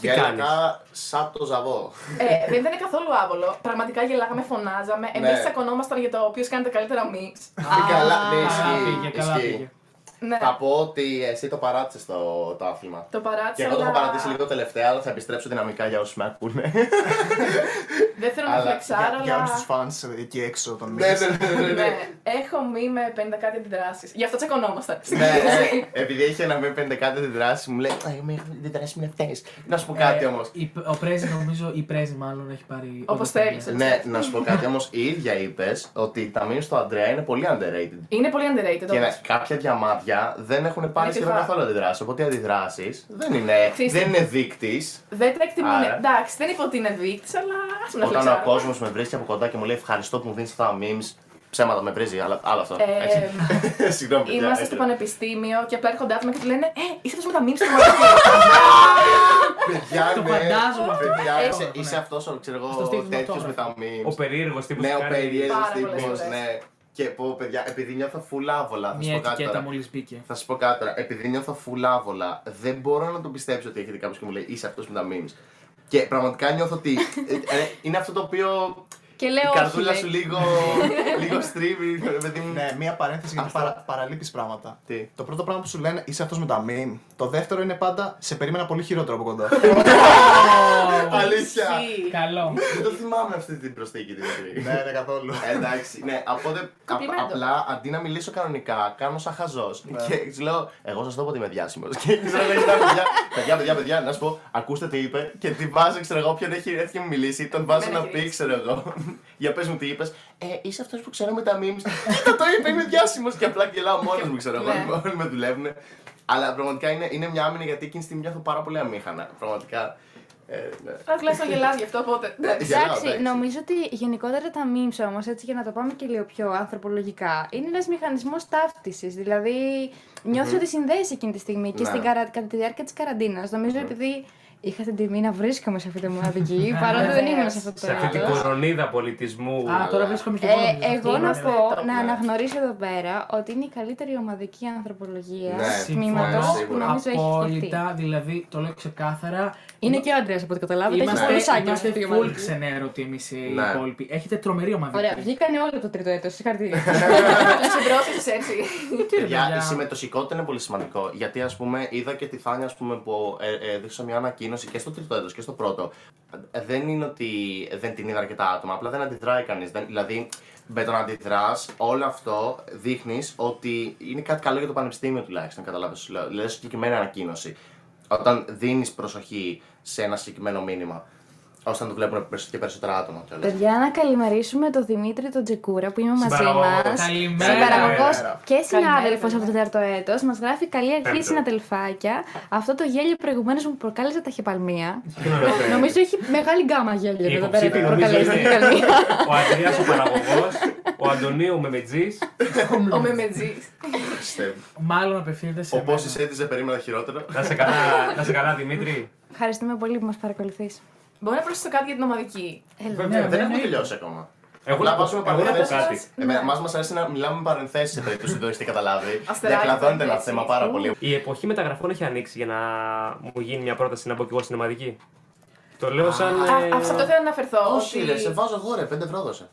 Speaker 6: Γέλακα σαν το ζαβό.
Speaker 8: Ε, δεν ήταν καθόλου άβολο. Πραγματικά γελάγαμε, φωνάζαμε. Εμείς
Speaker 6: Ναι.
Speaker 8: τσακωνόμασταν για το ποιος κάνει τα καλύτερα mix.
Speaker 4: *laughs*
Speaker 6: Καλά, ναι,
Speaker 4: Καλά
Speaker 6: ισχύει.
Speaker 4: πήγε, καλά
Speaker 6: ισχύει.
Speaker 4: πήγε.
Speaker 8: Ναι,
Speaker 6: Θα πω ότι εσύ το παράτησες το, το άθλημα.
Speaker 8: το παράτησα.
Speaker 6: Και εγώ το έχω
Speaker 8: αλλά
Speaker 6: παρατήσει λίγο τελευταία, αλλά θα επιστρέψω δυναμικά για όσου με ακούνε.
Speaker 8: Δεν θέλω να
Speaker 6: Αλλά
Speaker 8: φλεξάρω,
Speaker 7: Για, για όλους
Speaker 8: αλλά.
Speaker 7: του
Speaker 8: *laughs*
Speaker 7: φαν εκεί έξω των
Speaker 6: *laughs* Ναι,
Speaker 7: μήνες.
Speaker 6: ναι, ναι, ναι, ναι.
Speaker 8: Ναι, έχω μη με 50 κάτι αντιδράσεις. Γι' αυτό τσακωνόμασταν. *laughs*
Speaker 6: Ναι, ε, επειδή έχει ένα με 50 κάτι τη δράση, μου λέει Α, είμαι την δράση μου είναι αυτέ. Να σου πω κάτι
Speaker 4: Ε,
Speaker 6: όμως.
Speaker 4: η- Ο Πρέζη, νομίζω, η Πρέζη μάλλον έχει πάρει.
Speaker 8: Όπως
Speaker 4: όλα τα
Speaker 8: θέλεις,
Speaker 4: παιδιά.
Speaker 6: Ναι, να σου πω κάτι όμως. Η ίδια είπες ότι τα μήνυμα του Αντρέα είναι πολύ underrated.
Speaker 8: Είναι πολύ underrated
Speaker 6: Και ναι.
Speaker 8: όμως.
Speaker 6: να- κάποια διαμάντια δεν έχουν πάρει
Speaker 8: Είναι
Speaker 6: σχεδόν
Speaker 8: κρυφά.
Speaker 6: καθόλου αντιδράσεις. Οπότε οι αντιδράσεις δεν είναι,
Speaker 8: Ξέρεις
Speaker 6: δεν
Speaker 8: τι.
Speaker 6: είναι δείκτης.
Speaker 8: Δεν τα εκτιμούν.
Speaker 6: Άρα.
Speaker 8: Εντάξει, δεν είπα ότι είναι δείκτης, αλλά ας με
Speaker 6: Όταν ο
Speaker 8: φλεξάρω.
Speaker 6: κόσμος με βρίσκει από κοντά και μου λέει Ευχαριστώ που μου δίνεις αυτά τα memes. Ψέματα με βρίζει, αλλά άλλο αυτό.
Speaker 8: Ε,
Speaker 6: Έτσι. *laughs* Συγγνώμη. παιδιά,
Speaker 8: Είμαστε
Speaker 6: έτσι.
Speaker 8: στο πανεπιστήμιο και απλά έρχονται άτομα και τους λένε Ε, είσαι αυτός με τα
Speaker 6: *laughs*
Speaker 8: μήνυμα στο μαγαζί.
Speaker 6: Παιδιά,
Speaker 4: Το
Speaker 6: ναι.
Speaker 4: φαντάζομαι αυτό.
Speaker 6: Παιδιά,
Speaker 8: Ε,
Speaker 6: είσαι,
Speaker 4: ναι.
Speaker 6: είσαι αυτός, ξέρω
Speaker 4: Στο
Speaker 6: εγώ,
Speaker 4: στήθισμα
Speaker 6: τέτοιος
Speaker 4: τώρα.
Speaker 6: με τα memes.
Speaker 3: Ο περίεργος τύπος.
Speaker 6: Ναι, ο περίεργος
Speaker 8: Πάρα πολλές
Speaker 6: τύπος,
Speaker 8: φορές.
Speaker 6: ναι. Και πω, παιδιά, επειδή νιώθω φουλάβολα, θα σα
Speaker 4: Μια
Speaker 6: πω κάτι
Speaker 4: ετικέτα
Speaker 6: τώρα.
Speaker 4: μόλις μπήκε.
Speaker 6: Θα σα πω κάτι τώρα. Επειδή νιώθω φουλάβολα, δεν μπορώ να τον πιστέψω ότι έχετε κάποιος και μου λέει Είσαι αυτός με τα memes. Και πραγματικά νιώθω ότι ε, ε, είναι αυτό το οποίο.
Speaker 8: Και
Speaker 6: Η
Speaker 8: λέω Ε, όχι.
Speaker 6: καρδούλα
Speaker 8: λέει.
Speaker 6: σου
Speaker 8: *laughs*
Speaker 6: λίγο, λίγο στρίβει, ρε παιδί μου.
Speaker 7: Ναι, μία παρένθεση γιατί
Speaker 6: Αυτό.
Speaker 7: παρα, παραλείπεις πράγματα.
Speaker 6: Τι?
Speaker 7: Το πρώτο πράγμα που σου λένε είσαι αυτός με τα meme. Το δεύτερο είναι πάντα σε περίμενα πολύ χειρότερο από
Speaker 6: *laughs*
Speaker 7: κοντά.
Speaker 6: Αλήθεια!
Speaker 8: Ισχύει.
Speaker 4: Καλό.
Speaker 6: Δεν το θυμάμαι αυτή την προσθήκη την μικρή.
Speaker 7: ναι, ναι, καθόλου.
Speaker 6: Ε, Εντάξει, ναι, οπότε απ-
Speaker 8: Κομπλιμέντο.
Speaker 6: απλά αντί να μιλήσω κανονικά, κάνω σαν χαζός.
Speaker 7: Ναι.
Speaker 6: Και της λέω, Εγώ σας το πω ότι είμαι διάσημος. Και ξέρω να κοιτάω, παιδιά, παιδιά, παιδιά, παιδιά, να σου πω, ακούστε τι είπε. Και τη βάζω, ξέρω εγώ, ποιον έχει έρθει και μου μιλήσει, τον βάζω
Speaker 8: Εμένα
Speaker 6: να
Speaker 8: κυρίως.
Speaker 6: πει, ξέρω εγώ. Για πες μου τι είπες. Ε, είσαι αυτός που ξέρω με τα memes. Κοίτα το είπε, είμαι διάσημος. Και απλά γελάω μόνος μου, ξέρω εγώ.
Speaker 8: Ναι.
Speaker 6: Όλοι με δουλεύουν. Αλλά πραγματικά είναι, είναι μια άμυνα γιατί εκείνη τη στιγμή νιώθω πάρα πολύ αμήχανα. Πραγματικά. Ε, ναι.
Speaker 8: Αλλά τουλάχιστον γελάς γι' αυτό, οπότε.
Speaker 6: Γελάω,
Speaker 2: Εντάξει, νομίζω ότι γενικότερα τα memes όμως, έτσι για να το πάμε και λίγο πιο ανθρωπολογικά, είναι ένας μηχανισμός ταύτισης. Δηλαδή, νιώθεις ότι συνδέει εκείνη τη στιγμή και
Speaker 6: Ναι.
Speaker 2: στην καρα... κατά τη διάρκεια της καραντίνας. Νομίζω επειδή είχα την τιμή να βρίσκομαι σε αυτή τη μοναδική, παρότι δεν ήμουν σε αυτό το
Speaker 3: Σε αυτή την
Speaker 2: είδος.
Speaker 3: κορονίδα πολιτισμού.
Speaker 4: Α, τώρα βρίσκομαι και
Speaker 2: Ε,
Speaker 4: νομίζω.
Speaker 2: εγώ να
Speaker 8: Είμαστε
Speaker 2: πω,
Speaker 8: top,
Speaker 2: να
Speaker 6: ναι.
Speaker 2: αναγνωρίσω εδώ πέρα ότι είναι η καλύτερη ομαδική ανθρωπολογία
Speaker 6: Ναι,
Speaker 2: τμήματο
Speaker 6: συμφωνώ.
Speaker 2: που νομίζω έχει φτιαχτεί.
Speaker 4: Απόλυτα, δηλαδή το λέω ξεκάθαρα.
Speaker 2: Είναι και ο Άντρεας από ό,τι καταλάβατε. Έχει
Speaker 4: Είμαστε,
Speaker 2: πολλού άγγελου
Speaker 4: είμαστε
Speaker 2: αυτή η
Speaker 4: full
Speaker 2: ομαδική.
Speaker 4: ξενέρωτοι εμείς οι
Speaker 6: Ναι.
Speaker 4: υπόλοιποι. Έχετε τρομερή
Speaker 2: Ωραία,
Speaker 4: ομαδική.
Speaker 2: βγήκανε όλο το τρίτο έτος. Συγχαρητήρια.
Speaker 8: Να συμπρόθεσες έτσι.
Speaker 6: Παιδιά, η
Speaker 4: παιδιά.
Speaker 6: συμμετοχικότητα είναι πολύ σημαντικό. Γιατί, ας πούμε, είδα και τη Θάνια ας πούμε, που ε, ε, έδειξε μια ανακοίνωση και στο τρίτο έτος και στο πρώτο. Ε, Δεν είναι ότι δεν την είδα αρκετά άτομα, απλά δεν αντιδράει κανείς. Δηλαδή, με το να αντιδράς, όλο αυτό δείχνεις ότι είναι κάτι καλό για το πανεπιστήμιο τουλάχιστον. Καταλάβει, σου λέω. Δηλαδή, συγκεκριμένη ανακοίνωση. Όταν δίνεις προσοχή σε ένα συγκεκριμένο μήνυμα, ώστε να το βλέπουν περισ- και περισσότερα άτομα κιόλας.
Speaker 2: Παιδιά, να καλημερίσουμε τον Δημήτρη τον Τζεκούρα που είναι μαζί
Speaker 3: Συμπαραγωγός.
Speaker 2: μας.
Speaker 4: Καλημέρα.
Speaker 2: Συμπαραγωγός και συνάδελφος
Speaker 8: παιδιά.
Speaker 2: από το τέταρτο έτος. Μας γράφει καλή αρχή
Speaker 3: Πέμπτο.
Speaker 2: συναδελφάκια. Αυτό το γέλιο προηγουμένως μου προκάλεσε ταχυπαλμία. Νομίζω έχει μεγάλη γκάμα γέλιο
Speaker 3: Η
Speaker 2: εδώ πέρα
Speaker 3: υποψήφια
Speaker 2: που
Speaker 3: Ναι. νομίζω
Speaker 2: προκαλέσει
Speaker 3: είναι
Speaker 2: ταχυπαλμία.
Speaker 3: ο Αντρέα ο παραγωγός, ο Αντωνίου Μεμετζής.
Speaker 8: Ο Μεμετζής.
Speaker 6: Πιστεύω.
Speaker 4: Μάλλον απευθύνεται σε.
Speaker 6: Ο
Speaker 4: μένα.
Speaker 6: Πόσης έτησε περίμενα χειρότερο.
Speaker 3: Να σε καλά, να σε καλά, Δημήτρη.
Speaker 2: Ευχαριστούμε πολύ που μας παρακολουθείς.
Speaker 8: Μπορεί να προσθέσω κάτι για την ομαδική.
Speaker 3: Ναι,
Speaker 6: Βέβαια, δεν έχουμε τελειώσει ακόμα.
Speaker 3: Εγώ
Speaker 6: να
Speaker 3: να
Speaker 6: βάζουμε
Speaker 3: πω- εγώ να πω κάτι.
Speaker 6: παρενθέσει. Εμάς μας αρέσει να μιλάμε με παρενθέσεις σε περίπτωση που δεν το έχετε καταλάβει.
Speaker 8: Αστεράκι,
Speaker 6: Διακλαδώνεται ένα
Speaker 8: παρενθέσεις.
Speaker 6: θέμα πάρα πολύ.
Speaker 3: Η εποχή μεταγραφών έχει ανοίξει για να μου γίνει μια πρόταση να μπω κι εγώ στην ομαδική. Το λέω σαν.
Speaker 8: Α,
Speaker 3: ε,
Speaker 8: Αυτό θέλω να αναφερθώ.
Speaker 6: Όχι,
Speaker 8: ότι-
Speaker 6: ρε, σε βάζω εγώ ρε, 5 ευρώ δώσε.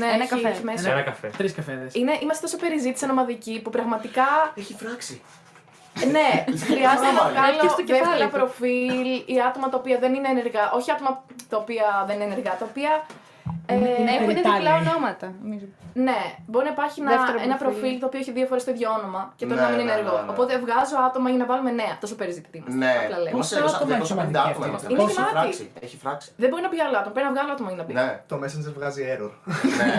Speaker 8: Ναι,
Speaker 2: Ένα
Speaker 8: έχει-
Speaker 2: καφέ.
Speaker 8: έχει μέσα.
Speaker 3: ε, Σε ένα καφέ.
Speaker 4: Τρεις καφέδες.
Speaker 8: Είναι, είμαστε τόσο περιζήτηση σαν ομαδική που πραγματικά.
Speaker 6: Έχει φράξει.
Speaker 8: Ναι, χρειάζεται να
Speaker 6: Μάλλον.
Speaker 2: Έπιασε
Speaker 8: βγάλω
Speaker 2: το κεφάλι
Speaker 8: δεύτερα
Speaker 2: του.
Speaker 8: προφίλ ή άτομα τα οποία δεν είναι ενεργά. Όχι άτομα τα οποία δεν είναι ενεργά, τα οποία. ε,
Speaker 2: Να έχουν
Speaker 4: περιττά,
Speaker 2: διπλά
Speaker 4: λέει.
Speaker 2: ονόματα. νομίζω.
Speaker 8: ναι, μπορεί να υπάρχει ένα,
Speaker 2: Δεύτερο
Speaker 8: ένα
Speaker 2: προφίλ.
Speaker 8: προφίλ το οποίο έχει δύο φορές το ίδιο όνομα και τώρα
Speaker 6: Ναι,
Speaker 8: να μην είναι
Speaker 6: ναι,
Speaker 8: ενεργό.
Speaker 6: ναι, ναι.
Speaker 8: Οπότε βγάζω άτομα για να βάλουμε νέα. Τόσο περιζήτητη είμαστε.
Speaker 6: Ναι,
Speaker 8: Απλά λέω.
Speaker 6: είμαστε
Speaker 4: Πόσα άτομα
Speaker 6: 250
Speaker 4: έχει
Speaker 6: άτομα είμαστε.
Speaker 4: αυτή.
Speaker 8: Είναι
Speaker 6: Έχει
Speaker 8: γεμάτη.
Speaker 6: φράξει. Έχει φράξει.
Speaker 8: Δεν μπορεί να πει άλλο άτομο, πρέπει να βγάλω άτομα για να μπει.
Speaker 6: Ναι,
Speaker 7: Το Messenger βγάζει error.
Speaker 6: ναι.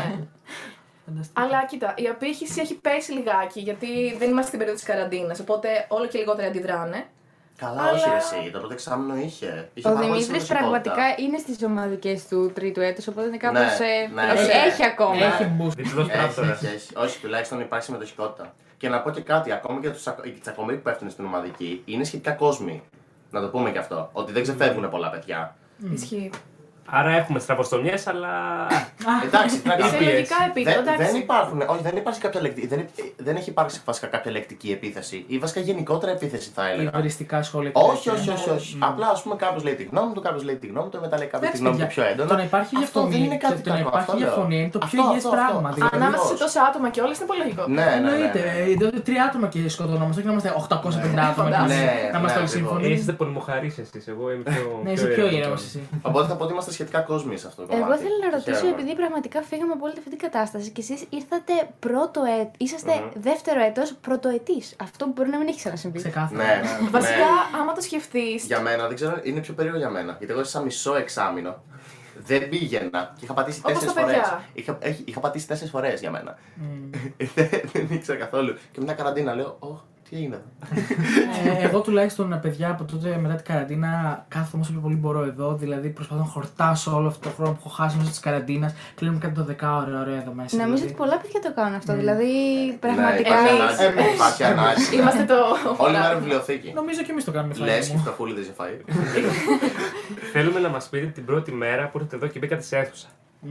Speaker 8: Αλλά κοίτα, η απήχηση έχει πέσει λιγάκι γιατί δεν είμαστε στην περίοδο της καραντίνας, οπότε όλο και λιγότερα αντιδράνε.
Speaker 6: Καλά,
Speaker 8: Αλλά-
Speaker 6: όχι ρε, εσύ. Το πρώτο εξάμεινο είχε. είχε
Speaker 2: Ο
Speaker 6: πάρα πολύ
Speaker 2: Δημήτρη
Speaker 6: συνδεσιμότητα.
Speaker 2: πραγματικά είναι στις ομαδικές του τρίτου έτους, οπότε είναι κάπω.
Speaker 6: Ναι, ναι.
Speaker 2: Έχει ακόμα.
Speaker 4: Έχει boost.
Speaker 3: Διπλό
Speaker 6: Έχει,
Speaker 3: πράκτορα.
Speaker 6: έχει, έχει. Όχι, τουλάχιστον υπάρχει συμμετοχικότητα. Και να πω και κάτι, ακόμη και τους τσακ- οι τσακωμοί που πέφτουν στην ομαδική είναι σχετικά κόσμοι. Να το πούμε και αυτό. Ότι δεν ξεφεύγουν πολλά παιδιά.
Speaker 8: Ισχύει.
Speaker 3: Άρα έχουμε στραβοστομιές, αλλά.
Speaker 6: Εντάξει, τι να
Speaker 8: Σε
Speaker 6: κάνουμε.
Speaker 3: πίεση.
Speaker 8: λογικά επίπεδο,
Speaker 6: Δεν, δεν
Speaker 8: εντάξει.
Speaker 6: υπάρχουν, όχι, δεν υπάρχει κάποια λεκτη- δεν, δεν έχει υπάρξει βασικά κάποια λεκτική επίθεση ή βασικά γενικότερα επίθεση θα έλεγα.
Speaker 4: Υβριστικά σχόλια.
Speaker 6: Όχι,
Speaker 4: τέτοια.
Speaker 6: όχι, όχι. όχι.
Speaker 4: Μμμ.
Speaker 6: Απλά ας πούμε κάποιος λέει τη γνώμη του, κάποιος λέει τη γνώμη του, μετά λέει κάποιο τη
Speaker 4: Εντάξει,
Speaker 6: γνώμη του
Speaker 4: παιδιά,
Speaker 6: πιο έντονα.
Speaker 4: Το να υπάρχει
Speaker 6: Αυτό
Speaker 4: διαφωνία,
Speaker 6: δεν είναι κάτι
Speaker 4: το να
Speaker 6: κακό,
Speaker 4: υπάρχει
Speaker 6: αυτό λέω.
Speaker 4: διαφωνία είναι το πιο
Speaker 6: Αυτό,
Speaker 4: υγιές
Speaker 6: αυτό,
Speaker 4: πράγμα,
Speaker 6: αυτό.
Speaker 4: δηλαδή.
Speaker 8: Ανάμεσα σε
Speaker 6: Ακριβώς.
Speaker 8: τόσα άτομα και όλα είναι πολύ λογικό.
Speaker 6: Ναι, ναι, ναι, ναι,
Speaker 4: Εννοείται.
Speaker 6: ναι.
Speaker 4: ε, δηλαδή Τρία άτομα και σκοτωνόμαστε και να είμαστε 850
Speaker 6: Ναι.
Speaker 4: άτομα και
Speaker 6: Ναι,
Speaker 4: να είμαστε
Speaker 6: ναι,
Speaker 4: όλοι
Speaker 3: Ε,
Speaker 4: σύμφωνοι.
Speaker 3: Είστε πολυμοχαρείς εσείς. Εγώ είμαι πιο.
Speaker 4: Ναι, είσαι πιο ήρεμο εσύ.
Speaker 6: Οπότε θα πω ότι είμαστε σχετικά κόσμοι σε αυτό το κομμάτι.
Speaker 2: Εγώ θέλω να
Speaker 6: Το
Speaker 2: ρωτήσω,
Speaker 6: χαίρομαι.
Speaker 2: επειδή πραγματικά φύγαμε από όλη αυτή την κατάσταση και εσείς ήρθατε πρώτο έτο, είσαστε
Speaker 6: Μμμ.
Speaker 2: δεύτερο έτος πρωτοετής. Αυτό που μπορεί να μην έχει ξανασυμβεί.
Speaker 4: Ξεκάθαρα.
Speaker 6: Ναι, ναι.
Speaker 8: Βασικά, άμα το σκεφτείς.
Speaker 6: Για μένα, δεν ξέρω, είναι πιο περίεργο για μένα. Γιατί εγώ έζησα μισό εξάμεινο. Δεν πήγαινα και είχα πατήσει
Speaker 8: Όπως
Speaker 6: τέσσερι
Speaker 8: τα
Speaker 6: φορές.
Speaker 8: παιδιά. Mm.
Speaker 6: Είχα, έχει- είχα πατήσει τέσσερις φορές για μένα.
Speaker 4: Μμ.
Speaker 6: *laughs* δεν δεν ήξερα καθόλου. Και μετά καραντίνα λέω, Ωχ, τι έγινε εδώ.
Speaker 4: Ε, εγώ τουλάχιστον παιδιά από τότε μετά την καραντίνα κάθομαι όσο πιο πολύ μπορώ εδώ. Δηλαδή προσπαθώ να χορτάσω όλο αυτό το χρόνο που έχω χάσει μέσα της καραντίνας. Κλείνουμε κάτι το 10 ώρα ωραία εδώ μέσα.
Speaker 2: Νομίζω ότι
Speaker 4: δηλαδή.
Speaker 2: πολλά παιδιά το κάνουν αυτό. Δηλαδή, πραγματικά.
Speaker 6: Ναι,
Speaker 8: εμείς.
Speaker 6: υπάρχει ανάγκη. Υπάρχει ανάγκη.
Speaker 8: Είμαστε το.
Speaker 6: *laughs* Όλη μέρα βιβλιοθήκη.
Speaker 4: Νομίζω και εμείς το κάνουμε
Speaker 6: Λε
Speaker 4: φάση
Speaker 6: και
Speaker 4: μου.
Speaker 6: φταφούλιδε για
Speaker 8: *laughs*
Speaker 6: φάει.
Speaker 3: Θέλουμε να μας πείτε την πρώτη μέρα που ήρθατε εδώ και μπήκατε σε αίθουσα.
Speaker 4: Μμ.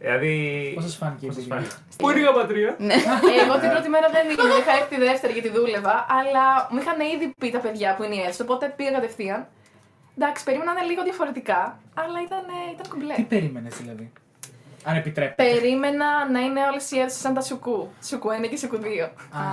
Speaker 3: Δηλαδή.
Speaker 4: Πώς σας φάνηκε η
Speaker 3: Πώς σας
Speaker 4: εμπειρία?
Speaker 3: φάνηκε. Πού είναι η γαμπατρία.
Speaker 8: Ε, Εγώ την πρώτη μέρα δεν ήμουν, είχα έρθει τη δεύτερη γιατί δούλευα, αλλά μου είχαν ήδη πει τα παιδιά που είναι η αίθουσα, οπότε πήγα κατευθείαν. Εντάξει, περίμενα να είναι λίγο διαφορετικά, αλλά ήταν, ε, ήταν
Speaker 4: Τι
Speaker 8: κομπλέ.
Speaker 4: περίμενες δηλαδή. Αν επιτρέπετε.
Speaker 8: Περίμενα να είναι όλες οι αίθουσες σαν τα σουκού. Σουκού 1 και σουκού 2.
Speaker 4: Α,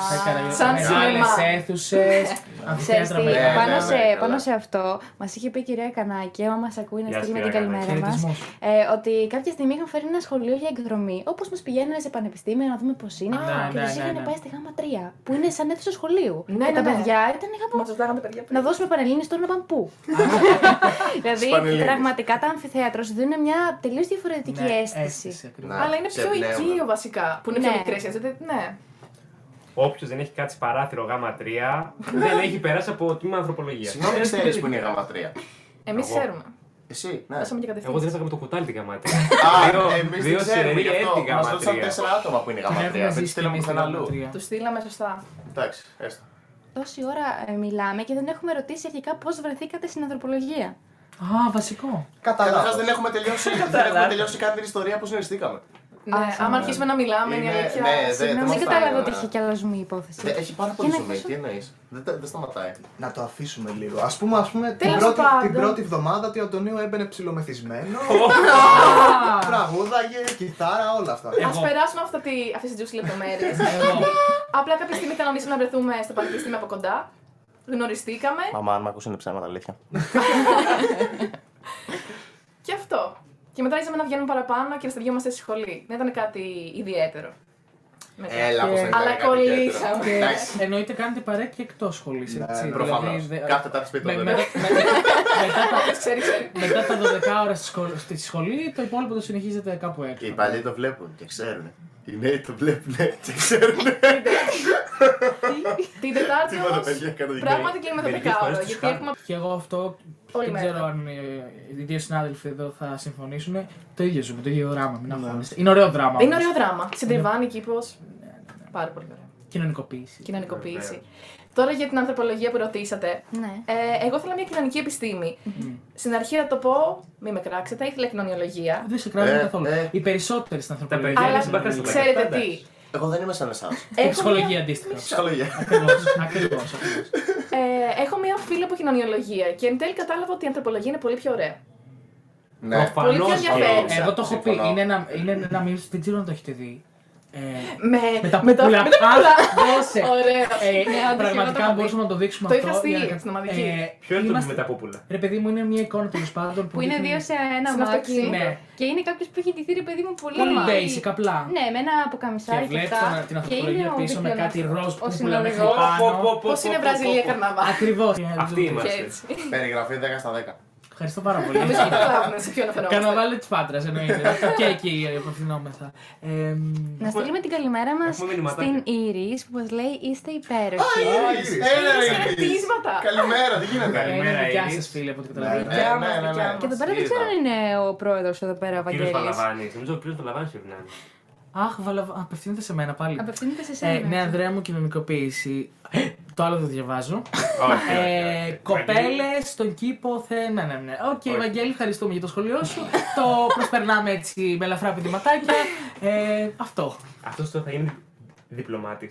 Speaker 4: σε έκανα
Speaker 8: σαν
Speaker 4: μεγάλες
Speaker 8: σινεμά.
Speaker 4: αίθουσες,
Speaker 2: Ξέρεις τι,
Speaker 4: αμφιθέατρα
Speaker 6: Ναι, ναι,
Speaker 4: μεγάλα.
Speaker 2: πάνω,
Speaker 6: ναι,
Speaker 2: σε,
Speaker 6: καλά.
Speaker 2: πάνω σε αυτό, μας είχε πει η κυρία Κανάκη, άμα μας ακούει, να
Speaker 3: Γεια
Speaker 2: στείλουμε
Speaker 3: σας,
Speaker 2: την
Speaker 3: κυρία
Speaker 2: καλημέρα μας.
Speaker 4: Χαιρετισμούς.
Speaker 2: Ε, ότι κάποια στιγμή είχαν φέρει ένα σχολείο για εκδρομή, όπως μας πηγαίνανε σε πανεπιστήμια να δούμε πώς είναι.
Speaker 4: Α,
Speaker 2: και τους
Speaker 4: ναι, ναι,
Speaker 2: είχαν
Speaker 4: ναι.
Speaker 2: πάει στη Γάμα 3, που είναι σαν αίθουσα σχολείου.
Speaker 8: Ναι,
Speaker 2: και
Speaker 8: ναι,
Speaker 2: τα
Speaker 8: ναι.
Speaker 2: παιδιά ήταν γάμα
Speaker 8: Μα ζητάγανε τα παιδιά πριν.
Speaker 2: να δώσουμε πανελλήνες τώρα να πάμε
Speaker 4: *laughs*
Speaker 2: πού. δηλαδή,
Speaker 6: Πανελλήνες.
Speaker 2: πραγματικά τα αμφιθέατρα σου δίνουν μια τελείως διαφορετική
Speaker 4: Ναι,
Speaker 2: αίσθηση.
Speaker 4: ακριβώς.
Speaker 8: Αλλά είναι
Speaker 6: σε
Speaker 8: πιο
Speaker 6: πνεύμα.
Speaker 8: οικείο βασικά, που είναι πιο
Speaker 2: Ναι.
Speaker 8: μικρές αίθουσε. Ναι.
Speaker 3: Όποιος δεν έχει κάτσει παράθυρο γάμα 3, δεν έχει περάσει από το τμήμα ανθρωπολογίας.
Speaker 6: Συγγνώμη, ξέρεις που είναι η γραμματρία.
Speaker 8: Εμείς
Speaker 3: Εγώ.
Speaker 8: ξέρουμε.
Speaker 6: Εσύ, ναι.
Speaker 8: Δώσαμε και
Speaker 3: Εγώ δεν
Speaker 8: κατευθείαν.
Speaker 3: έφαγα με το κουτάλι την γαμάτη.
Speaker 6: Α, εμείς δεν
Speaker 3: δύο
Speaker 6: ξέρουμε
Speaker 3: σερή
Speaker 6: γι'
Speaker 3: έτη
Speaker 6: αυτό. Μας δώσαν
Speaker 3: γαμάτρια.
Speaker 6: τέσσερα άτομα που είναι η
Speaker 4: Την
Speaker 6: γραμματρία.
Speaker 4: έχουμε
Speaker 6: Δεν τη
Speaker 4: ζήσει
Speaker 6: στείλαμε
Speaker 4: εμείς στην
Speaker 6: πουθενά αλλού.
Speaker 4: Αλματρία.
Speaker 8: Τους στείλαμε σωστά.
Speaker 6: Εντάξει, έστω.
Speaker 2: Τόση ώρα ε, μιλάμε και δεν έχουμε ρωτήσει αρχικά πώς βρεθήκατε στην ανθρωπολογία.
Speaker 4: Α, βασικό.
Speaker 7: Κατά
Speaker 6: Καταρχά
Speaker 7: λάθος.
Speaker 6: δεν έχουμε τελειώσει,
Speaker 8: *laughs*
Speaker 6: δεν έχουμε τελειώσει καν την ιστορία που συνεργαστήκαμε.
Speaker 8: Ναι, άμα αρχίσουμε να μιλάμε, είναι η
Speaker 6: Είναι-
Speaker 8: αλήθεια.
Speaker 6: ναι, δεν-
Speaker 8: συγγνώμη.
Speaker 6: μας
Speaker 2: Δεν
Speaker 6: φτάνει,
Speaker 2: κατάλαβα ότι
Speaker 6: ναι.
Speaker 2: είχε κι άλλο μία υπόθεση.
Speaker 6: Δε- ε, Έχει πάρα
Speaker 2: Για
Speaker 6: πολύ
Speaker 2: να
Speaker 6: ζωή,
Speaker 2: ακούσω. Ε.
Speaker 6: τι εννοείς. Δεν τα- δεν σταματάει.
Speaker 7: Να το αφήσουμε λίγο. Ας πούμε, ας πούμε την,
Speaker 8: Τέλος
Speaker 7: πρώτη,
Speaker 8: πάντων.
Speaker 7: την πρώτη εβδομάδα ότι ο Αντωνίου έμπαινε ψιλομεθυσμένο. *laughs* Τραγούδαγε, κιθάρα, όλα αυτά.
Speaker 8: Ας περάσουμε αυτά τη, αυτές τις juicy λεπτομέρειες. Απλά κάποια στιγμή κανονίσαμε να βρεθούμε στο πανεπιστήμιο από κοντά. Γνωριστήκαμε
Speaker 6: Μαμά, αν με ακούσουν είναι ψέματα, αλήθεια.
Speaker 8: και αυτό. Και μετά άρχισαμε να βγαίνουμε παραπάνω και να σταδιόμαστε στη σχολή. Δεν ήταν κάτι ιδιαίτερο.
Speaker 2: Ναι,
Speaker 8: Μετά.
Speaker 6: Ε, Έλα, πως δεν ήταν
Speaker 8: Αλλά
Speaker 6: κάτι ιδιαίτερο.
Speaker 8: κολλήσαμε.
Speaker 6: Εντάξει,
Speaker 4: Εννοείται κάνετε παρέα και εκτός σχολής. έτσι. Δηλαδή,
Speaker 6: προφανώς.
Speaker 4: δε-
Speaker 6: Κάθε Τετάρτη σπίτι
Speaker 4: με-
Speaker 6: των
Speaker 4: με-
Speaker 6: δέκα.
Speaker 4: με- μετά τα-
Speaker 8: Όποιος *laughs* ξέρει,
Speaker 6: *laughs*
Speaker 8: ξέρει.
Speaker 4: Μετά τα 12 ώρα στη σχολ- στη σχολή, το υπόλοιπο το συνεχίζεται κάπου έξω.
Speaker 6: Οι παλιοί το βλέπουν και ξέρουν. Οι νέοι το βλέπουν και
Speaker 2: *laughs*
Speaker 6: ξέρουν.
Speaker 8: Την Τετάρτη
Speaker 6: Τίποτα,
Speaker 8: όμως,
Speaker 6: παιδιά, κάνω την
Speaker 8: πράγματι
Speaker 6: ίδια.
Speaker 8: κλείνουμε το
Speaker 6: Μερικές φορές
Speaker 8: δεκάωρο.
Speaker 6: τους
Speaker 8: Γιατί
Speaker 6: χάνω.
Speaker 8: έχουμε.
Speaker 4: Και εγώ αυτό
Speaker 8: Όλη
Speaker 4: δεν
Speaker 8: μέρα.
Speaker 4: ξέρω αν ε, οι δύο συνάδελφοι εδώ θα συμφωνήσουν. Το ίδιο ζούμε, το ίδιο δράμα. Μην αγχώνεσαι. Είναι ωραίο δράμα.
Speaker 8: Είναι
Speaker 4: όμως.
Speaker 8: ωραίο
Speaker 6: Ναι,
Speaker 8: δράμα. Συντριβάνει κήπος. Πάρα πολύ ωραίο.
Speaker 4: Κοινωνικοποίηση.
Speaker 8: Κοινωνικοποίηση. Τώρα για την ανθρωπολογία που ρωτήσατε.
Speaker 2: Ναι.
Speaker 8: Ε, εγώ ήθελα μια κοινωνική επιστήμη. Στην αρχή θα το πω, μη με κράξετε, ήθελα κοινωνιολογία.
Speaker 4: Δεν σε κράζουν
Speaker 6: Ε,
Speaker 4: καθόλου.
Speaker 6: ε.
Speaker 4: Οι περισσότεροι στην
Speaker 3: Τα
Speaker 4: ανθρωπολογία.
Speaker 3: παιδιά είναι
Speaker 8: Αλλά
Speaker 3: συμπαθέστατα.
Speaker 8: ξέρετε
Speaker 4: *laughs*
Speaker 8: τι.
Speaker 6: Εγώ δεν είμαι σαν εσάς.
Speaker 4: Η
Speaker 8: Έχω
Speaker 4: ψυχολογία αντίστοιχα.
Speaker 6: Ψυχολογία.
Speaker 4: Ακριβώς.
Speaker 8: Ε, έχω μία φίλη από κοινωνιολογία και εν τέλει κατάλαβα ότι η ανθρωπολογία είναι πολύ πιο ωραία.
Speaker 6: Ναι.
Speaker 3: Προφανώς
Speaker 8: Πολύ πιο
Speaker 3: και-
Speaker 8: ενδιαφέρον.
Speaker 4: Εγώ το έχω πει.
Speaker 6: Συμφωνώ.
Speaker 4: Είναι ένα, είναι ένα μήνυμα, δεν ξέρω αν το έχετε δει. Ε,
Speaker 8: Με,
Speaker 4: με τα
Speaker 8: με τα-
Speaker 4: πουλά.
Speaker 8: με τα
Speaker 4: Ας,
Speaker 8: πουλά.
Speaker 4: δώσε.
Speaker 8: Ωραία.
Speaker 4: Ε,
Speaker 8: Ναι, άντε,
Speaker 4: πραγματικά
Speaker 8: χαιρετώ,
Speaker 4: μπορούσαμε να το δείξουμε
Speaker 8: Το
Speaker 4: αυτό.
Speaker 8: είχα στείλει
Speaker 4: για να-
Speaker 8: στην ομαδική.
Speaker 4: Ε,
Speaker 3: Ποιο είναι το
Speaker 4: είμαστε-
Speaker 3: με τα πούπουλα.
Speaker 4: Ρε παιδί μου, είναι μια εικόνα τέλος πάντων
Speaker 2: Που είναι
Speaker 4: δείχνει
Speaker 2: δύο σε ένα
Speaker 8: Στην
Speaker 2: μάξι.
Speaker 8: αυτοκίνητα.
Speaker 4: Ναι.
Speaker 2: Και είναι κάποιος που έχει ντυθεί ρε παιδί μου πολύ.
Speaker 4: Πολύ basic, απλά.
Speaker 2: Ναι, με ένα αποκαμισάρι
Speaker 4: Και
Speaker 2: και
Speaker 4: βλέπει
Speaker 2: αυτά.
Speaker 4: την
Speaker 2: Και είναι
Speaker 4: ανθρωπολογία
Speaker 2: ο
Speaker 4: πίσω με
Speaker 2: δίπλωμας,
Speaker 4: κάτι ροζ
Speaker 2: Ο
Speaker 4: που πουλά μέχρι
Speaker 2: συνοδηγό.
Speaker 4: πάνω.
Speaker 8: Πώ είναι Βραζιλία καρναβά.
Speaker 4: Ακριβώς.
Speaker 3: Αυτή
Speaker 8: Και
Speaker 3: είμαστε.
Speaker 8: έτσι.
Speaker 6: Περιγραφή 10 στα 10.
Speaker 4: Ευχαριστώ πάρα πολύ.
Speaker 8: Νομίζω ότι καταλάβουμε σε ποιον αναφερόμαστε.
Speaker 4: Καρναβάλι της Πάτρας εννοείται. Και εκεί απευθυνόμεθα. Ε, μ,
Speaker 2: Να στείλουμε την καλημέρα μας
Speaker 3: Έχουμε μηνυματάκια.
Speaker 2: στην Ήρη που μας λέει Είστε υπέροχοι.
Speaker 7: Έλα,
Speaker 8: Ήρης,
Speaker 4: Ε,
Speaker 7: ρε,
Speaker 8: χαιρετίσματα.
Speaker 7: Καλημέρα, τι γίνεται.
Speaker 3: Καλημέρα,
Speaker 4: είναι δικιά
Speaker 3: Ήρης.
Speaker 4: Ε, σας, φίλε, από ό,τι
Speaker 6: Ε,
Speaker 4: καταλαβαίνω.
Speaker 7: Ναι, ναι, ναι, ναι.
Speaker 2: Και εδώ πέρα δεν ξέρω αν είναι ο πρόεδρος εδώ πέρα, ο
Speaker 3: Κύριος
Speaker 2: Βαγγέλης.
Speaker 3: Παλαβάνη. Νομίζω ο κύριος Παλαβάνη πρέπει να είναι.
Speaker 4: Αχ, βαλα... απευθύνεται σε μένα πάλι.
Speaker 2: Απευθύνεται σε
Speaker 4: Ε,
Speaker 2: εσένα.
Speaker 4: ναι, Ανδρέα μου, κοινωνικοποίηση. το άλλο δεν διαβάζω.
Speaker 3: Όχι, *laughs* όχι,
Speaker 4: ε,
Speaker 3: όχι.
Speaker 4: Κοπέλες στον κήπο θε. Ναι, ναι, ναι. Οκ,
Speaker 3: Όχι.
Speaker 4: Βαγγέλη, ευχαριστούμε για το σχολείο σου. το προσπερνάμε έτσι με ελαφρά πηδηματάκια. ε, αυτό.
Speaker 3: Αυτός τώρα θα είναι διπλωμάτης.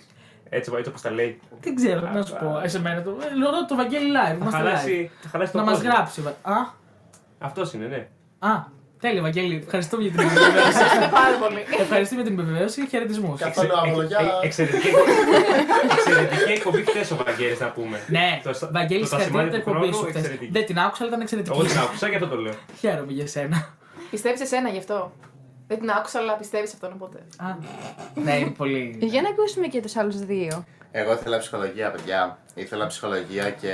Speaker 3: Έτσι, έτσι όπως τα λέει.
Speaker 4: Δεν ξέρω, να σου πω. Ε, σε μένα το. Ε, λέω το Βαγγέλη live.
Speaker 3: Θα
Speaker 4: είμαστε live.
Speaker 3: χαλάσει, θα χαλάσει το
Speaker 4: Να μας γράψει. Βα- Α,
Speaker 3: Αυτός είναι, ναι.
Speaker 4: α, τέλεια, Βαγγέλη.
Speaker 3: *laughs*
Speaker 4: Ευχαριστούμε για την επιβεβαίωση.
Speaker 8: Ευχαριστούμε πάρα πολύ.
Speaker 4: ευχαριστούμε για την επιβεβαίωση. Χαιρετισμούς.
Speaker 7: Καθόλου αγολογιά.
Speaker 3: Ε, Εξαιρετική εκπομπή. Εξαιρετική εκπομπή χθες ο Βαγγέλης, να πούμε.
Speaker 4: Ναι,
Speaker 3: Το σα-
Speaker 4: Βαγγέλη,
Speaker 3: το
Speaker 4: συγχαρητήρια
Speaker 3: στασιμάνι
Speaker 4: για την
Speaker 3: του
Speaker 4: εκπομπή
Speaker 3: χρόνου,
Speaker 4: σου χθες.
Speaker 3: εξαιρετική.
Speaker 4: Δεν την άκουσα, αλλά ήταν εξαιρετική.
Speaker 3: Εγώ την άκουσα και αυτό το
Speaker 4: *laughs*
Speaker 3: λέω.
Speaker 4: Χαίρομαι για σένα.
Speaker 8: Πιστεύει εσένα γι' αυτό. Δεν την άκουσα, αλλά πιστεύεις αυτόν οπότε.
Speaker 4: Α, ναι, είναι πολύ.
Speaker 2: Για να ακούσουμε και τους άλλους δύο.
Speaker 6: Εγώ ήθελα ψυχολογία, παιδιά. Ήθελα ψυχολογία και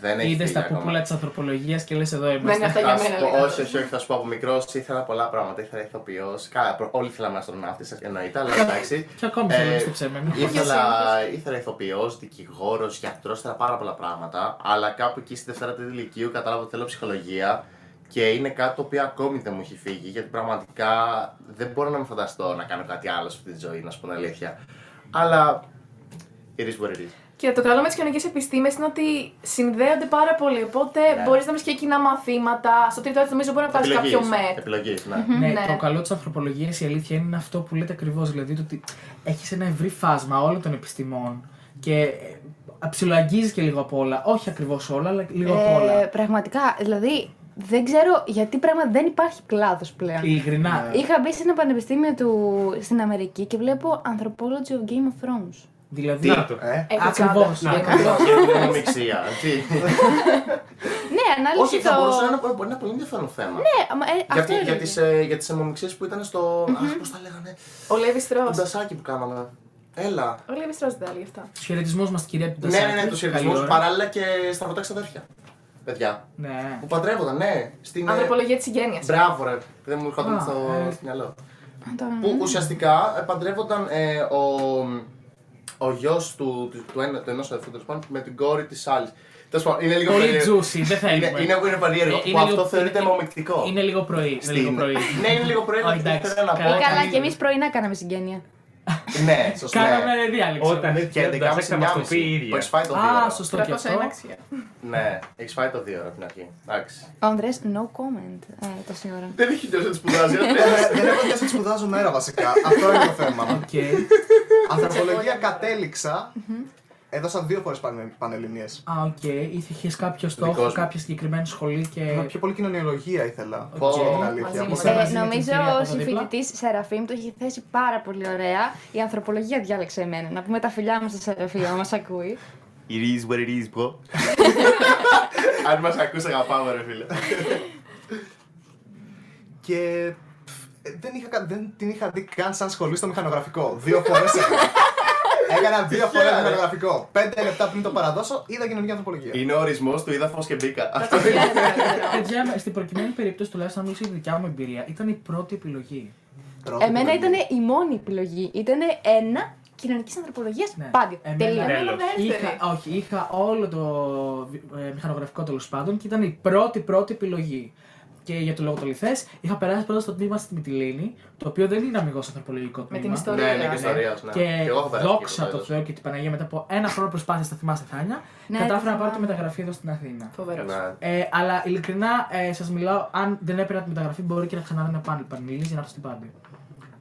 Speaker 6: δεν έχει
Speaker 4: Είδες
Speaker 6: φύγει
Speaker 4: τα
Speaker 6: ακόμα.
Speaker 4: πούπουλα της ανθρωπολογίας και λες εδώ
Speaker 8: Δεν είναι
Speaker 4: είμαστε.
Speaker 8: αυτά για
Speaker 6: Θα σου
Speaker 8: μένα,
Speaker 6: πω-
Speaker 8: λέει.
Speaker 6: όχι, όχι, όχι, θα σου πω από μικρός. Ήθελα πολλά πράγματα. Ήθελα ηθοποιός. Όλοι θέλαμε να στον μάθει, εννοείται, αλλά εντάξει.
Speaker 4: Και ακόμη
Speaker 6: Ε,
Speaker 4: θέλω να στο ψέμα.
Speaker 6: Ήθελα, ήθελα ηθοποιός, δικηγόρος, γιατρός, ήθελα πάρα πολλά πράγματα. Αλλά κάπου εκεί στη Δευτέρα Τρίτη Λυκείου κατάλαβα ότι θέλω ψυχολογία. Και είναι κάτι το οποίο ακόμη δεν μου έχει φύγει, γιατί πραγματικά δεν μπορώ να με φανταστώ να κάνω κάτι άλλο σε αυτή τη ζωή, να σου πω την αλήθεια. Αλλά. It is what it is.
Speaker 8: Και το καλό με τις κοινωνικές επιστήμες είναι ότι συνδέονται πάρα πολύ. Οπότε
Speaker 6: Ναι.
Speaker 8: μπορείς να βρεις και κοινά μαθήματα. Στο τρίτο έτος νομίζω μπορεί να βγάλει κάποιο μετ.
Speaker 6: Επιλογής, ναι.
Speaker 4: Ναι,
Speaker 8: ναι.
Speaker 4: το καλό της ανθρωπολογίας η αλήθεια είναι αυτό που λέτε ακριβώς. Δηλαδή το ότι έχεις ένα ευρύ φάσμα όλων των επιστημών και ψιλοαγγίζεις και λίγο απ' όλα. Όχι ακριβώς όλα, αλλά λίγο
Speaker 2: Ε,
Speaker 4: απ' όλα.
Speaker 2: πραγματικά, δηλαδή δεν ξέρω γιατί πράγμα δεν υπάρχει κλάδος πλέον.
Speaker 4: Ειλικρινά.
Speaker 2: Είχα μπει σε ένα πανεπιστήμιο του στην Αμερική και βλέπω Anthropology of Game of Thrones.
Speaker 4: Δηλαδή.
Speaker 3: Να το.
Speaker 7: Ε,
Speaker 8: Ε,
Speaker 4: Ακριβώς. δηλαδή,
Speaker 8: κάτσε.
Speaker 4: Να.
Speaker 8: Ακριβώς.
Speaker 6: Μιξία. Τι.
Speaker 2: Ναι, ανάλυση
Speaker 6: Όχι,
Speaker 2: το.
Speaker 6: θα μπορούσε να είναι, μπορεί να είναι πολύ ενδιαφέρον θέμα.
Speaker 2: Ναι, αμα- ε, αυτό
Speaker 6: Γιατί, για,
Speaker 2: έλεγε.
Speaker 6: τις, ε, για τις αιμομηξίες που ήταν στο... Αχ, πώς τα λέγανε.
Speaker 8: Ο Λέβι
Speaker 6: Το
Speaker 8: Στρό.
Speaker 6: ντασάκι που κάναμε. Έλα.
Speaker 8: Ο Λέβι Στρό δεν τα έλεγε αυτά.
Speaker 4: Του χαιρετισμού μας, κυρία
Speaker 6: Ναι,
Speaker 4: Πιντασάκη.
Speaker 6: ναι, ναι, τους χειρισμούς. Παράλληλα και στα ρωτά ξαδέρφια. Παιδιά.
Speaker 4: Ναι.
Speaker 6: Που παντρεύονταν, ναι. Στην... ε,
Speaker 8: Ανθρωπολογία της συγγένεια.
Speaker 6: Μπράβο, ρε. Δεν μου έρχονταν
Speaker 4: Α,
Speaker 6: στο
Speaker 4: ε.
Speaker 6: στο μυαλό.
Speaker 2: Το-
Speaker 6: Που ουσιαστικά ε, παντρεύονταν ε, ο, ο γιος του, του, του, ένα- του ενός αδερφού τέλος πάντων, με την κόρη της άλλης. Τέλος πάντων, είναι λίγο
Speaker 4: Πολύ
Speaker 6: περίεργο.
Speaker 4: juicy, δεν
Speaker 6: Είναι,
Speaker 4: θέλουμε.
Speaker 6: είναι, είναι περίεργο.
Speaker 4: Ε,
Speaker 6: που
Speaker 4: είναι
Speaker 6: αυτό
Speaker 4: λίγο-
Speaker 6: θεωρείται
Speaker 4: είναι-
Speaker 6: μομικτικό.
Speaker 4: Είναι λίγο πρωί. Είναι λίγο
Speaker 6: Στην-
Speaker 4: πρωί.
Speaker 6: Ναι, είναι λίγο πρωί.
Speaker 4: Ω,
Speaker 6: αλλά
Speaker 4: εντάξει,
Speaker 6: ήθελα να πω.
Speaker 4: καλά.
Speaker 2: Ε, καλά,
Speaker 4: Κάνει-
Speaker 2: και εμείς πρωινά κάναμε συγγένεια.
Speaker 4: *laughs*
Speaker 6: Ναι, σωστά.
Speaker 4: Κάναμε διάλειμμα.
Speaker 3: Όταν
Speaker 6: Και
Speaker 3: έρθει η
Speaker 6: 11.30
Speaker 3: θα μας το πει η
Speaker 6: που
Speaker 3: ίδια.
Speaker 6: έχεις φάει το
Speaker 4: Α,
Speaker 6: δύο.
Speaker 4: σωστό και αυτό.
Speaker 8: έναξια.
Speaker 6: Ναι, έχεις φάει το δύο από την αρχή. Εντάξει.
Speaker 2: Ο Ανδρέας, no comment ε, τόση ώρα.
Speaker 6: Δεν έχει τελειώσει να τη σπουδάζει. ρε.
Speaker 7: Ε, Δεν έχω πιάσει να σπουδάζω μέρα βασικά. Αυτό είναι το
Speaker 4: *laughs*
Speaker 7: θέμα.
Speaker 4: Οκ.
Speaker 7: Ανθρωπολογία κατέληξα. Έδωσα δύο φορές πανελληνίες.
Speaker 4: Α, οκ. Είχες κάποιο
Speaker 6: Δικός
Speaker 4: στόχο,
Speaker 6: μου.
Speaker 4: κάποια συγκεκριμένη σχολή
Speaker 8: Ε.
Speaker 4: και.
Speaker 7: Πιο πολύ κοινωνιολογία ήθελα.
Speaker 4: Οκ.
Speaker 7: Πω, την
Speaker 8: Μαζί
Speaker 7: αλήθεια.
Speaker 8: μας.
Speaker 7: Μπορεί να-
Speaker 2: Ε,
Speaker 4: μαζί με την
Speaker 2: νομίζω
Speaker 4: κυρία
Speaker 2: ο
Speaker 4: από δίπλα.
Speaker 2: συμφοιτητής Σεραφείμ το έχει θέσει πάρα πολύ ωραία. Η ανθρωπολογία διάλεξε εμένα. Να πούμε τα φιλιά μας στη Σεραφεία, μας ακούει.
Speaker 6: It is what it is, bro. *laughs* Αν μας ακούσει, αγαπάμε, ρε φίλε.
Speaker 7: Και πφ, ε, δεν, είχα, κα- δεν την είχα δει καν σαν σχολή στο μηχανογραφικό. Δύο φορές έκανα. δύο φορές
Speaker 6: Τυχαία, ρε.
Speaker 7: μηχανογραφικό. Πέντε λεπτά πριν το παραδώσω, είδα κοινωνική ανθρωπολογία.
Speaker 6: Είναι ο ορισμός του είδα φως και μπήκα. *laughs* Αυτό
Speaker 8: Κατσίκι,
Speaker 6: είναι.
Speaker 8: δεν τα έλεγε.
Speaker 4: Παιδιά, με- στην προκειμένη περίπτωση, τουλάχιστον αν μιλήσω για τη δικιά μου εμπειρία, ήταν η πρώτη επιλογή.
Speaker 7: Πρώτη
Speaker 2: Εμένα ήταν
Speaker 7: επιλογή.
Speaker 2: η μόνη επιλογή. Ήταν ένα κοινωνικής ανθρωπολογία
Speaker 4: Ναι.
Speaker 2: πάντιο.
Speaker 4: Εμένα-
Speaker 2: Τελεία.
Speaker 3: Ναι.
Speaker 8: Εμένα δεύτερη.
Speaker 4: Είχα, όχι, είχα όλο το ε, μηχανογραφικό τέλος πάντων και ήταν η πρώτη πρώτη επιλογή. Και για το λόγο το λιθέ, είχα περάσει πρώτα στο τμήμα στη Μυτιλίνη, το οποίο δεν είναι αμυγός ανθρωπολογικό
Speaker 8: την
Speaker 4: τμήμα.
Speaker 8: ιστορία.
Speaker 6: Ναι, ναι, και
Speaker 8: Ναι.
Speaker 6: ιστορία. ναι.
Speaker 4: Και
Speaker 6: εγώ έχω περάσει
Speaker 4: δόξα
Speaker 6: και
Speaker 4: τω
Speaker 6: το
Speaker 4: Θεώ και την Παναγία μετά από ένα χρόνο προσπάθειας, θα θυμάστε Θάνια,
Speaker 2: Ναι, το
Speaker 4: κατάφερα να πάρω τη
Speaker 2: θυμάμαι.
Speaker 4: μεταγραφή εδώ στην Αθήνα.
Speaker 8: Φοβερός.
Speaker 6: τέλος.
Speaker 4: Ε, αλλά ειλικρινά ε, σας μιλάω, αν δεν έπαιρνα τη μεταγραφή, μπορεί και να ξαναδώ ένα πάνελ πανελίδη για να έρθω στην Πάντη.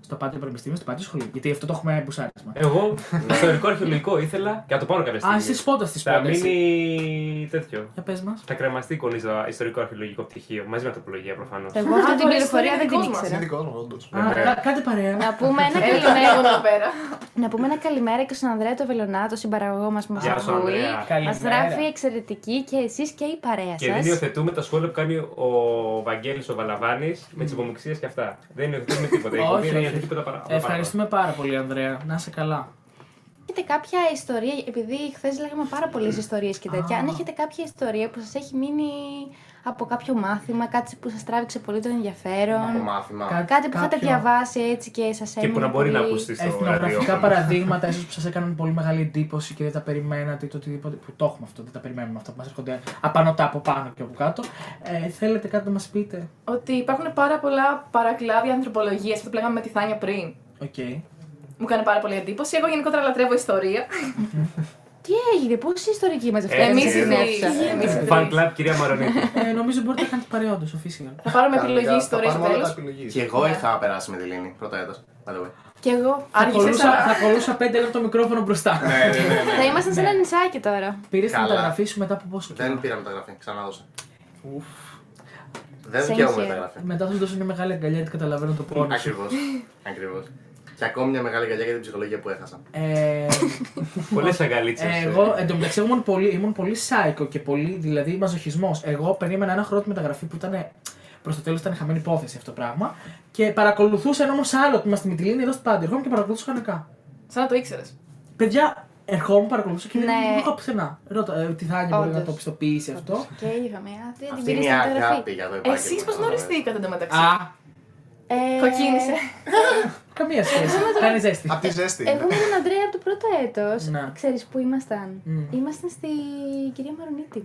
Speaker 4: Στο Πάντιο Πανεπιστήμιο, στην Πάντιο Σχολή. Γιατί αυτό το έχουμε μπουσάρισμα.
Speaker 3: Εγώ ιστορικό αρχαιολογικό ήθελα και να το πάρω κάποια στιγμή.
Speaker 4: Α, εσύ σπότα στη
Speaker 3: Ε, Θα
Speaker 4: σπότα. εσύ.
Speaker 3: μείνει τέτοιο.
Speaker 4: Για πες μας.
Speaker 3: Θα κρεμαστεί κονίζα ιστορικό αρχαιολογικό πτυχίο μαζί με ανθρωπολογία προφανώς.
Speaker 2: Εγώ αυτή
Speaker 8: Α,
Speaker 2: την
Speaker 8: το
Speaker 2: πληροφορία
Speaker 8: λες,
Speaker 2: δεν την
Speaker 8: δικό μας.
Speaker 7: Είναι
Speaker 2: ήξερα.
Speaker 7: δικό μου, όντω.
Speaker 6: Ε,
Speaker 3: Βέβαια.
Speaker 4: Κάντε παρέα.
Speaker 2: Να πούμε ένα
Speaker 8: Έλα, ναι,
Speaker 2: καλημέρα.
Speaker 8: εδώ πέρα.
Speaker 2: Να πούμε ένα καλημέρα και στον Ανδρέα το Βελονά, τον συμπαραγωγό μας που μας
Speaker 3: Γεια σου,
Speaker 2: ακούει.
Speaker 3: Ανδρέα.
Speaker 2: Μα
Speaker 4: Καλημέρα.
Speaker 2: γράφει εξαιρετική και εσείς και η παρέα
Speaker 3: Και δεν
Speaker 2: σα.
Speaker 3: υιοθετούμε τα σχόλια που κάνει ο Βαγγέλης ο Βαλαβάνης με τις υπομοξίες και αυτά. Δεν υιοθετούμε τίποτα. Η εκπομπή
Speaker 4: Mm. Όχι,
Speaker 3: δεν
Speaker 4: όχι.
Speaker 3: υιοθετεί τίποτα παρά- παραπάνω.
Speaker 4: Ευχαριστούμε πάρα πολύ, Ανδρέα. Να είσαι καλά.
Speaker 2: έχετε κάποια ιστορία, επειδή χθες λέγαμε πάρα πολλές ιστορίες και τέτοια,
Speaker 4: Α.
Speaker 2: αν έχετε κάποια ιστορία που σας έχει μείνει από κάποιο μάθημα, κάτι που σας τράβηξε πολύ το
Speaker 6: Από
Speaker 2: ενδιαφέρον.
Speaker 6: μάθημα.
Speaker 4: Κα-
Speaker 2: Κάτι που είχατε
Speaker 4: κάποιο-
Speaker 2: διαβάσει έτσι και σας έμεινε.
Speaker 3: Και που να μπορεί να
Speaker 2: πολύ.
Speaker 3: ακουστεί στο
Speaker 4: Εθνογραφικά
Speaker 3: ραδιόφωνο.
Speaker 4: παραδείγματα ίσως που σας έκαναν πολύ μεγάλη εντύπωση και δεν τα περιμένατε ή το οτιδήποτε. Που το έχουμε αυτό, δεν τα περιμένουμε αυτά που μας έρχονται απάνω τα από πάνω και από κάτω. Ε, θέλετε κάτι να μας πείτε.
Speaker 8: Ότι υπάρχουν πάρα πολλά παρακλάδια ανθρωπολογίας, αυτό που λέγαμε με τη Θάνια πριν.
Speaker 4: Οκ. Ε,
Speaker 8: Μου κάνει πάρα πολύ εντύπωση. Εγώ γενικότερα λατρεύω ιστορία.
Speaker 2: Τι έγινε, πόση ιστορική μαζευτήκατε.
Speaker 3: Έτσι,
Speaker 8: Εμεί
Speaker 3: έτσι.
Speaker 8: οι τρει.
Speaker 3: Fan club, κυρία
Speaker 4: *laughs*
Speaker 3: Μαρονίτη.
Speaker 4: Ε, νομίζω μπορείτε να κάνετε παρέα όντω, official.
Speaker 8: Θα πάρουμε
Speaker 7: Κανονικά,
Speaker 8: επιλογή
Speaker 7: θα
Speaker 8: ιστορία στο
Speaker 7: πάρουμε όλα τα
Speaker 8: τέλος.
Speaker 7: επιλογής.
Speaker 6: Και
Speaker 4: Ναι.
Speaker 6: εγώ είχα περάσει με τη Λίνη, πρώτο έτος. by
Speaker 4: *laughs*
Speaker 6: the way.
Speaker 2: Κι εγώ.
Speaker 4: Θα
Speaker 8: Άρχισε
Speaker 4: κολούσα,
Speaker 8: σαν-
Speaker 4: θα κολούσα πέντε λεπτό μικρόφωνο μπροστά. ναι,
Speaker 2: Θα ήμασταν σε ένα νησάκι τώρα.
Speaker 4: Πήρες τη
Speaker 6: Ναι. Καλά.
Speaker 4: μεταγραφή σου μετά από πόσο
Speaker 6: Δεν
Speaker 4: καιρό.
Speaker 6: πήρα μεταγραφή, ξανά δώσα.
Speaker 4: Ουφ.
Speaker 6: Δεν
Speaker 2: Same
Speaker 6: δικαιούμαι
Speaker 2: here.
Speaker 6: μεταγραφή.
Speaker 4: Μετά θα σου δώσω μια μεγάλη αγκαλιά γιατί καταλαβαίνω το πόνος. σου.
Speaker 6: Ακριβώς. Ακριβώς. Και ακόμη μια μεγάλη αγκαλιά για την ψυχολογία που έχασα.
Speaker 4: Ε,
Speaker 3: Πολλές αγκαλίτσες.
Speaker 4: ε, εγώ εντωμεταξύ ήμουν πολύ, ήμουν πολύ psycho και πολύ, δηλαδή μαζοχισμός. Εγώ περίμενα ένα χρόνο τη μεταγραφή που ήταν προς το τέλος ήταν χαμένη υπόθεση αυτό το πράγμα. Και παρακολουθούσα ένα όμως άλλο τμήμα στη Μιτιλίνη εδώ στο Πάντη. Ερχόμουν και παρακολουθούσα κανονικά.
Speaker 8: Σαν να το ήξερες.
Speaker 4: Παιδιά, ερχόμουν, παρακολουθούσα και δεν
Speaker 2: Ναι.
Speaker 4: ναι. είχα πουθενά. Ρώτα, ε, τη Θάνια μπορεί να
Speaker 2: Όντως.
Speaker 4: το πιστοποιήσει αυτό.
Speaker 2: Και είχαμε. Α, δεν την
Speaker 6: Αυτή
Speaker 2: πήρε
Speaker 6: είναι
Speaker 2: στην
Speaker 6: η
Speaker 2: μεταγραφή.
Speaker 6: αγάπη για το επάγγελμα.
Speaker 8: Εσεί πώ γνωριστήκατε εντωμεταξύ.
Speaker 4: Α,
Speaker 2: Ε,
Speaker 8: Κοκκίνησε.
Speaker 2: *laughs*
Speaker 4: καμία σχέση. Κάνει ζέστη.
Speaker 7: Απ' τη ζέστη.
Speaker 4: Ε,
Speaker 7: ναι.
Speaker 2: Εγώ με τον Αντρέα από το πρώτο έτος.
Speaker 4: Ναι.
Speaker 2: Ξέρεις που ήμασταν.
Speaker 4: Μμ.
Speaker 2: Ήμασταν στη κυρία Μαρονίτη.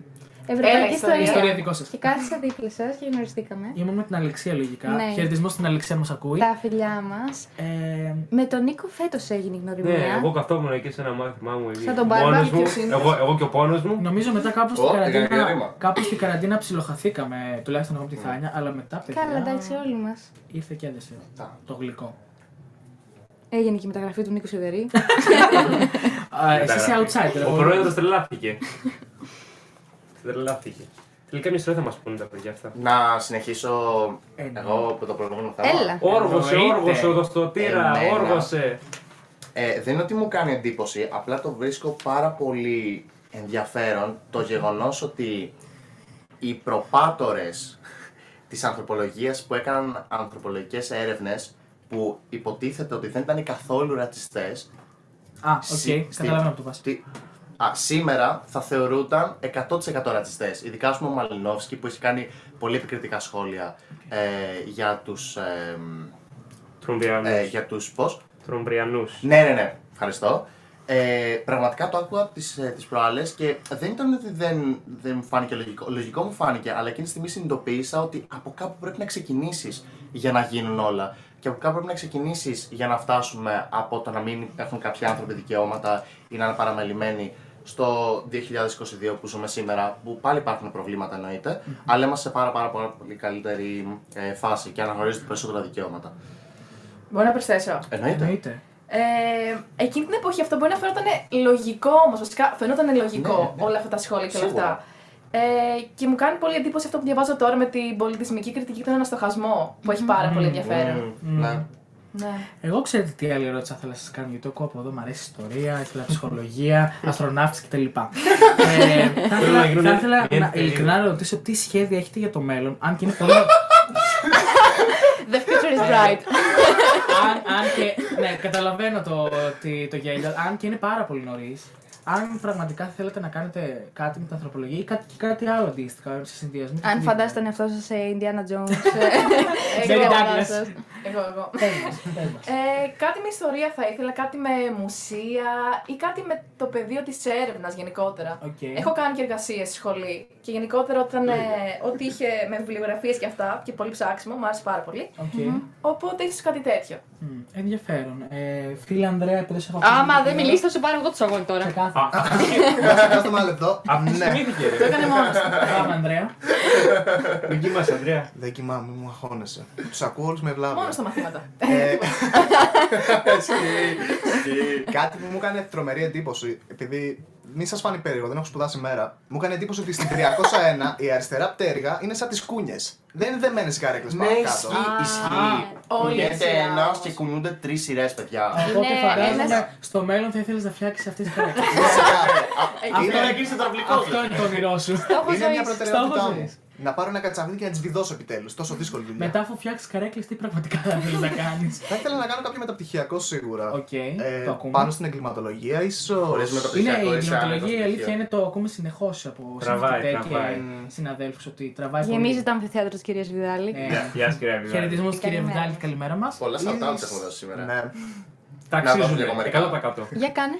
Speaker 2: Ευρωπαϊκή
Speaker 8: ιστορία.
Speaker 2: ιστορία.
Speaker 4: Ιστορία δικό σας.
Speaker 2: Και κάθισα δίπλα σας και
Speaker 3: Ε,
Speaker 2: γνωριστήκαμε.
Speaker 4: Ήμουν με την Αλεξία λογικά.
Speaker 2: Ναι.
Speaker 4: Χαιρετισμό στην Αλεξία μας ακούει.
Speaker 2: Τα φιλιά μας.
Speaker 4: Ε,
Speaker 2: Με τον Νίκο φέτος έγινε η γνωριμία.
Speaker 3: Ναι, εγώ καθόμουν εκεί σε ένα μάθημά μου. εκεί,
Speaker 2: Σαν τον
Speaker 3: μόνος
Speaker 2: Μπάρμπα,
Speaker 3: μου,
Speaker 8: ποιος είναι.
Speaker 3: εγώ, εγώ και ο πόνος μου.
Speaker 4: νομίζω μετά κάπου στην
Speaker 6: Ω, έκανε και
Speaker 4: καραντίνα,
Speaker 6: ρήμα.
Speaker 4: κάπου στην καραντίνα ψιλοχαθήκαμε, τουλάχιστον εγώ από τη Θάνια, αλλά μετά παιδιά,
Speaker 2: Καλά, εντάξει, όλοι μας.
Speaker 4: ήρθε και έδεσε
Speaker 6: Τα.
Speaker 4: το γλυκό.
Speaker 2: Έγινε και η μεταγραφή του Νίκου Σιδερή.
Speaker 4: Α, Εσύ είσαι
Speaker 3: Μεταγραφή.
Speaker 4: outsider.
Speaker 3: Ο
Speaker 4: εγώ-
Speaker 3: πρόεδρος τρελάθηκε. *laughs* τρελάθηκε. Τελικά μια ιστορία θα μας πούνε τα παιδιά αυτά.
Speaker 4: Ναι,
Speaker 6: Να συνεχίσω
Speaker 4: Ένα.
Speaker 6: εγώ που το προηγούμενο θέμα.
Speaker 2: Έλα.
Speaker 3: Όργωσε,
Speaker 4: Εννοείται. ναι,
Speaker 3: όργωσε, οδοστοτήρα,
Speaker 6: Εμένα.
Speaker 3: όργωσε.
Speaker 6: Ε, δεν είναι ότι μου κάνει εντύπωση, απλά το βρίσκω πάρα πολύ ενδιαφέρον το γεγονός ότι οι προπάτορες της ανθρωπολογίας που έκαναν ανθρωπολογικές έρευνες που υποτίθεται ότι δεν ήταν καθόλου ρατσιστές
Speaker 4: Α, οκ,
Speaker 6: Συ- στη-
Speaker 4: καταλαβαίνω από το πας.
Speaker 6: στη- Α, σήμερα θα θεωρούνταν 100% ρατσιστές. Ειδικά ας πούμε, ο Μαλινόφσκι που έχει κάνει πολύ επικριτικά σχόλια ε, για τους. Ε, ε,
Speaker 3: Τρομπριανού.
Speaker 6: για τους πώς.
Speaker 3: Τρομπριανού.
Speaker 6: Ναι, ναι, ναι. Ευχαριστώ. Ε, πραγματικά το άκουγα τις, ε, τις προάλλες και δεν ήταν ότι δεν, δεν μου φάνηκε λογικό. Λογικό μου φάνηκε, αλλά εκείνη τη στιγμή συνειδητοποίησα ότι από κάπου πρέπει να ξεκινήσεις για να γίνουν όλα. Και από κάπου πρέπει να ξεκινήσεις για να φτάσουμε από το να μην έχουν κάποιοι άνθρωποι δικαιώματα ή να είναι παραμελημένοι στο 2022 που ζούμε σήμερα, που πάλι υπάρχουν προβλήματα εννοείται, αλλά είμαστε σε πάρα, πάρα, πάρα πολύ καλύτερη ε, φάση και αναγνωρίζονται περισσότερα δικαιώματα.
Speaker 8: Μπορώ να προσθέσω.
Speaker 6: Εννοείται.
Speaker 4: Εννοείται.
Speaker 8: Ε, εκείνη την εποχή αυτό μπορεί να φαινόταν λογικό όμως. Βασικά φαινόταν λογικό
Speaker 6: Ναι, ναι.
Speaker 8: όλα αυτά τα σχόλια και όλα
Speaker 6: Σίγουρα.
Speaker 8: αυτά. Ε, και μου κάνει πολύ εντύπωση αυτό που διαβάζω τώρα με την πολιτισμική κριτική και τον αναστοχασμό που έχει πάρα πολύ ενδιαφέρον.
Speaker 6: Μμμ, ναι.
Speaker 8: Ναι.
Speaker 4: Εγώ ξέρετε τι άλλη ερώτηση θα ήθελα να σας κάνω, γιατί ακούω από εδώ μου αρέσει ιστορία, ήθελα
Speaker 6: *laughs*
Speaker 4: ψυχολογία, αστροναύτης κτλ. ε, θα
Speaker 3: Θέλω να γίνω
Speaker 4: ήθελα,
Speaker 3: μια-
Speaker 4: θα ήθελα
Speaker 3: μια
Speaker 4: να,
Speaker 3: εταιρεία.
Speaker 4: ειλικρινά να ρωτήσω τι σχέδια έχετε για το μέλλον, αν και είναι πολύ.
Speaker 2: The future is
Speaker 6: *laughs*
Speaker 2: bright.
Speaker 4: αν, αν και. Ναι, καταλαβαίνω το, τι- το γέλιο. Αν και είναι πάρα πολύ νωρίς. Αν πραγματικά θέλετε να κάνετε κάτι με την ανθρωπολογία ή κάτι, και κάτι άλλο αντίστοιχα, σε συνδυασμό.
Speaker 2: Αν φαντάσετε τον εαυτό σας σε Indiana
Speaker 3: *laughs*
Speaker 2: Jones. ε,
Speaker 8: Jerry
Speaker 2: εγώ,
Speaker 4: Douglas.
Speaker 2: σας.
Speaker 8: Εγώ, εγώ.
Speaker 4: Τέλος.
Speaker 8: Ε, κάτι με ιστορία θα ήθελα, κάτι με μουσεία ή κάτι με το πεδίο της έρευνας γενικότερα.
Speaker 4: Οκ.
Speaker 8: Έχω κάνει και εργασίες στη σχολή και γενικότερα όταν, ε, ό,τι είχε με βιβλιογραφίες και αυτά και πολύ ψάξιμο, μου άρεσε πάρα πολύ.
Speaker 4: Οκ.
Speaker 8: Οπότε ίσως κάτι τέτοιο.
Speaker 4: Μμ, Ενδιαφέρον. Ε, φίλε Ανδρέα, επειδή σε έχω
Speaker 2: Άμα δεν μιλήσεις, θα σε πάρω εγώ του αγώνε τώρα.
Speaker 4: Ξεκάθαρα.
Speaker 7: Κάτσε ένα λεπτό.
Speaker 3: Αυτή
Speaker 7: Ναι.
Speaker 3: θυμήθηκε.
Speaker 8: Το έκανε μόνος.
Speaker 4: Πάμε, Ανδρέα.
Speaker 3: Μην κοιμάσαι, Ανδρέα.
Speaker 7: Δεν κοιμάμαι, μου αγχώνεσαι. Τους ακούω όλους με
Speaker 8: Μόνο
Speaker 7: βλάβη.
Speaker 8: στα μαθήματα. *laughs*
Speaker 7: Ε, *laughs*
Speaker 6: Ναι,
Speaker 7: Κάτι που μου έκανε τρομερή εντύπωση, επειδή μη σας φάνει περίεργο, δεν έχω σπουδάσει μέρα. Μου έκανε εντύπωση ότι στην 301 η αριστερά πτέρυγα είναι σαν τις κούνιες. Δεν είναι δεμένε οι καρέκλε
Speaker 6: Ναι,
Speaker 7: πάνω
Speaker 6: ισχύει,
Speaker 7: κάτω.
Speaker 6: ισχύει.
Speaker 8: όλοι
Speaker 6: Κουνιέται
Speaker 8: έτσι,
Speaker 6: ένας
Speaker 8: όμως.
Speaker 6: και κουνιούνται τρεις σειρές, παιδιά.
Speaker 4: Οπότε
Speaker 2: Είναι
Speaker 4: φαντάζομαι
Speaker 2: ένας-
Speaker 4: στο μέλλον θα ήθελες να φτιάξεις αυτές τις
Speaker 7: *laughs*
Speaker 4: χαρακτηριστικέ.
Speaker 7: Φυσικά.
Speaker 6: Αυτό να γίνει τετραυλικό.
Speaker 4: Αυτό είναι Ε, το όνειρό σου.
Speaker 2: Στόχος
Speaker 7: Είναι μια
Speaker 2: ζωής.
Speaker 4: Στόχο
Speaker 7: προτεραιότητά μου.
Speaker 4: ζωής.
Speaker 7: Να πάρω ένα κατσαβίδι και να τις βιδώσω επιτέλους. Τόσο δύσκολη δουλειά.
Speaker 4: Μετά, αφού φτιάξεις καρέκλες, τι πραγματικά θα θέλεις να κάνεις.
Speaker 7: Θα ήθελα να κάνω κάποιο μεταπτυχιακό σίγουρα.
Speaker 4: Οκ,
Speaker 7: Ε,
Speaker 4: το ακούμε.
Speaker 7: πάνω στην εγκληματολογία, ίσως.
Speaker 6: Χωρίς μεταπτυχιακό.
Speaker 4: Είναι
Speaker 6: Ψυχιακό,
Speaker 4: η
Speaker 6: είσαι άνετος
Speaker 4: κλιματολογία, η αλήθεια
Speaker 6: στοιχείο.
Speaker 4: είναι το ακούμε συνεχώς από
Speaker 3: Τραβάει,
Speaker 4: συμμαθητέ
Speaker 3: τραβάει.
Speaker 4: και συναδέλφους ότι τραβάει πολύ.
Speaker 2: Γεμίζει το αμφιθέατρο τη κυρία Βιδάλη.
Speaker 4: Ε,
Speaker 3: Γεια σας, κυρία Βιδάλη.
Speaker 4: Χαιρετισμό στην κυρία
Speaker 2: Καλημέρα.
Speaker 4: Βιντάλη, καλημέρα μας.
Speaker 6: Πολλά shout-outs έχουμε δώσει σήμερα.
Speaker 7: Ναι.
Speaker 4: Τα
Speaker 6: Να δώσουμε
Speaker 4: αξίζουν.
Speaker 6: και εγώ
Speaker 3: Ε,
Speaker 6: μερικά.
Speaker 3: 100%.
Speaker 2: Για κάνε.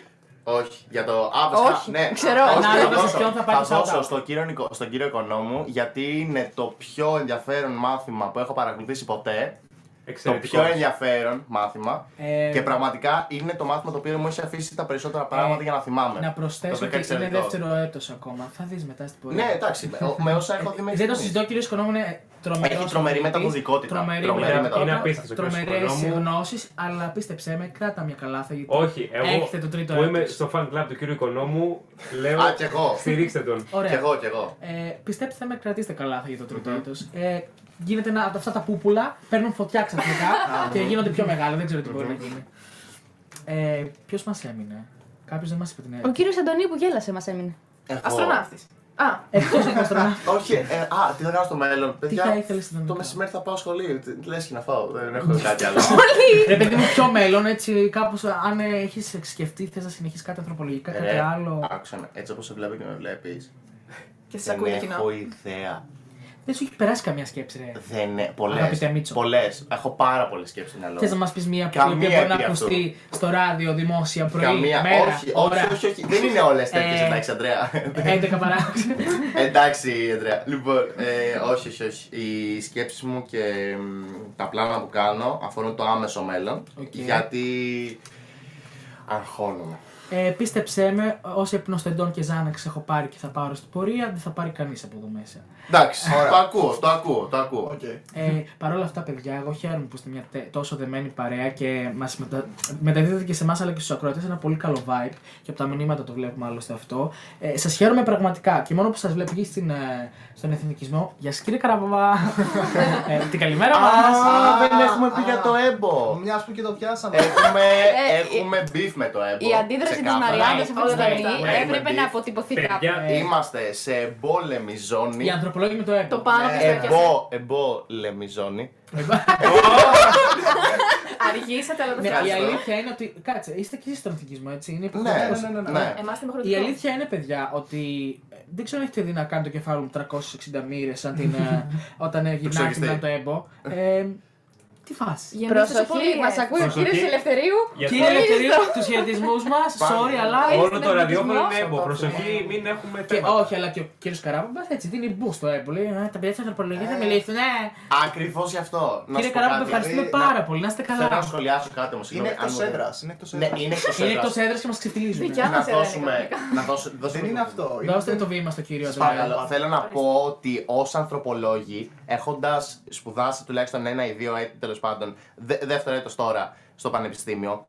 Speaker 6: Όχι, για το. Α, βασικά,
Speaker 2: Όχι,
Speaker 6: ναι.
Speaker 2: ξέρω.
Speaker 6: Όχι,
Speaker 4: Ανάλογα σε
Speaker 6: δώσω.
Speaker 4: ποιον θα πάρει
Speaker 6: Θα δώσω
Speaker 4: shout-out.
Speaker 6: στον κύριο, Νικο- στον κύριο Οικονόμου, γιατί είναι το πιο ενδιαφέρον μάθημα που έχω παρακολουθήσει ποτέ. Το πιο
Speaker 3: Εξαιρετικό.
Speaker 6: ενδιαφέρον μάθημα.
Speaker 4: Ε,
Speaker 6: Και πραγματικά είναι το μάθημα το οποίο μου έχει αφήσει τα περισσότερα πράγματα για να θυμάμαι.
Speaker 4: Να
Speaker 6: Το
Speaker 4: προσθέσω
Speaker 6: βρήκα
Speaker 4: ότι είναι
Speaker 6: εξαιρετικό.
Speaker 4: δεύτερο έτος ακόμα. Θα δεις μετά στην πορεία.
Speaker 6: Ναι, εντάξει, με, με όσα έχω δει μέχρι
Speaker 4: Ε, Δεν το
Speaker 6: στιγμής.
Speaker 4: συζητώ, ο κύριο Οικονόμου είναι τρομερός.
Speaker 6: Έχει τρομερή μεταποδικότητα.
Speaker 4: Τρομερή
Speaker 6: Τρομερή
Speaker 3: μεταποδικότητα. Είναι
Speaker 4: μεταποδικότητα.
Speaker 3: απίστευτος ο κύριος
Speaker 4: Τρομερέ
Speaker 3: Οικονόμου.
Speaker 4: γνώσεις, αλλά πίστεψέ με, κράτα μια καλά θα γιατί.
Speaker 3: Όχι, εγώ
Speaker 4: Έχετε το τρίτο
Speaker 3: που
Speaker 4: έτος.
Speaker 3: είμαι στο fan club του κύριου Οικονόμου, λέω
Speaker 6: Α, κι εγώ.
Speaker 3: στηρίξτε τον.
Speaker 6: Κι
Speaker 4: Ωραία.
Speaker 6: εγώ, κι εγώ.
Speaker 4: Ε, πιστέψτε με, κρατήστε καλά θα για το τρίτο έτος. Ε, γίνεται ένα, από αυτά τα πούπουλα, παίρνουν φωτιά ξαφνικά
Speaker 6: *laughs*
Speaker 4: και
Speaker 6: ναι.
Speaker 4: γίνονται πιο μεγάλα. Δεν ξέρω τι μπορεί να γίνει. Ε, Ποιος μας έμεινε, Κάποιος δεν μας είπε την
Speaker 2: Ο
Speaker 4: έρευνα.
Speaker 2: κύριος Αντωνίου που γέλασε μας έμεινε.
Speaker 6: Εγώ.
Speaker 8: Αστροναύτης. Α,
Speaker 4: Εκτός από
Speaker 6: *laughs*
Speaker 4: αστροναύτη.
Speaker 6: Όχι, ε, α, τι θα κάνω στο μέλλον. Παιδιά,
Speaker 4: θα ήθελες στο μέλλον?
Speaker 6: Το μεσημέρι θα πάω σχολείο. Τι- Λες και να φάω. Δεν
Speaker 4: *laughs*
Speaker 6: έχω κάτι άλλο.
Speaker 4: Ρε παιδί μου, πιο μέλλον, έτσι κάπως αν έχεις σκεφτεί, θες να συνεχίσεις κάτι ανθρωπολογικά, κάτι
Speaker 6: Ρε,
Speaker 4: άλλο.
Speaker 6: Ε, Άκουσα με, έτσι όπως σε βλέπω και με βλέπεις.
Speaker 8: και σα
Speaker 6: Δεν
Speaker 8: ακούει το κοινό.
Speaker 6: Ε, έχω ιδέα.
Speaker 4: Δεν σου έχει περάσει καμία σκέψη, ρε.
Speaker 6: Δεν
Speaker 4: Αγαπητέ
Speaker 6: Πολλέ.
Speaker 4: Μίτσο.
Speaker 6: Πολλές. Έχω πάρα πολλές σκέψεις στην
Speaker 4: Θες να
Speaker 6: Ελλάδα.
Speaker 4: μας πεις μία που η
Speaker 6: Καμία
Speaker 4: οποία μπορεί να
Speaker 6: επί αυτού.
Speaker 4: ακουστεί στο ράδιο δημόσια πρωί,
Speaker 6: Καμία.
Speaker 4: μέρα,
Speaker 6: όχι,
Speaker 4: ώρα,
Speaker 6: όχι, όχι, όχι. Δεν είναι όλες
Speaker 4: Ε,
Speaker 6: τέτοιες, εντάξει, Αντρέα.
Speaker 4: 11 παρά.
Speaker 6: *laughs* Εντάξει, Αντρέα. Λοιπόν, ε, όχι, όχι, όχι. Οι σκέψεις μου και μ, τα πλάνα που κάνω αφορούν το άμεσο μέλλον.
Speaker 4: Οκ.
Speaker 6: Γιατί. Αγχώνομαι.
Speaker 4: Ε, πίστεψέ με, όσοι υπνοστεντών και Ζάναξ έχω πάρει και θα πάρω στην πορεία, δεν θα πάρει κανείς από εδώ μέσα.
Speaker 6: Εντάξει,
Speaker 7: Ωραία.
Speaker 6: το ακούω, το ακούω, το ακούω.
Speaker 7: Οκ.
Speaker 4: Ε, Παρ' όλα αυτά, παιδιά, εγώ χαίρομαι που είστε μια τε- τόσο δεμένη παρέα και μας μετα... μεταδίδεται και σε εμάς αλλά και στους ακροατές ένα πολύ καλό vibe. Και από τα μηνύματα το βλέπουμε άλλωστε αυτό. Ε, σας χαίρομαι πραγματικά και μόνο που σας βλέπω εκεί στην, ε, στον εθνικισμό. Γεια σας, κύριε Καραβά. ε, την καλημέρα μας.
Speaker 6: Α, δεν
Speaker 7: α,
Speaker 6: έχουμε πει
Speaker 7: α.
Speaker 6: για το έμπο.
Speaker 7: Μιας που και το πιάσαμε.
Speaker 6: Έχουμε,
Speaker 2: Ε,
Speaker 6: έχουμε beef με το έμπο.
Speaker 2: Η αντίδραση τη
Speaker 6: ξεκάθαρα.
Speaker 3: Ναι,
Speaker 2: Μαριάννα σε αυτή τη
Speaker 8: όλα τα λεπτά.
Speaker 2: στιγμή
Speaker 6: Έχουμε
Speaker 2: έπρεπε
Speaker 6: beef.
Speaker 2: να αποτυπωθεί κάπου.
Speaker 4: ε.
Speaker 3: Παιδιά,
Speaker 6: Είμαστε σε εμπόλεμη ζώνη.
Speaker 4: Οι ανθρωπολόγοι με το έμπο.
Speaker 8: Το
Speaker 6: Ε,
Speaker 8: πάνω και στο κεφάλι.
Speaker 6: Εμπό, εμπόλεμη ζώνη.
Speaker 8: Αργήσατε, αλλά το
Speaker 4: Ναι, η
Speaker 8: φτιάξατε.
Speaker 4: αλήθεια είναι ότι. Κάτσε, είστε και εσείς στον εθνικισμό, έτσι. Είναι
Speaker 6: Ναι,
Speaker 4: υποχρεωτικός.
Speaker 6: ναι, ναι, ναι.
Speaker 7: Ναι.
Speaker 8: Εμάς την
Speaker 4: Η
Speaker 8: υποχρεωτική.
Speaker 4: αλήθεια είναι, παιδιά, ότι ε, δεν ξέρω αν έχετε δει να κάνει το κεφάλι μου 360 μοίρε ε, όταν γυρνάει
Speaker 6: ψωγιστεί.
Speaker 4: την το έμπο. Ε, τι φάση.
Speaker 2: Προσοχή, μας ακούει ο
Speaker 3: Προσοχή.
Speaker 2: κύριος Ελευθερίου.
Speaker 3: γιατί
Speaker 4: Κύριε Ελευθερίου, τους χαιρετισμούς μας, sorry, αλλά.
Speaker 3: όλο
Speaker 4: στον
Speaker 3: το ραδιόφωνο
Speaker 4: εθνικισμό.
Speaker 3: είναι έμπο. Προσοχή, μην έχουμε
Speaker 4: Και
Speaker 3: θέμα.
Speaker 4: όχι, αλλά και ο κύριος Καράμπα έτσι δίνει boost στο έμπο. Λέει, «Α, τα παιδιά της ανθρωπολογίας θα μιλήσουν. ναι».
Speaker 6: Ακριβώς γι' αυτό. Να
Speaker 4: Κύριε
Speaker 6: σου πω
Speaker 4: Καράμπα,
Speaker 6: κάτι.
Speaker 4: ευχαριστούμε
Speaker 7: να-
Speaker 4: πάρα πολύ. Να είστε
Speaker 6: Θέλω να
Speaker 4: καλά.
Speaker 6: σχολιάσω κάτι όμως.
Speaker 7: Είναι εκτό έδρα. Είναι εκτός
Speaker 6: Ναι,
Speaker 7: έδρας.
Speaker 6: είναι εκτός
Speaker 4: Είναι
Speaker 6: έδρα.
Speaker 4: εκτός έδρας και μας ξεφτιλίζουν.
Speaker 8: Δικιά
Speaker 6: Να
Speaker 8: μας έδρα
Speaker 6: δώσουμε.
Speaker 8: είναι κανονικά.
Speaker 6: Να δώσω, δώσουμε
Speaker 7: Δεν είναι αυτό. είναι-
Speaker 4: Δώστε το βήμα στο κύριο
Speaker 6: Σας
Speaker 4: Αντωνέλη.
Speaker 6: Παρακαλώ, θέλω να πω ότι ως ανθρωπολόγοι, έχοντας σπουδάσει τουλάχιστον ένα ή δύο έτη τέλος πάντων, δε, δεύτερο έτος τώρα στο πανεπιστήμιο,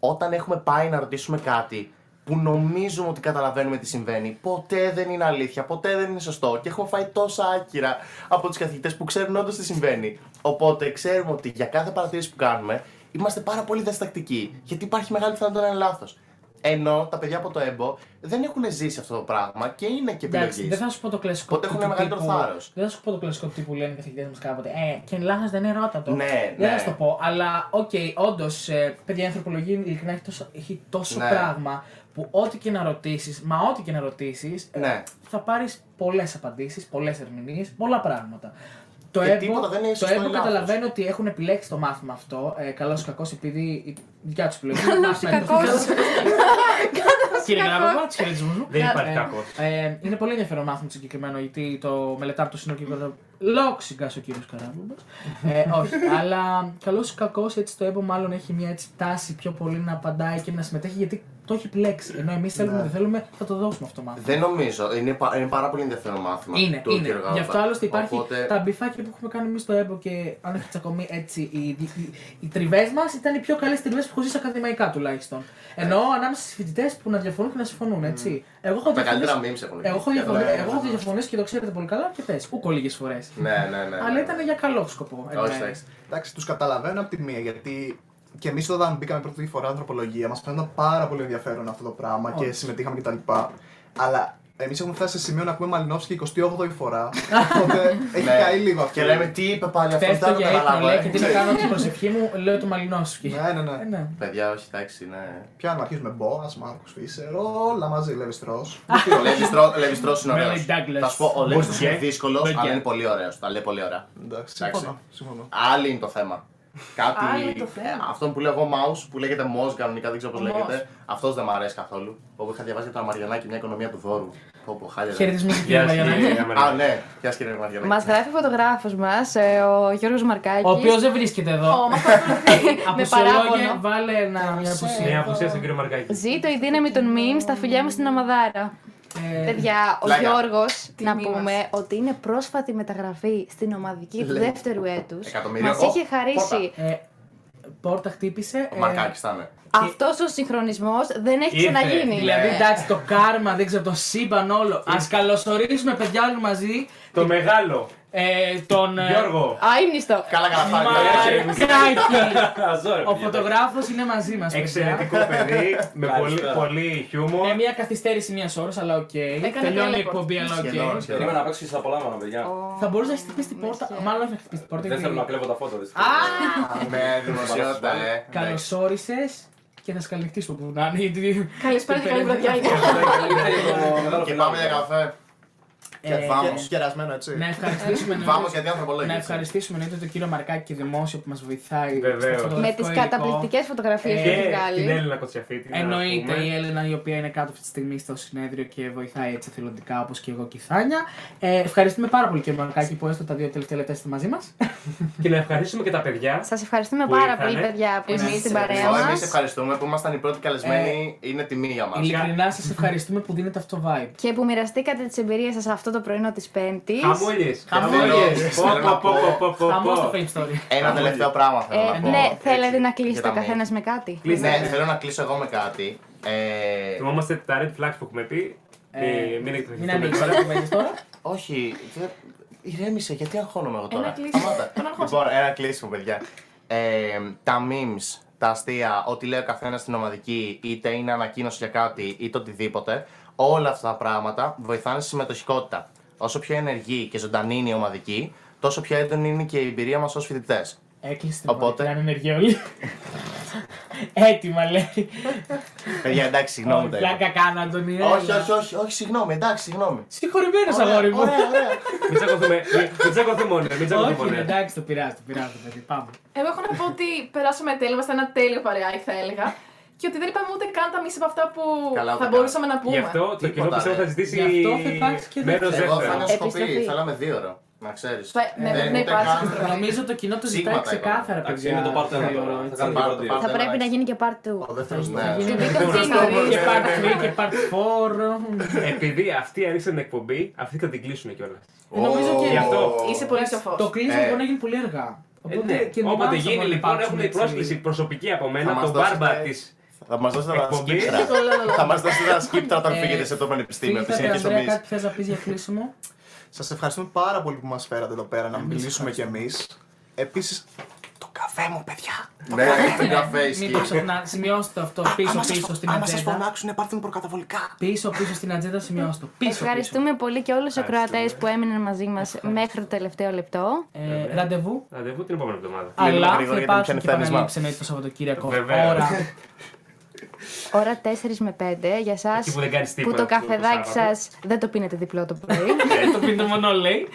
Speaker 6: όταν έχουμε πάει να ρωτήσουμε κάτι που νομίζουμε ότι καταλαβαίνουμε τι συμβαίνει, ποτέ δεν είναι αλήθεια, ποτέ δεν είναι σωστό και έχουμε φάει τόσα άκυρα από τους καθηγητές που ξέρουν όντως τι συμβαίνει. Οπότε ξέρουμε ότι για κάθε παρατήρηση που κάνουμε είμαστε πάρα πολύ διστακτικοί, γιατί υπάρχει μεγάλη πιθανότητα να είναι λάθος. Ενώ τα παιδιά από το ΕΜΠΟ δεν έχουν ζήσει αυτό το πράγμα και είναι και
Speaker 4: Εντάξει,
Speaker 6: επιλογής.
Speaker 4: δεν θα σου πω το κλασικό.
Speaker 6: Οπότε έχουν
Speaker 4: του
Speaker 6: μεγαλύτερο
Speaker 4: τύπου-
Speaker 6: θάρρος.
Speaker 4: Δεν θα σου πω το κλασικό του τύπου λένε οι καθηγητές μας κάποτε. Ε, και λάθος δεν είναι ερώτατο.
Speaker 6: Ναι,
Speaker 4: δεν
Speaker 6: ναι.
Speaker 4: θα σου το πω. Αλλά, οκ, όντως, παιδιά, η ανθρωπολογία ειλικρινά έχει τόσο, έχει τόσο
Speaker 6: Ναι.
Speaker 4: πράγμα που ό,τι και να ρωτήσεις, μα ό,τι και να ρωτήσεις,
Speaker 6: Ναι.
Speaker 4: θα πάρεις πολλές απαντήσεις, πολλές ερμηνείες, πολλά πράγματα. Το
Speaker 6: Και
Speaker 4: έμπο,
Speaker 6: τίποτα δεν είναι
Speaker 4: το
Speaker 6: σωστό ή
Speaker 4: έμπο
Speaker 6: λάθος.
Speaker 4: καταλαβαίνω ότι έχουν επιλέξει το μάθημα αυτό, ε, καλός ή κακός, επειδή η δικιά τους
Speaker 2: *laughs*
Speaker 4: επιλογή.
Speaker 2: Καλός ή
Speaker 4: Μάθημα,
Speaker 2: κακός.
Speaker 4: καλός ή Κύριε Γραβά, του χαιρετισμού μου.
Speaker 3: Δεν υπάρχει
Speaker 4: Ε,
Speaker 3: κακός.
Speaker 4: ε, είναι πολύ ενδιαφέρον μάθημα το συγκεκριμένο γιατί το μελετά από το σύνολο και το. Λόξιγκας ο κύριος Καράμπουμπα. ε, όχι, αλλά καλός ή κακός έτσι το έμπο μάλλον έχει μια έτσι τάση πιο πολύ να απαντάει και να συμμετέχει γιατί το έχει πλέξει. Ενώ εμείς θέλουμε
Speaker 7: Ναι.
Speaker 4: δεν θέλουμε, θα το δώσουμε αυτό το μάθημα.
Speaker 6: Δεν νομίζω. Είναι, πα- είναι πάρα πολύ ενδιαφέρον μάθημα.
Speaker 4: Είναι,
Speaker 6: του
Speaker 4: είναι.
Speaker 6: κύριου Γαβδά.
Speaker 4: Γι' αυτό άλλωστε υπάρχει
Speaker 6: Οπότε,
Speaker 4: τα μπιφάκια που έχουμε κάνει εμείς στο έμπο και αν έχει τσακωμεί έτσι. Οι, οι, οι, τριβές μας ήταν οι πιο καλές τριβές που έχω ζήσει ακαδημαϊκά τουλάχιστον. Ενώ ανάμεσα στις φοιτητές που να διαφωνούν και να συμφωνούν, έτσι. Εγώ έχω
Speaker 6: τα καλύτερα
Speaker 4: διαφωνήσει-
Speaker 6: memes έχουν.
Speaker 4: εγώ έχω
Speaker 6: γίνει.
Speaker 4: διαφωνήσει-
Speaker 6: Ναι,
Speaker 4: εγώ έχω διαφωνήσει και το ξέρετε πολύ καλά και πες, ούκο λίγες φορές.
Speaker 6: Ναι, ναι, ναι.
Speaker 4: Αλλά
Speaker 6: ναι.
Speaker 4: ήταν για Ναι. καλό σκοπό. εν
Speaker 6: Όχι,
Speaker 4: μέρει.
Speaker 6: εντάξει.
Speaker 7: Εντάξει, τους καταλαβαίνω από τη μία γιατί και εμείς όταν μπήκαμε πρώτη φορά ανθρωπολογία μας φαίνονταν πάρα πολύ ενδιαφέρον αυτό το πράγμα και συμμετείχαμε κτλ. Αλλά Εμείς έχουμε φτάσει σε σημείο να ακούμε Μαλινόφσκι 28η
Speaker 4: *laughs*
Speaker 7: φορά. Οπότε έχει
Speaker 6: Ναι.
Speaker 7: καεί λίγο αυτό.
Speaker 6: Και λέμε τι είπε πάλι αυτό,
Speaker 4: Πέφτω
Speaker 6: δεν ε.
Speaker 4: για ύπνο, λέει, και
Speaker 6: καταλάβαμε.
Speaker 4: τι να κάνω την προσευχή μου, λέω το μαλλινό σου.
Speaker 7: Ναι, ναι, ναι.
Speaker 4: Ε, ναι.
Speaker 6: Παιδιά, όχι, εντάξει, ναι.
Speaker 7: Πιάνουμε, αρχίζουμε Μπόας, Μάρκος Φίσερ, όλα μαζί, Λέβι Τρό.
Speaker 6: Ο Λέβιστρο- Λέβιστρος είναι ωραίος.
Speaker 4: Μέλι Ντάγκλας.
Speaker 6: Θα σου πω, ο Λέβιστρος είναι
Speaker 4: Μπογκέ.
Speaker 6: δύσκολος, αλλά
Speaker 4: Μπογκέ.
Speaker 6: είναι πολύ ωραίος. Τα λέει πολύ ωραία.
Speaker 7: Εντάξει,
Speaker 6: Εντάξει.
Speaker 7: συμφωνώ. συμφωνώ.
Speaker 6: Άλλη είναι το θέμα. Κάτι...
Speaker 8: Άλλο είναι το θέμα.
Speaker 6: Αυτό που λέω εγώ mouse, που λέγεται mouse κανονικά, δεν ξέρω πώς
Speaker 8: Ο
Speaker 6: λέγεται. Αυτός δεν μ' αρέσει καθόλου. Όπου είχα διαβάσει για το Αμαριανάκι, μια οικονομία του δώρου. Πω πω, χάλια.
Speaker 4: Χαιρετισμοί και κύριε
Speaker 3: Γεια σας,
Speaker 4: Μαριανάκη.
Speaker 3: κύριε Μαριανάκη.
Speaker 6: Α, ναι, πια κύριε Αμαριανάκι.
Speaker 2: Μας γράφει φωτογράφος μας, ο Γιώργος Μαρκάκης.
Speaker 4: Ο οποίος δεν βρίσκεται εδώ.
Speaker 8: Ω, μα παρακολουθεί.
Speaker 4: Αποσιολόγια,
Speaker 2: παράπονο.
Speaker 4: βάλε ένα, μια απουσία.
Speaker 3: Μια απουσία στον κύριο Μαρκάκη.
Speaker 2: Ζήτω η δύναμη των memes, τα φιλιά μου στην Αμαδάρα.
Speaker 4: Ε,
Speaker 2: Παιδιά, ο
Speaker 6: Πλάκα.
Speaker 2: Γιώργο, να
Speaker 8: Τιμή
Speaker 2: πούμε ότι είναι πρόσφατη μεταγραφή στην ομαδική του
Speaker 6: Λέει.
Speaker 2: δεύτερου έτους.
Speaker 6: Εκατομμύριο.
Speaker 2: Μας
Speaker 6: Ω,
Speaker 2: είχε χαρίσει.
Speaker 4: ε, πόρτα χτύπησε.
Speaker 6: Ο
Speaker 4: ε,
Speaker 6: Μαρκάκης Ε, θα είναι.
Speaker 2: Αυτός ο συγχρονισμός δεν έχει
Speaker 3: Ήρθε.
Speaker 2: ξαναγίνει.
Speaker 4: Δηλαδή, εντάξει, το κάρμα, δεν ξέρω, το σύμπαν όλο. Ας καλωσορίσουμε, παιδιά, όλοι μαζί
Speaker 3: Το μεγάλο.
Speaker 4: ε, τον. ε,
Speaker 3: Γιώργο.
Speaker 2: Αίμνηστο.
Speaker 6: Καλά, καλά, χάρηκα.
Speaker 4: Μαρκάκη. Ο
Speaker 3: Αζόρ.
Speaker 4: φωτογράφος είναι μαζί μας.
Speaker 3: Εξαιρετικό παιδί, με πολύ,
Speaker 10: Καλησπέρα.
Speaker 3: πολύ
Speaker 4: Με
Speaker 3: χιούμορ.
Speaker 4: Ε, μια καθυστέρηση μιας ώρας, αλλά οκ. Τελειώνει η
Speaker 8: teleport.
Speaker 4: εκπομπή, αλλά
Speaker 6: Σχεδόν,
Speaker 4: οκ.
Speaker 6: σχεδόν.
Speaker 10: Περίμενα να παίξω και στα πολλά μόνο, παιδιά.
Speaker 4: Θα μπορούσε να χτυπήσει την
Speaker 8: Ναι,
Speaker 4: πόρτα. Μάλλον όχι να χτυπήσει την πόρτα.
Speaker 10: Δεν θέλω να κλέβω τα φώτα, δυστυχώς.
Speaker 6: Με δημοσιότητα, ε.
Speaker 4: Καλώς όρισες και θα σκαλιχτήσουμε που να είναι. γιατί-
Speaker 8: Καλησπέρα και καλή βραδιά. λοιπόν. είναι.
Speaker 6: Και πάμε για καφέ.
Speaker 4: Ε,
Speaker 6: Και πάμε.
Speaker 4: και-
Speaker 7: Κερασμένο έτσι.
Speaker 4: *laughs* Να ευχαριστήσουμε
Speaker 6: Πάμε
Speaker 4: εννοείται-
Speaker 6: γιατί
Speaker 4: να
Speaker 6: ανθρωπολόγηση.
Speaker 4: ευχαριστήσουμε εννοείται τον κύριο Μαρκάκη και δημόσιο που μας βοηθάει.
Speaker 3: Βεβαίως.
Speaker 4: στο φωτογραφικό
Speaker 2: Με τις
Speaker 4: υλικό.
Speaker 2: καταπληκτικές φωτογραφίες που
Speaker 4: Ε,
Speaker 2: έχει
Speaker 3: Και την
Speaker 2: βγάλει.
Speaker 3: Έλληνα Κοτσιαφίτη. να
Speaker 4: Εννοείται
Speaker 3: πούμε.
Speaker 4: η Έλενα η οποία είναι κάτω αυτή τη στιγμή στο συνέδριο και βοηθάει έτσι εθελοντικά όπως και εγώ και η Θάνια. Ε, ευχαριστούμε πάρα πολύ κύριε Μαρκάκη που έστω τα δύο τελευταία λεπτά είστε μαζί μας.
Speaker 3: Και να ευχαριστήσουμε και τα παιδιά.
Speaker 2: Σας ευχαριστούμε
Speaker 3: Που
Speaker 2: πάρα
Speaker 3: ήρθανε.
Speaker 2: πολύ, παιδιά, που είστε
Speaker 4: Εμείς
Speaker 2: στην
Speaker 4: σε
Speaker 2: παρέα μας.
Speaker 6: Εμείς ευχαριστούμε που ήμασταν οι πρώτοι καλεσμένοι.
Speaker 4: Ε,
Speaker 6: Είναι τιμή για μας.
Speaker 4: Ειλικρινά σας ευχαριστούμε που δίνετε αυτό το vibe.
Speaker 2: Και που μοιραστήκατε τις εμπειρίες σας αυτό το πρωινό της Πέμπτης.
Speaker 3: Χαμούλιες.
Speaker 6: Χαμούλιες.
Speaker 3: Πω, πω, πω, πω, πω, πω,
Speaker 4: Χαμός
Speaker 3: πω.
Speaker 4: το fame story.
Speaker 6: Ένα τελευταίο πράγμα θέλω να
Speaker 2: Ε,
Speaker 6: πω.
Speaker 2: ναι,
Speaker 6: έτσι,
Speaker 2: θέλετε να
Speaker 6: για
Speaker 2: κλείσετε
Speaker 6: τα
Speaker 2: ο
Speaker 6: mail.
Speaker 2: καθένας με κάτι.
Speaker 3: Κλείστε.
Speaker 6: Ναι, θέλω να κλείσω εγώ με κάτι. Ε,
Speaker 3: Θυμόμαστε τα red flags που έχουμε πει.
Speaker 4: Ε,
Speaker 3: Ε, Μην
Speaker 4: Μην
Speaker 3: εκτεθούμε
Speaker 4: ανοίξει
Speaker 3: τώρα.
Speaker 4: το κουβέντα τώρα.
Speaker 6: όχι, δεν- ηρέμησε, γιατί αγχώνομαι εγώ τώρα.
Speaker 8: Ένα κλείσιμο.
Speaker 6: Σταμάτα.
Speaker 8: Ένα αγχώσιμο.
Speaker 6: Λοιπόν, ένα κλείσιμο, παιδιά. Ε, τα memes, τα αστεία, ό,τι λέει ο καθένας στην ομαδική, είτε είναι ανακοίνωση για κάτι, είτε οτιδήποτε, όλα αυτά τα πράγματα βοηθάνε στη συμμετοχικότητα. Όσο πιο ενεργή και ζωντανή είναι η ομαδική, τόσο πιο έντονη είναι και η εμπειρία μας ως φοιτητές.
Speaker 4: Έκλεισε την
Speaker 6: Οπότε-
Speaker 4: πόρτα. Να είναι ενεργοί όλοι. Έτοιμα λέει.
Speaker 6: Παιδιά, εντάξει, συγγνώμη. τα είπα.
Speaker 4: Πλάκα κάνω, Αντωνία.
Speaker 6: Όχι, όχι, όχι, όχι, συγγνώμη, εντάξει, συγγνώμη.
Speaker 4: Συγχωρημένος αγόρι μου.
Speaker 6: Ωραία, ωραία.
Speaker 3: Μην τσακωθούμε. μην- Μην τσακωθούμε. Μην
Speaker 4: Όχι, ναι,
Speaker 3: τσακωθούμε.
Speaker 4: εντάξει, το πειράζει, το πειράζει, παιδί. Πάμε.
Speaker 8: Εγώ έχω να πω ότι περάσαμε τέλεια, είμαστε ένα τέλειο παρεάκι, θα έλεγα. Και ότι δεν είπαμε ούτε καν τα μισή από αυτά που
Speaker 6: Καλά, ούτε
Speaker 8: θα
Speaker 6: καν.
Speaker 8: μπορούσαμε να πούμε.
Speaker 3: Γι' αυτό το
Speaker 6: Τίποτα,
Speaker 3: κοινό πιστεύω
Speaker 6: ρε.
Speaker 3: θα ζητήσει
Speaker 4: Γι' αυτό θα υπάρξει και
Speaker 3: μέρος
Speaker 4: δεύτερο.
Speaker 6: Εγώ θα
Speaker 3: δεύτερο.
Speaker 6: είναι σκοπή,
Speaker 2: Επιστροφή.
Speaker 6: θέλαμε δύο ώρα. Να Ε, ξέρεις.
Speaker 8: Θα- ναι, πρέπει να υπάρξει επιστροφή.
Speaker 4: Νομίζω το κοινό το ζητάει
Speaker 6: Σίγματα
Speaker 4: ξεκάθαρα,
Speaker 10: Εντάξει,
Speaker 4: παιδιά.
Speaker 10: είναι το part
Speaker 4: το
Speaker 10: 1
Speaker 4: θεωρώ,
Speaker 10: τώρα. Θα
Speaker 4: έτσι.
Speaker 10: κάνω
Speaker 6: Πάρτε,
Speaker 10: και part
Speaker 6: πάρτε.
Speaker 2: Θα πρέπει να γίνει και part
Speaker 6: Ο
Speaker 2: 2.
Speaker 6: δεύτερος ναι.
Speaker 2: To be
Speaker 4: Και
Speaker 2: continued.
Speaker 4: part 3 και part 4.
Speaker 3: Επειδή αυτοί άνοιξαν την εκπομπή, αυτοί θα την κλείσουν κιόλας.
Speaker 4: Ε, Νομίζω και
Speaker 3: Γι' αυτό.
Speaker 8: Είσαι πολύ σοφό.
Speaker 4: Το κλείσιμο
Speaker 6: Ε.
Speaker 4: μπορεί να γίνει πολύ αργά.
Speaker 3: Ναι.
Speaker 4: και μην
Speaker 3: Όποτε
Speaker 4: άψογα
Speaker 3: γίνει
Speaker 4: να
Speaker 3: λοιπόν
Speaker 4: υπάρξουν,
Speaker 3: έχουν
Speaker 4: έτσι.
Speaker 3: πρόσκληση προσωπική από
Speaker 6: Θα
Speaker 3: μένα,
Speaker 6: μας
Speaker 3: τον
Speaker 6: δώσετε-
Speaker 3: μπάρμπα της
Speaker 6: Θα μας δώσετε ένα
Speaker 3: Εκπομπή.
Speaker 6: *laughs* σκύπτρα. Θα μας δώσετε ένα σκύπτρα όταν
Speaker 4: Ε,
Speaker 6: φύγετε σε το πανεπιστήμιο τη
Speaker 4: Φίλιππε,
Speaker 6: Ιατρική
Speaker 4: Ανδρέα,
Speaker 6: Ομιλή.
Speaker 4: κάτι θες να πεις για κλείσιμο.
Speaker 7: Σας ευχαριστούμε πάρα πολύ που μας φέρατε εδώ πέρα να μιλήσουμε κι εμείς. Επίσης, το καφέ μου, παιδιά.
Speaker 6: Ναι, το καφέ
Speaker 4: Μην
Speaker 6: ισχύει.
Speaker 4: το ξεχνά- σημειώστε αυτό πίσω πίσω στην
Speaker 7: άμα σας
Speaker 4: ατζέντα.
Speaker 7: φωνάξουν, πάρτε μου προκαταβολικά.
Speaker 4: Πίσω πίσω στην ατζέντα σημειώστε. το. Πίσω, Πίσω.
Speaker 2: Ευχαριστούμε πολύ και όλους τους ακροατές που έμειναν μαζί μας μέχρι το τελευταίο λεπτό.
Speaker 4: Ε, Ραντεβού.
Speaker 3: Ραντεβού την επόμενη εβδομάδα.
Speaker 6: Λίγο
Speaker 4: Αλλά
Speaker 6: γρήγορα,
Speaker 4: θα
Speaker 6: γιατί
Speaker 4: υπάρξουν
Speaker 6: μου
Speaker 4: και
Speaker 6: πιάνει φθένισμα.
Speaker 4: επαναλήψει εννοείται το Σαββατοκύριακο.
Speaker 3: Βεβαίως.
Speaker 4: Ώρα.
Speaker 2: Ώρα 4 με 5 για εσά
Speaker 3: Εκεί που δεν κάνεις
Speaker 2: που
Speaker 3: τίποτα
Speaker 2: το
Speaker 3: αυτό το
Speaker 2: καφεδάκι σα
Speaker 3: Σάββατο.
Speaker 2: δεν το πίνετε διπλό το πρωί.
Speaker 4: Ε, το πίντε μόνο λέει.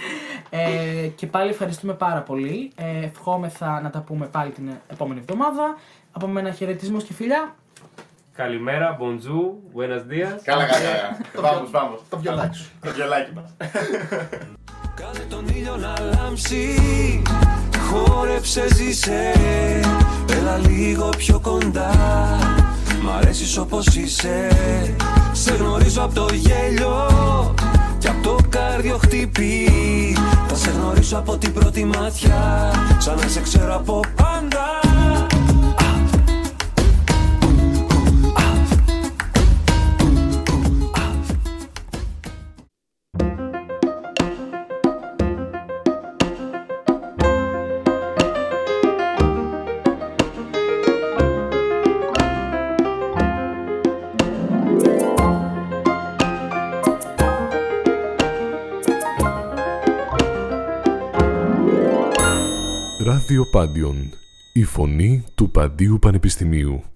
Speaker 4: Ε, και πάλι ευχαριστούμε πάρα πολύ. Ε, ευχόμεθα να τα πούμε πάλι την επόμενη εβδομάδα. Από μένα χαιρετισμού και φιλιά.
Speaker 3: Καλημέρα, bonjour, buenos días.
Speaker 6: Καλά, καλά, καλά. *laughs* Βάμπους, βάμπους.
Speaker 7: Το βιολάκι σου.
Speaker 6: Το βιολάκι μας.
Speaker 5: Κάνε τον ήλιο να λάμψει Χόρεψε ζήσε Έλα λίγο πιο κοντά Μ' αρέσεις όπως είσαι Σε γνωρίζω από το γέλιο Και από το κάρδιο χτυπή Θα σε γνωρίσω από την πρώτη μάτια Σαν να σε ξέρω από πάντα
Speaker 11: Thank
Speaker 1: Ραδιοπάντιον. Η φωνή του Παντίου Πανεπιστημίου.